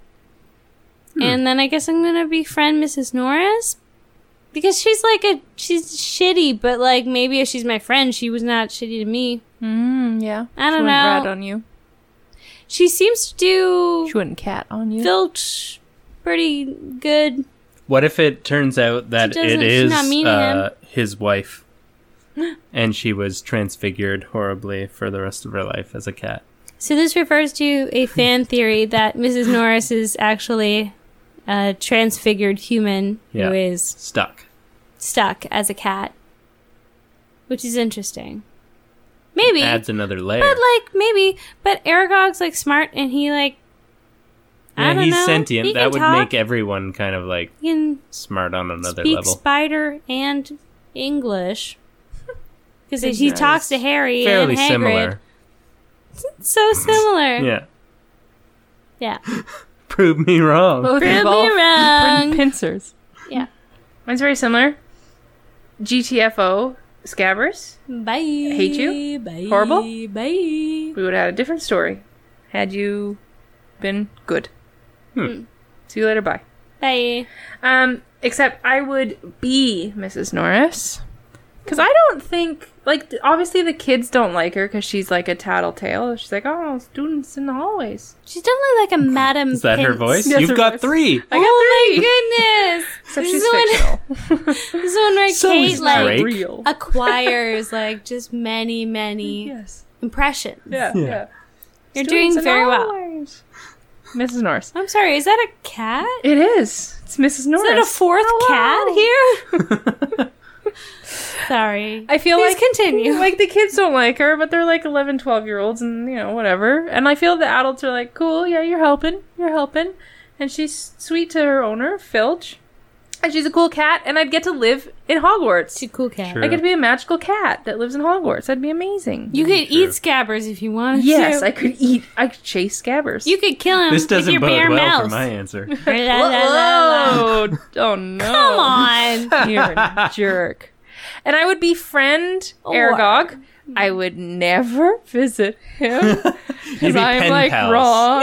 Speaker 4: And then I guess I'm gonna befriend Mrs. Norris, Because she's like a she's shitty, but like maybe if she's my friend, she was not shitty to me.
Speaker 2: Mm, yeah. she
Speaker 4: I don't
Speaker 2: wouldn't
Speaker 4: know.
Speaker 2: rat on you.
Speaker 4: She seems to
Speaker 2: She
Speaker 4: do
Speaker 2: wouldn't cat on you.
Speaker 4: Filch pretty good.
Speaker 5: What if it turns out that
Speaker 4: She doesn't-
Speaker 5: it
Speaker 4: she's
Speaker 5: is
Speaker 4: not mean to
Speaker 5: uh, his wife, and she was transfigured horribly for the rest of her life as a cat?
Speaker 4: So this refers to a fan theory that Mrs. Norris is actually a transfigured human
Speaker 5: Yeah.
Speaker 4: who is
Speaker 5: Stuck.
Speaker 4: stuck as a cat, which is interesting. Maybe,
Speaker 5: Adds another layer.
Speaker 4: but like maybe, but Aragog's like smart and he like I
Speaker 5: Yeah,
Speaker 4: don't
Speaker 5: he's
Speaker 4: know.
Speaker 5: sentient.
Speaker 4: He
Speaker 5: that
Speaker 4: can
Speaker 5: would
Speaker 4: talk.
Speaker 5: make everyone kind of like
Speaker 4: he can
Speaker 5: smart on another
Speaker 4: speak
Speaker 5: level.
Speaker 4: spider and English because
Speaker 2: Goodness.
Speaker 4: he talks to Harry
Speaker 5: Fairly
Speaker 4: and Hagrid.
Speaker 5: similar.
Speaker 4: So similar.
Speaker 5: Yeah.
Speaker 4: Yeah.
Speaker 5: Prove me wrong.
Speaker 2: Both
Speaker 4: Prove me
Speaker 2: involve
Speaker 4: wrong.
Speaker 2: pincers.
Speaker 4: Yeah.
Speaker 2: Mine's very similar. GTFO Scabbers.
Speaker 4: Bye.
Speaker 2: Hate you?
Speaker 4: Bye.
Speaker 2: Horrible?
Speaker 4: Bye.
Speaker 2: We would have had a different story had you been good.
Speaker 5: Hmm.
Speaker 2: See you later. Bye.
Speaker 4: Bye.
Speaker 2: Um, except I would be Mrs. Norris. Because I don't think, like, obviously the kids don't like her because she's like a tattletale. She's like, oh, students in the hallways.
Speaker 4: She's definitely like a Madam
Speaker 5: Is that her
Speaker 4: Pince.
Speaker 5: voice?
Speaker 2: Yes, her
Speaker 5: You've got
Speaker 2: voice.
Speaker 5: three.
Speaker 2: I got three.
Speaker 4: Goodness.
Speaker 2: Except
Speaker 4: This
Speaker 2: she's
Speaker 4: is when-
Speaker 2: fictional.
Speaker 4: This is one where
Speaker 5: So
Speaker 4: Kate
Speaker 5: is
Speaker 4: like
Speaker 5: Drake.
Speaker 2: real.
Speaker 4: acquires like just many, many
Speaker 2: Yes.
Speaker 4: impressions.
Speaker 2: Yeah.
Speaker 5: Yeah.
Speaker 2: Yeah.
Speaker 4: You're
Speaker 2: Students
Speaker 4: doing
Speaker 2: in
Speaker 4: very well.
Speaker 2: always. Mrs. Norris.
Speaker 4: I'm sorry, is that a cat?
Speaker 2: It is. It's Mrs.
Speaker 4: Is
Speaker 2: Norris.
Speaker 4: that a fourth
Speaker 5: Oh,
Speaker 4: cat here? sorry.
Speaker 2: I feel
Speaker 4: Please
Speaker 2: like
Speaker 4: continue.
Speaker 2: Like the kids don't like her, but they're like 11, 12 year olds, and you know whatever. And I feel the adults are like, cool, yeah, you're helping, you're helping, and she's sweet to her owner, Filch, and she's a cool cat, and I'd get to live in Hogwarts.
Speaker 4: She's a cool cat.
Speaker 5: Sure.
Speaker 2: I could be a magical cat that lives in Hogwarts. That'd be amazing.
Speaker 4: You could
Speaker 5: Sure.
Speaker 4: eat scabbers if you wanted
Speaker 2: yes,
Speaker 4: to.
Speaker 2: I could eat. I could chase scabbers.
Speaker 4: You could kill him
Speaker 5: This
Speaker 4: with
Speaker 5: doesn't
Speaker 4: your
Speaker 5: bode
Speaker 4: bare
Speaker 5: well for
Speaker 4: mouth.
Speaker 5: my answer.
Speaker 4: La, la, la, la.
Speaker 2: Whoa! oh no!
Speaker 4: Come
Speaker 5: Oh.
Speaker 4: on.
Speaker 2: You're a jerk. And I would befriend
Speaker 4: Or-
Speaker 2: Aragog.
Speaker 4: uh,
Speaker 2: I would never visit him
Speaker 5: You'd
Speaker 2: because
Speaker 5: be
Speaker 2: I'm
Speaker 5: pen
Speaker 2: like
Speaker 5: pals.
Speaker 2: wrong.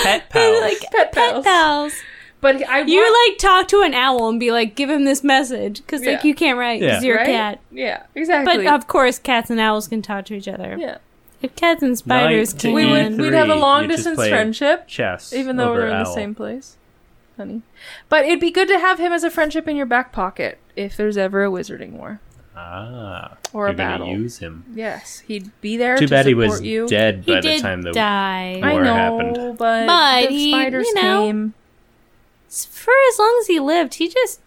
Speaker 5: Pet pals.
Speaker 4: like
Speaker 2: Pet
Speaker 4: pet
Speaker 2: pals.
Speaker 4: pals.
Speaker 2: But I
Speaker 4: You
Speaker 2: want-
Speaker 4: like talk to an owl and be like, give him this message because like
Speaker 2: Yeah.
Speaker 4: you can't write
Speaker 5: Yeah.
Speaker 4: because you're
Speaker 2: right?
Speaker 4: a cat.
Speaker 2: Yeah, exactly.
Speaker 4: But uh, of course, cats and owls can talk to each other.
Speaker 2: yeah,
Speaker 4: If cats and spiders
Speaker 5: Nine to
Speaker 4: can,
Speaker 2: we
Speaker 5: E
Speaker 2: would.
Speaker 5: three,
Speaker 2: We'd have a
Speaker 5: you
Speaker 2: long
Speaker 5: just
Speaker 2: distance
Speaker 5: play
Speaker 2: friendship,
Speaker 5: Chess.
Speaker 2: even though
Speaker 5: over
Speaker 2: we're in the
Speaker 5: owl.
Speaker 2: same place, honey. But it'd be good to have him as a friendship in your back pocket if there's ever a wizarding war
Speaker 5: Ah. you're
Speaker 2: or a
Speaker 5: gonna
Speaker 2: battle.
Speaker 5: use him.
Speaker 2: Yes, he'd be there.
Speaker 5: Too
Speaker 2: to
Speaker 5: bad he
Speaker 2: support
Speaker 5: was
Speaker 2: you.
Speaker 5: dead
Speaker 4: he
Speaker 5: by the
Speaker 4: did
Speaker 5: time the
Speaker 4: die
Speaker 5: I-
Speaker 2: I
Speaker 5: war
Speaker 2: know,
Speaker 5: happened.
Speaker 2: but,
Speaker 4: But
Speaker 2: the
Speaker 4: he-
Speaker 2: spiders
Speaker 4: you know,
Speaker 2: came.
Speaker 4: for as long as he lived. He just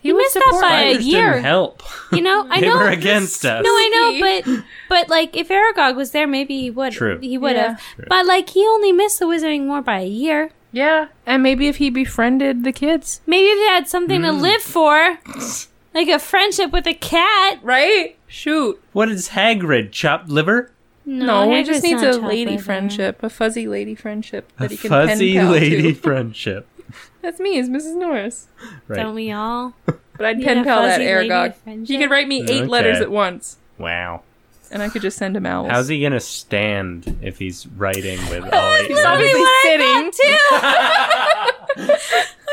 Speaker 2: He
Speaker 4: he
Speaker 2: was
Speaker 4: missed out by a
Speaker 5: spiders
Speaker 4: year.
Speaker 5: didn't help.
Speaker 4: You know, I
Speaker 5: they
Speaker 4: know.
Speaker 5: were against us.
Speaker 4: No, I know, but but like if Aragog was there, maybe he would.
Speaker 5: True.
Speaker 4: He would have.
Speaker 2: Yeah.
Speaker 5: True.
Speaker 4: But like he only missed the Wizarding War by a year.
Speaker 2: Yeah, and maybe if he befriended the kids,
Speaker 4: Maybe if they had something
Speaker 5: Hmm.
Speaker 4: to live for, like a friendship with a cat.
Speaker 2: right? Shoot,
Speaker 5: What is Hagrid? Chopped liver?
Speaker 2: no, he
Speaker 4: Hagrid's
Speaker 2: just needs
Speaker 4: not
Speaker 2: a
Speaker 4: chocolate,
Speaker 2: lady
Speaker 4: huh?
Speaker 2: friendship, a fuzzy lady friendship that
Speaker 5: A
Speaker 2: he can pen
Speaker 5: fuzzy
Speaker 2: pal
Speaker 5: lady
Speaker 2: To.
Speaker 5: friendship.
Speaker 2: That's me, is Mrs. Norris.
Speaker 5: Right.
Speaker 4: Don't we all?
Speaker 2: But I'd
Speaker 4: Need
Speaker 2: pen
Speaker 4: a
Speaker 2: pal that
Speaker 4: fuzzy lady
Speaker 2: Aragog.
Speaker 4: friendship?
Speaker 2: He could write me eight
Speaker 5: Okay.
Speaker 2: letters at once,
Speaker 5: Wow.
Speaker 2: and I could just send him owls.
Speaker 5: How's he gonna stand if he's writing with all eight?
Speaker 2: He's
Speaker 5: legs?
Speaker 2: obviously sitting.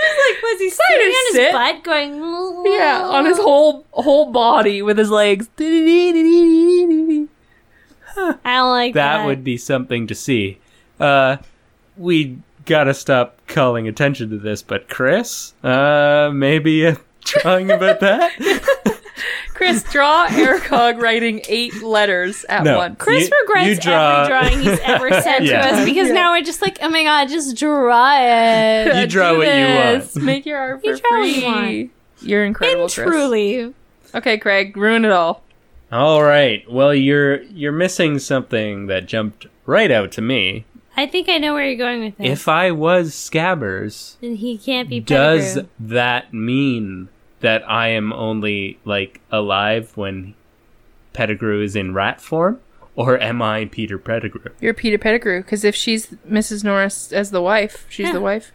Speaker 4: Like, was he sitting
Speaker 2: Cider
Speaker 4: on his
Speaker 2: sit.
Speaker 4: butt going?
Speaker 2: yeah, on his whole whole body with his legs. That's
Speaker 4: I don't like that.
Speaker 5: that would be something to see. Uh, we gotta stop calling attention to this, but Chris, uh, maybe a drawing about that.
Speaker 2: Chris, draw Aragog writing eight letters at
Speaker 5: No.
Speaker 2: once.
Speaker 4: Chris
Speaker 5: You-
Speaker 4: regrets
Speaker 5: you draw-
Speaker 4: every drawing he's ever sent
Speaker 5: Yeah.
Speaker 4: to us because now we're just like, oh my god, just draw it.
Speaker 5: You draw
Speaker 2: Do
Speaker 5: what you
Speaker 2: this.
Speaker 5: want.
Speaker 2: Make your art for
Speaker 4: You draw what you
Speaker 2: free.
Speaker 4: want.
Speaker 2: You're incredible,
Speaker 4: And
Speaker 2: Chris.
Speaker 4: truly,
Speaker 2: Okay, Craig, ruin it all.
Speaker 5: All right. Well, you're you're missing something that jumped right out to me.
Speaker 4: I think I know where you're going with this.
Speaker 5: If I was Scabbers,
Speaker 4: then he can't be.
Speaker 5: does
Speaker 4: Pettigrew.
Speaker 5: that mean that I am only like alive when Pettigrew is in rat form, or am I Peter Pettigrew?
Speaker 2: You're Peter Pettigrew, because if she's Mrs. Norris as the wife, she's
Speaker 4: Yeah.
Speaker 2: the wife.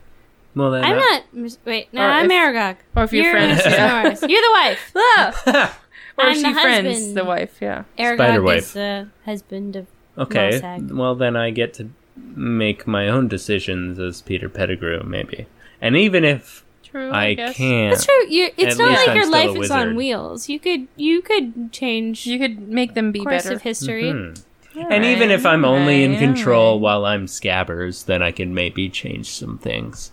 Speaker 5: Well, then
Speaker 4: I'm
Speaker 5: I-
Speaker 4: not. mis- Wait, no,
Speaker 2: Or if-
Speaker 4: I'm Aragog.
Speaker 2: Or if you're,
Speaker 4: You're
Speaker 2: friends,
Speaker 4: Mr.
Speaker 2: yeah.
Speaker 4: Norris. You're the wife.
Speaker 2: or
Speaker 4: I'm
Speaker 2: if
Speaker 4: the
Speaker 2: she friends,
Speaker 4: husband.
Speaker 2: the wife, yeah.
Speaker 5: Spider
Speaker 4: Aragog
Speaker 5: wife.
Speaker 4: is the husband of.
Speaker 5: Okay.
Speaker 4: Mossag.
Speaker 5: Well, then I get to make my own decisions as Peter Pettigrew, maybe. And even if
Speaker 2: True.
Speaker 5: I,
Speaker 2: guess.
Speaker 5: can't.
Speaker 4: That's true. You, it's
Speaker 5: At
Speaker 4: not
Speaker 5: least
Speaker 4: like
Speaker 5: I'm
Speaker 4: your
Speaker 5: still a
Speaker 4: life is on
Speaker 5: wizard.
Speaker 4: wheels. You could you could change
Speaker 2: You could make them be
Speaker 4: course
Speaker 2: better.
Speaker 4: of history.
Speaker 5: Mhm. And even if I'm only in
Speaker 2: Alright,
Speaker 5: control
Speaker 2: alright.
Speaker 5: while I'm scabbers, then I can maybe change some things.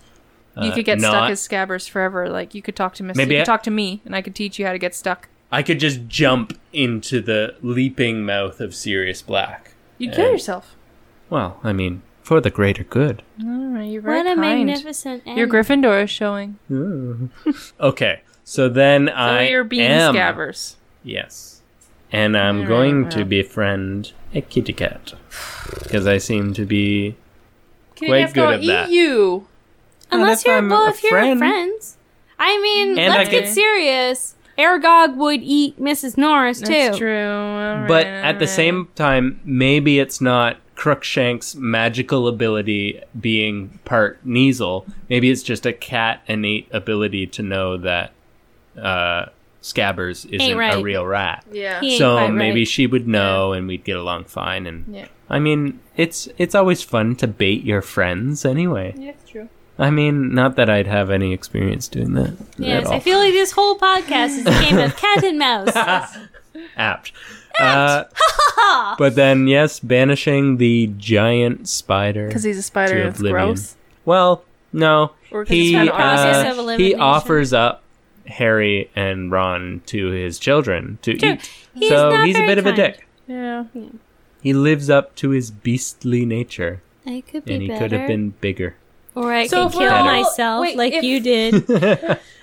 Speaker 2: you
Speaker 5: Uh,
Speaker 2: could get stuck
Speaker 5: not-
Speaker 2: as scabbers forever. Like you could talk to Miss.
Speaker 5: Maybe
Speaker 2: you could
Speaker 5: I-
Speaker 2: talk to me, and I could teach you how to get stuck.
Speaker 5: I could just jump into the leaping mouth of Sirius Black.
Speaker 2: You'd kill
Speaker 5: And-
Speaker 2: yourself.
Speaker 5: Well, I mean, for the greater good.
Speaker 2: All right, you're very
Speaker 4: What a
Speaker 2: kind.
Speaker 4: magnificent end.
Speaker 2: Your Gryffindor is showing.
Speaker 5: Okay, so then
Speaker 2: So
Speaker 5: I
Speaker 2: you're being
Speaker 5: am
Speaker 2: scabbers.
Speaker 5: yes, and I'm
Speaker 2: Alright,
Speaker 5: going to
Speaker 2: well.
Speaker 5: befriend a kitty cat because I seem to be.
Speaker 2: Kitty
Speaker 5: Quite
Speaker 2: cats
Speaker 5: good
Speaker 2: don't
Speaker 5: at
Speaker 2: eat
Speaker 5: that.
Speaker 2: you.
Speaker 5: Not
Speaker 4: Unless
Speaker 5: if
Speaker 4: you're
Speaker 5: I'm
Speaker 4: well,
Speaker 5: a
Speaker 4: if you're
Speaker 5: friend.
Speaker 4: friends. I mean,
Speaker 5: And
Speaker 4: let's
Speaker 5: I
Speaker 4: get
Speaker 2: could-
Speaker 4: serious. Aragog would eat Mrs. Norris too.
Speaker 2: That's true. All
Speaker 5: But
Speaker 2: right,
Speaker 5: at the
Speaker 2: all right.
Speaker 5: same time, maybe it's not Crookshank's magical ability being part Neasel. Maybe it's just a cat innate ability to know that uh, Scabbers isn't
Speaker 4: right.
Speaker 5: a real rat.
Speaker 2: yeah.
Speaker 4: He ain't
Speaker 5: so
Speaker 4: quite
Speaker 5: maybe
Speaker 4: right.
Speaker 5: she would know and we'd get along fine and
Speaker 2: Yeah.
Speaker 5: i mean it's it's always fun to bait your friends anyway
Speaker 2: Yeah, it's true.
Speaker 5: i mean not that i'd have any experience doing that
Speaker 4: Yes,
Speaker 5: at all. Ah,
Speaker 4: I feel like this whole podcast is a game of cat and mouse.
Speaker 5: apt, Uh, but then yes banishing the giant spider
Speaker 2: Because he's a spider
Speaker 5: to
Speaker 2: and it's
Speaker 5: oblivion.
Speaker 2: gross.
Speaker 5: Well, no.
Speaker 2: Or 'cause it's
Speaker 5: He,
Speaker 2: kind of
Speaker 4: process of
Speaker 5: uh, he
Speaker 4: elimination.
Speaker 5: offers up Harry and Ron to his children to
Speaker 4: True.
Speaker 5: eat.
Speaker 4: He's
Speaker 5: so
Speaker 4: not
Speaker 5: he's a
Speaker 4: very
Speaker 5: bit of a
Speaker 4: kind.
Speaker 5: dick.
Speaker 2: Yeah.
Speaker 5: He lives up to his beastly nature,
Speaker 4: I could be
Speaker 5: and he
Speaker 4: better.
Speaker 5: could have been bigger.
Speaker 4: or I
Speaker 2: So
Speaker 4: could
Speaker 2: if we're
Speaker 4: kill
Speaker 5: all-
Speaker 4: myself
Speaker 2: wait,
Speaker 4: like
Speaker 2: if-
Speaker 4: you did.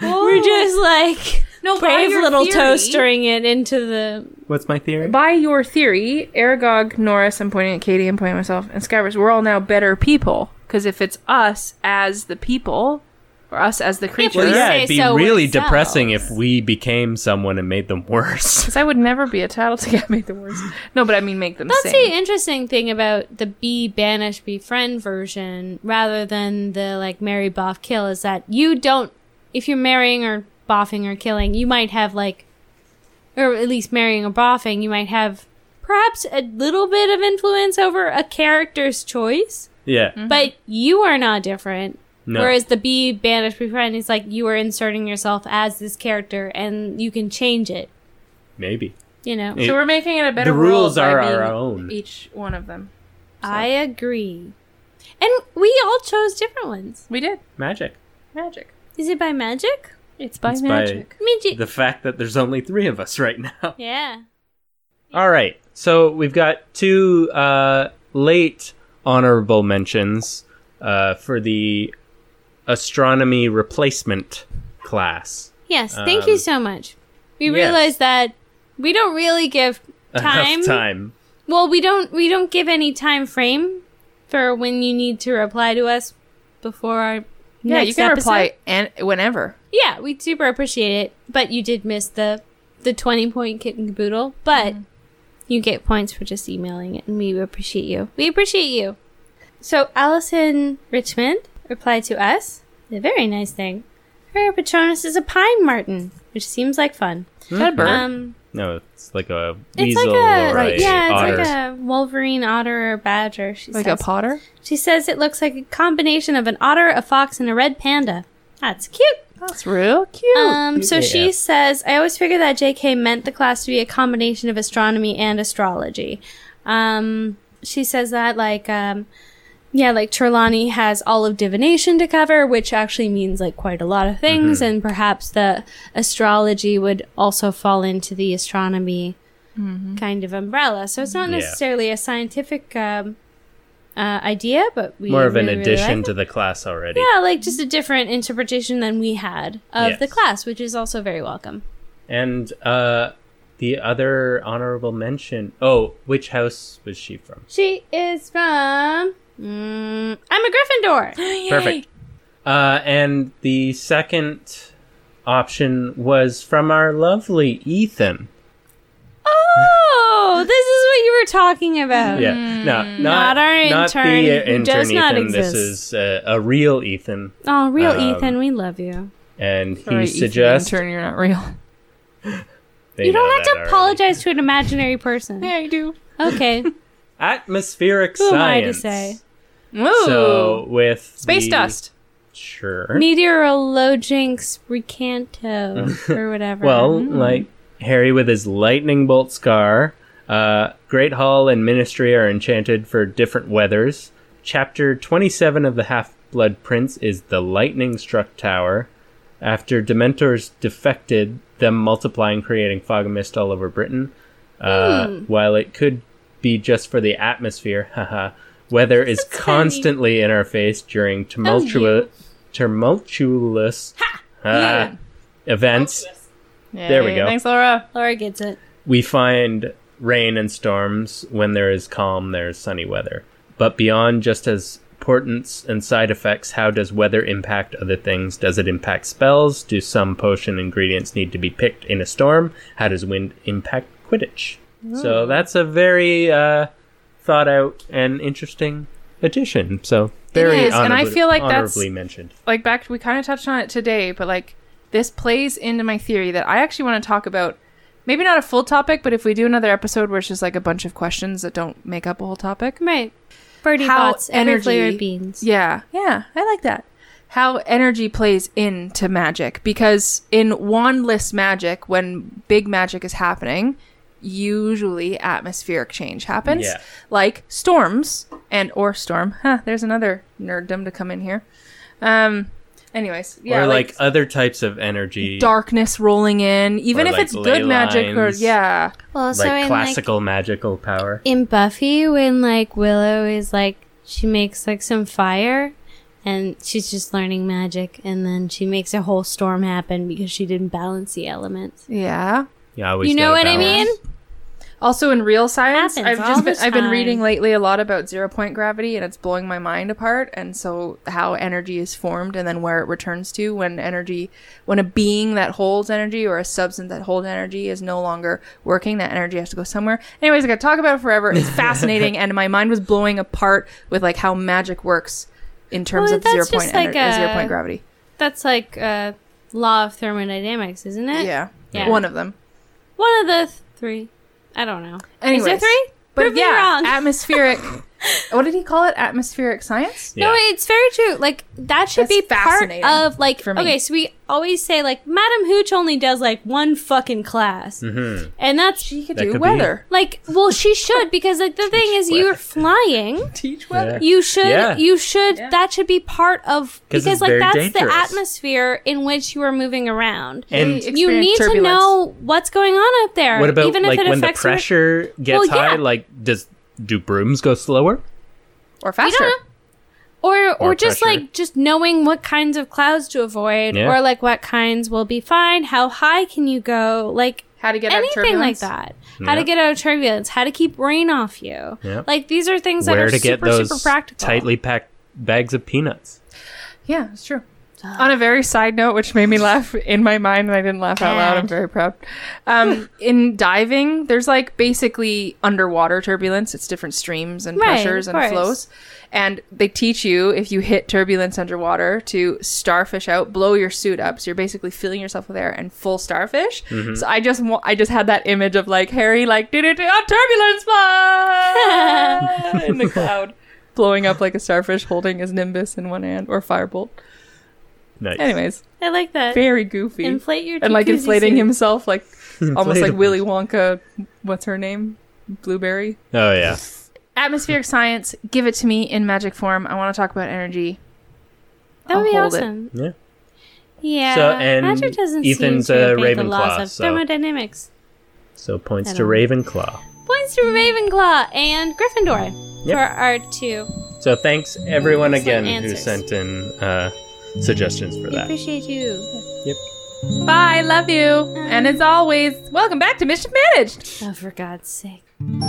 Speaker 4: We're just like
Speaker 2: no
Speaker 4: brave little toastering it into the
Speaker 5: What's my theory?
Speaker 2: By your theory, Aragog, Norris, I'm pointing at Katie, I'm pointing at myself, and Scabbers, we're all now better people. Because if it's us as the people, or us as the
Speaker 5: well,
Speaker 2: creatures,
Speaker 4: you
Speaker 5: yeah,
Speaker 4: say
Speaker 5: it'd be
Speaker 4: so
Speaker 5: really
Speaker 4: ourselves.
Speaker 5: depressing if we became someone and made them worse.
Speaker 2: because I would never be a tattle to get made the worst. No, but I mean make them
Speaker 4: That's
Speaker 2: sane.
Speaker 4: the interesting thing about the be banish befriend version rather than the like marry boff kill is that you don't if you're marrying or boffing or killing, you might have like or at least marrying or boffing, you might have perhaps a little bit of influence over a character's choice,
Speaker 5: yeah.
Speaker 4: but you are not different.
Speaker 5: Mm-hmm. No.
Speaker 4: Whereas the be banish befriend is like you are inserting yourself as this character and you can change it,
Speaker 5: Maybe.
Speaker 4: you know.
Speaker 5: It-
Speaker 2: so we're making it a better
Speaker 5: the rules
Speaker 2: world by
Speaker 5: are
Speaker 2: being
Speaker 5: our own.
Speaker 2: Each one of them.
Speaker 4: I agree. And we all chose different ones.
Speaker 2: We did.
Speaker 5: Magic.
Speaker 2: Magic.
Speaker 4: Is it by magic?
Speaker 2: It's by
Speaker 5: It's by-
Speaker 2: magic.
Speaker 4: Magic.
Speaker 5: The fact that there's only three of us right now.
Speaker 4: yeah.
Speaker 5: All right. So we've got two uh, late honorable mentions uh, for the astronomy replacement class.
Speaker 4: Yes. Thank you
Speaker 5: Um,
Speaker 4: so much. We
Speaker 5: yes.
Speaker 4: realize that we don't really give time.
Speaker 5: Enough time.
Speaker 4: Well, we don't. We don't give any time frame for when you need to reply to us before our.
Speaker 2: yeah, you
Speaker 4: next
Speaker 2: can
Speaker 4: episode.
Speaker 2: reply and whenever.
Speaker 4: Yeah, we super appreciate it, but you did miss the the twenty point kit and caboodle. But
Speaker 2: Mm-hmm.
Speaker 4: you get points for just emailing it, and we appreciate you. We appreciate you. So Allison Richmond replied to us a very nice thing. Her patronus is a pine martin, which seems like fun.
Speaker 5: Hmm.
Speaker 2: Is that a bird?
Speaker 4: Um,
Speaker 5: No, it's like a
Speaker 4: it's
Speaker 5: weasel
Speaker 4: like a
Speaker 5: or a
Speaker 4: yeah,
Speaker 5: otter.
Speaker 4: it's like a wolverine, otter, or badger. She
Speaker 2: like
Speaker 4: says.
Speaker 2: a potter?
Speaker 4: She says it looks like a combination of an otter, a fox, and a red panda. That's cute.
Speaker 2: That's real cute.
Speaker 4: Um, so
Speaker 5: Yeah.
Speaker 4: she says, I always figured that JK meant the class to be a combination of astronomy and astrology. Um, she says that, like, um, yeah, like Trelawney has all of divination to cover, which actually means like quite a lot of things,
Speaker 5: Mm-hmm.
Speaker 4: and perhaps the astrology would also fall into the astronomy kind of umbrella. So it's not
Speaker 5: Yeah.
Speaker 4: necessarily a scientific um, uh, idea, but we
Speaker 5: More of an
Speaker 4: really, really
Speaker 5: addition
Speaker 4: like it.
Speaker 5: to the class already.
Speaker 4: Yeah, like just a different interpretation than we had of
Speaker 5: Yes.
Speaker 4: the class, which is also very welcome.
Speaker 5: And uh, the other honorable mention. Oh, which house was she from?
Speaker 4: She is from. Mm, I'm a Gryffindor.
Speaker 5: Perfect. Uh, and the second option was from our lovely Ethan.
Speaker 4: oh, this is what you were talking about.
Speaker 5: Yeah, no, not,
Speaker 4: Hmm. Not our intern
Speaker 5: the, uh,
Speaker 4: who does
Speaker 5: intern
Speaker 4: not
Speaker 5: Ethan. This is
Speaker 4: exist.
Speaker 5: uh, a real Ethan,
Speaker 4: Oh, real
Speaker 5: Um,
Speaker 4: Ethan, we love you.
Speaker 5: and he
Speaker 2: Sorry, Ethan,
Speaker 5: suggests
Speaker 2: intern, you're not real.
Speaker 5: they
Speaker 4: You don't
Speaker 5: know
Speaker 4: have to
Speaker 5: that already.
Speaker 4: apologize to an imaginary person.
Speaker 2: Yeah, you do.
Speaker 4: Okay.
Speaker 5: Atmospheric
Speaker 4: Who am I to
Speaker 5: science.
Speaker 4: say?
Speaker 2: Woo!
Speaker 5: So with
Speaker 2: Space
Speaker 5: the-
Speaker 2: dust.
Speaker 5: Sure.
Speaker 4: Meteorologix recanto or whatever.
Speaker 5: Well, like Harry with his lightning bolt scar, uh, Great Hall and Ministry are enchanted for different weathers. Chapter 27 of the Half Blood Prince is the lightning struck tower. After Dementors defected, them multiplying, creating fog and mist all over Britain. Uh, While it could be just for the atmosphere, haha, weather is constantly in our face during tumultuous, tumultuous uh, events. There we
Speaker 2: Yay.
Speaker 5: go.
Speaker 2: Thanks, Laura.
Speaker 4: Laura gets it.
Speaker 5: We find rain and storms. When there is calm, there is sunny weather. But beyond just as portents and side effects, how does weather impact other things? Does it impact spells? Do some potion ingredients need to be picked in a storm? How does wind impact Quidditch? So that's a very uh, thought out and interesting addition. So very
Speaker 2: is, and I
Speaker 5: honorabl-
Speaker 2: feel like that's-
Speaker 5: honorably mentioned.
Speaker 2: Like back, we kind of touched on it today, but like this plays into my theory that I actually want to talk about. Maybe not a full topic, but if we do another episode where it's just like a bunch of questions that don't make up a whole topic,
Speaker 4: Right. Birdie
Speaker 2: How
Speaker 4: bots, every
Speaker 2: energy-
Speaker 4: flavor of beans.
Speaker 2: Yeah, yeah, I like that. How energy plays into magic because in wandless magic, when big magic is happening, usually atmospheric change happens,
Speaker 5: Yeah.
Speaker 2: like storms and or storm. Huh, there's another nerddom to come in here. Um, anyways, yeah,
Speaker 5: or like, other types of energy,
Speaker 2: darkness rolling in, even
Speaker 5: Or,
Speaker 2: if
Speaker 5: like,
Speaker 2: it's
Speaker 5: ley
Speaker 2: good magic or
Speaker 5: lines.
Speaker 2: yeah,
Speaker 4: Well,
Speaker 5: like classical magical power.
Speaker 4: in Buffy when like Willow is like she makes like some fire and she's just learning magic and then she makes a whole storm happen because she didn't balance the elements.
Speaker 2: yeah.
Speaker 5: Yeah, I always
Speaker 4: you know
Speaker 5: gotta
Speaker 4: what I
Speaker 5: balance.
Speaker 4: mean?
Speaker 2: Also, in real science,
Speaker 4: Happens
Speaker 2: I've
Speaker 4: all
Speaker 2: just been,
Speaker 4: the
Speaker 2: I've been
Speaker 4: time.
Speaker 2: reading lately a lot about zero point gravity, and it's blowing my mind apart. And so, how energy is formed, and then where it returns to when energy, when a being that holds energy or a substance that holds energy is no longer working, that energy has to go somewhere. Anyways, I could talk about it forever. It's fascinating, and my mind was blowing apart with like how magic works in terms
Speaker 4: Well,
Speaker 2: of
Speaker 4: that's
Speaker 2: zero
Speaker 4: just
Speaker 2: point ener-
Speaker 4: like
Speaker 2: uh, zero
Speaker 4: a-
Speaker 2: point gravity.
Speaker 4: That's like uh law of thermodynamics, isn't it?
Speaker 2: Yeah.
Speaker 4: eh, Yeah.
Speaker 2: one of them.
Speaker 4: One of the th- three. I don't know.
Speaker 2: Anyways,
Speaker 4: Is there three?
Speaker 2: But
Speaker 4: Prove me
Speaker 2: yeah,
Speaker 4: wrong.
Speaker 2: atmospheric. what did he call it? Atmospheric science.
Speaker 4: No,
Speaker 5: Yeah.
Speaker 4: it's very true. Like that should
Speaker 2: That's
Speaker 4: be part
Speaker 2: fascinating
Speaker 4: of like
Speaker 2: for me.
Speaker 4: okay. So we always say like Madam Hooch only does like one fucking class, and that's
Speaker 2: She could
Speaker 5: That
Speaker 2: do
Speaker 5: could be-
Speaker 2: weather.
Speaker 4: like well she should because like the thing is you're flying
Speaker 2: Teach
Speaker 5: weather.
Speaker 4: you should
Speaker 5: Yeah.
Speaker 4: you should that should be part of
Speaker 5: 'Cause
Speaker 4: because
Speaker 5: it's
Speaker 4: like
Speaker 5: very
Speaker 4: that's the
Speaker 5: dangerous.
Speaker 4: atmosphere in which you are moving around
Speaker 5: And
Speaker 4: you need to know what's going on up there
Speaker 5: What about
Speaker 4: even
Speaker 5: like
Speaker 4: if it
Speaker 5: when the
Speaker 4: affects your-
Speaker 5: pressure gets
Speaker 4: Well, yeah.
Speaker 5: high? Like, does do brooms go slower?
Speaker 2: or
Speaker 4: You
Speaker 2: faster.
Speaker 4: don't know. Or, or
Speaker 5: Or
Speaker 4: just
Speaker 5: pressure.
Speaker 4: like just knowing what kinds of clouds to avoid
Speaker 5: Yeah.
Speaker 4: or like what kinds will be fine how high can you go like
Speaker 2: How to get out of
Speaker 4: anything like
Speaker 2: turbulence.
Speaker 4: that how to
Speaker 5: Yeah.
Speaker 4: get out of turbulence how to keep rain off you
Speaker 5: Yeah.
Speaker 4: like these are things that
Speaker 5: Where
Speaker 4: are
Speaker 5: to get
Speaker 4: super
Speaker 5: those
Speaker 4: super practical
Speaker 5: tightly packed bags of peanuts?
Speaker 2: Yeah, it's true. On a very side note, which made me laugh in my mind, and I didn't laugh out loud. I'm
Speaker 4: Dad.
Speaker 2: very proud. Um, in diving, there's like basically underwater turbulence. It's different streams and
Speaker 4: Right,
Speaker 2: pressures
Speaker 4: of
Speaker 2: and
Speaker 4: course.
Speaker 2: flows. And they teach you if you hit turbulence underwater to starfish out, blow your suit up. So you're basically filling yourself with air and full starfish. So I just wa- I just had that image of like Harry like do do do oh, turbulence fly oh, in the cloud, blowing up like a starfish, holding his nimbus in one hand or firebolt.
Speaker 5: Nice.
Speaker 2: Anyways,
Speaker 4: I like that.
Speaker 2: very goofy.
Speaker 4: Inflate your
Speaker 2: and like
Speaker 4: jacuzzi
Speaker 2: inflating
Speaker 4: suit.
Speaker 2: himself, like almost like
Speaker 5: Inflatable.
Speaker 2: Willy Wonka. What's her name? Blueberry.
Speaker 5: Oh yeah.
Speaker 2: Atmospheric science. Give it to me in magic form. I want to talk about energy.
Speaker 4: That would
Speaker 2: I'll
Speaker 4: be
Speaker 2: hold it.
Speaker 4: awesome.
Speaker 5: Yeah.
Speaker 4: Yeah.
Speaker 5: So, and
Speaker 4: Magic doesn't
Speaker 5: Ethan's
Speaker 4: seem to
Speaker 5: a
Speaker 4: obey the
Speaker 5: Ravenclaw,
Speaker 4: laws of
Speaker 5: so-
Speaker 4: thermodynamics.
Speaker 5: So points
Speaker 4: I
Speaker 5: to
Speaker 4: don't-
Speaker 5: Ravenclaw.
Speaker 4: Points to Ravenclaw and Gryffindor
Speaker 5: Yep.
Speaker 4: for our two.
Speaker 5: So thanks everyone
Speaker 4: Excellent
Speaker 5: again who
Speaker 4: answers.
Speaker 5: sent in uh, suggestions for
Speaker 4: We
Speaker 5: that.
Speaker 4: appreciate you.
Speaker 2: Bye. Love you. And as always, welcome back to Mission Managed.
Speaker 4: Oh, for God's sake.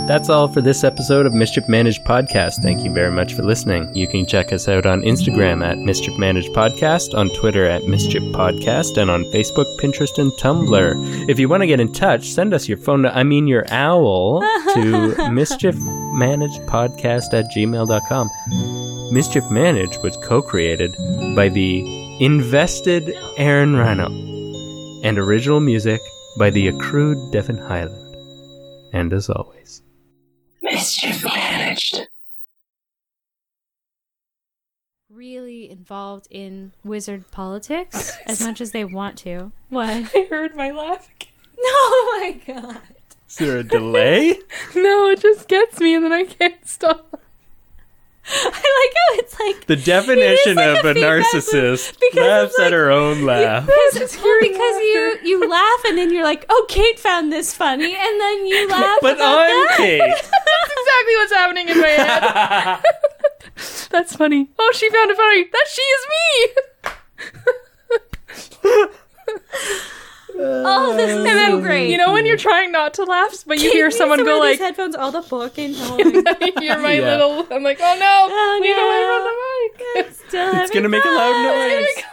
Speaker 5: That's all for this episode of Mischief Managed Podcast. Thank you very much for listening. You can check us out on Instagram at Mischief Managed Podcast, on Twitter at Mischief Podcast, and on Facebook, Pinterest, and Tumblr. If you want to get in touch, send us your phone, I mean your owl, to Mischief Managed Podcast at gmail.com. Mischief Managed was co created by the invested Aaron Rhino and original music by the accrued Devon Highland. And as always,
Speaker 3: Mischief managed.
Speaker 4: really involved in wizard politics as much as they want to. What?
Speaker 2: I heard my laugh again.
Speaker 4: Oh my god.
Speaker 5: Is there a delay?
Speaker 2: No, it just gets me, and then I can't stop.
Speaker 4: I like how it's like
Speaker 5: The definition
Speaker 4: like
Speaker 5: of
Speaker 4: a
Speaker 5: a
Speaker 4: feedback loop
Speaker 5: narcissist
Speaker 4: because
Speaker 5: laughs
Speaker 4: it's like-
Speaker 5: at her own laugh.
Speaker 4: because, well, because you you laugh and then you're like, oh, Kate found this funny, and then you laugh.
Speaker 5: But
Speaker 4: about
Speaker 5: I'm
Speaker 4: that.
Speaker 5: Kate.
Speaker 2: That's exactly what's happening in my head. That's funny. Oh, she found it funny. That she is me.
Speaker 4: Oh, this is
Speaker 2: And
Speaker 4: so
Speaker 2: then,
Speaker 4: great.
Speaker 2: you know, when you're trying not to laugh, but you
Speaker 4: Kate
Speaker 2: hear
Speaker 4: needs
Speaker 2: someone
Speaker 4: to
Speaker 2: go
Speaker 4: wear
Speaker 2: like,
Speaker 4: these headphones all the fucking time.
Speaker 2: I hear my
Speaker 5: Yeah.
Speaker 2: little. I'm like, oh no,
Speaker 4: Oh,
Speaker 2: leave
Speaker 4: no.
Speaker 2: away from the mic.
Speaker 4: Still
Speaker 5: It's gonna make a loud noise.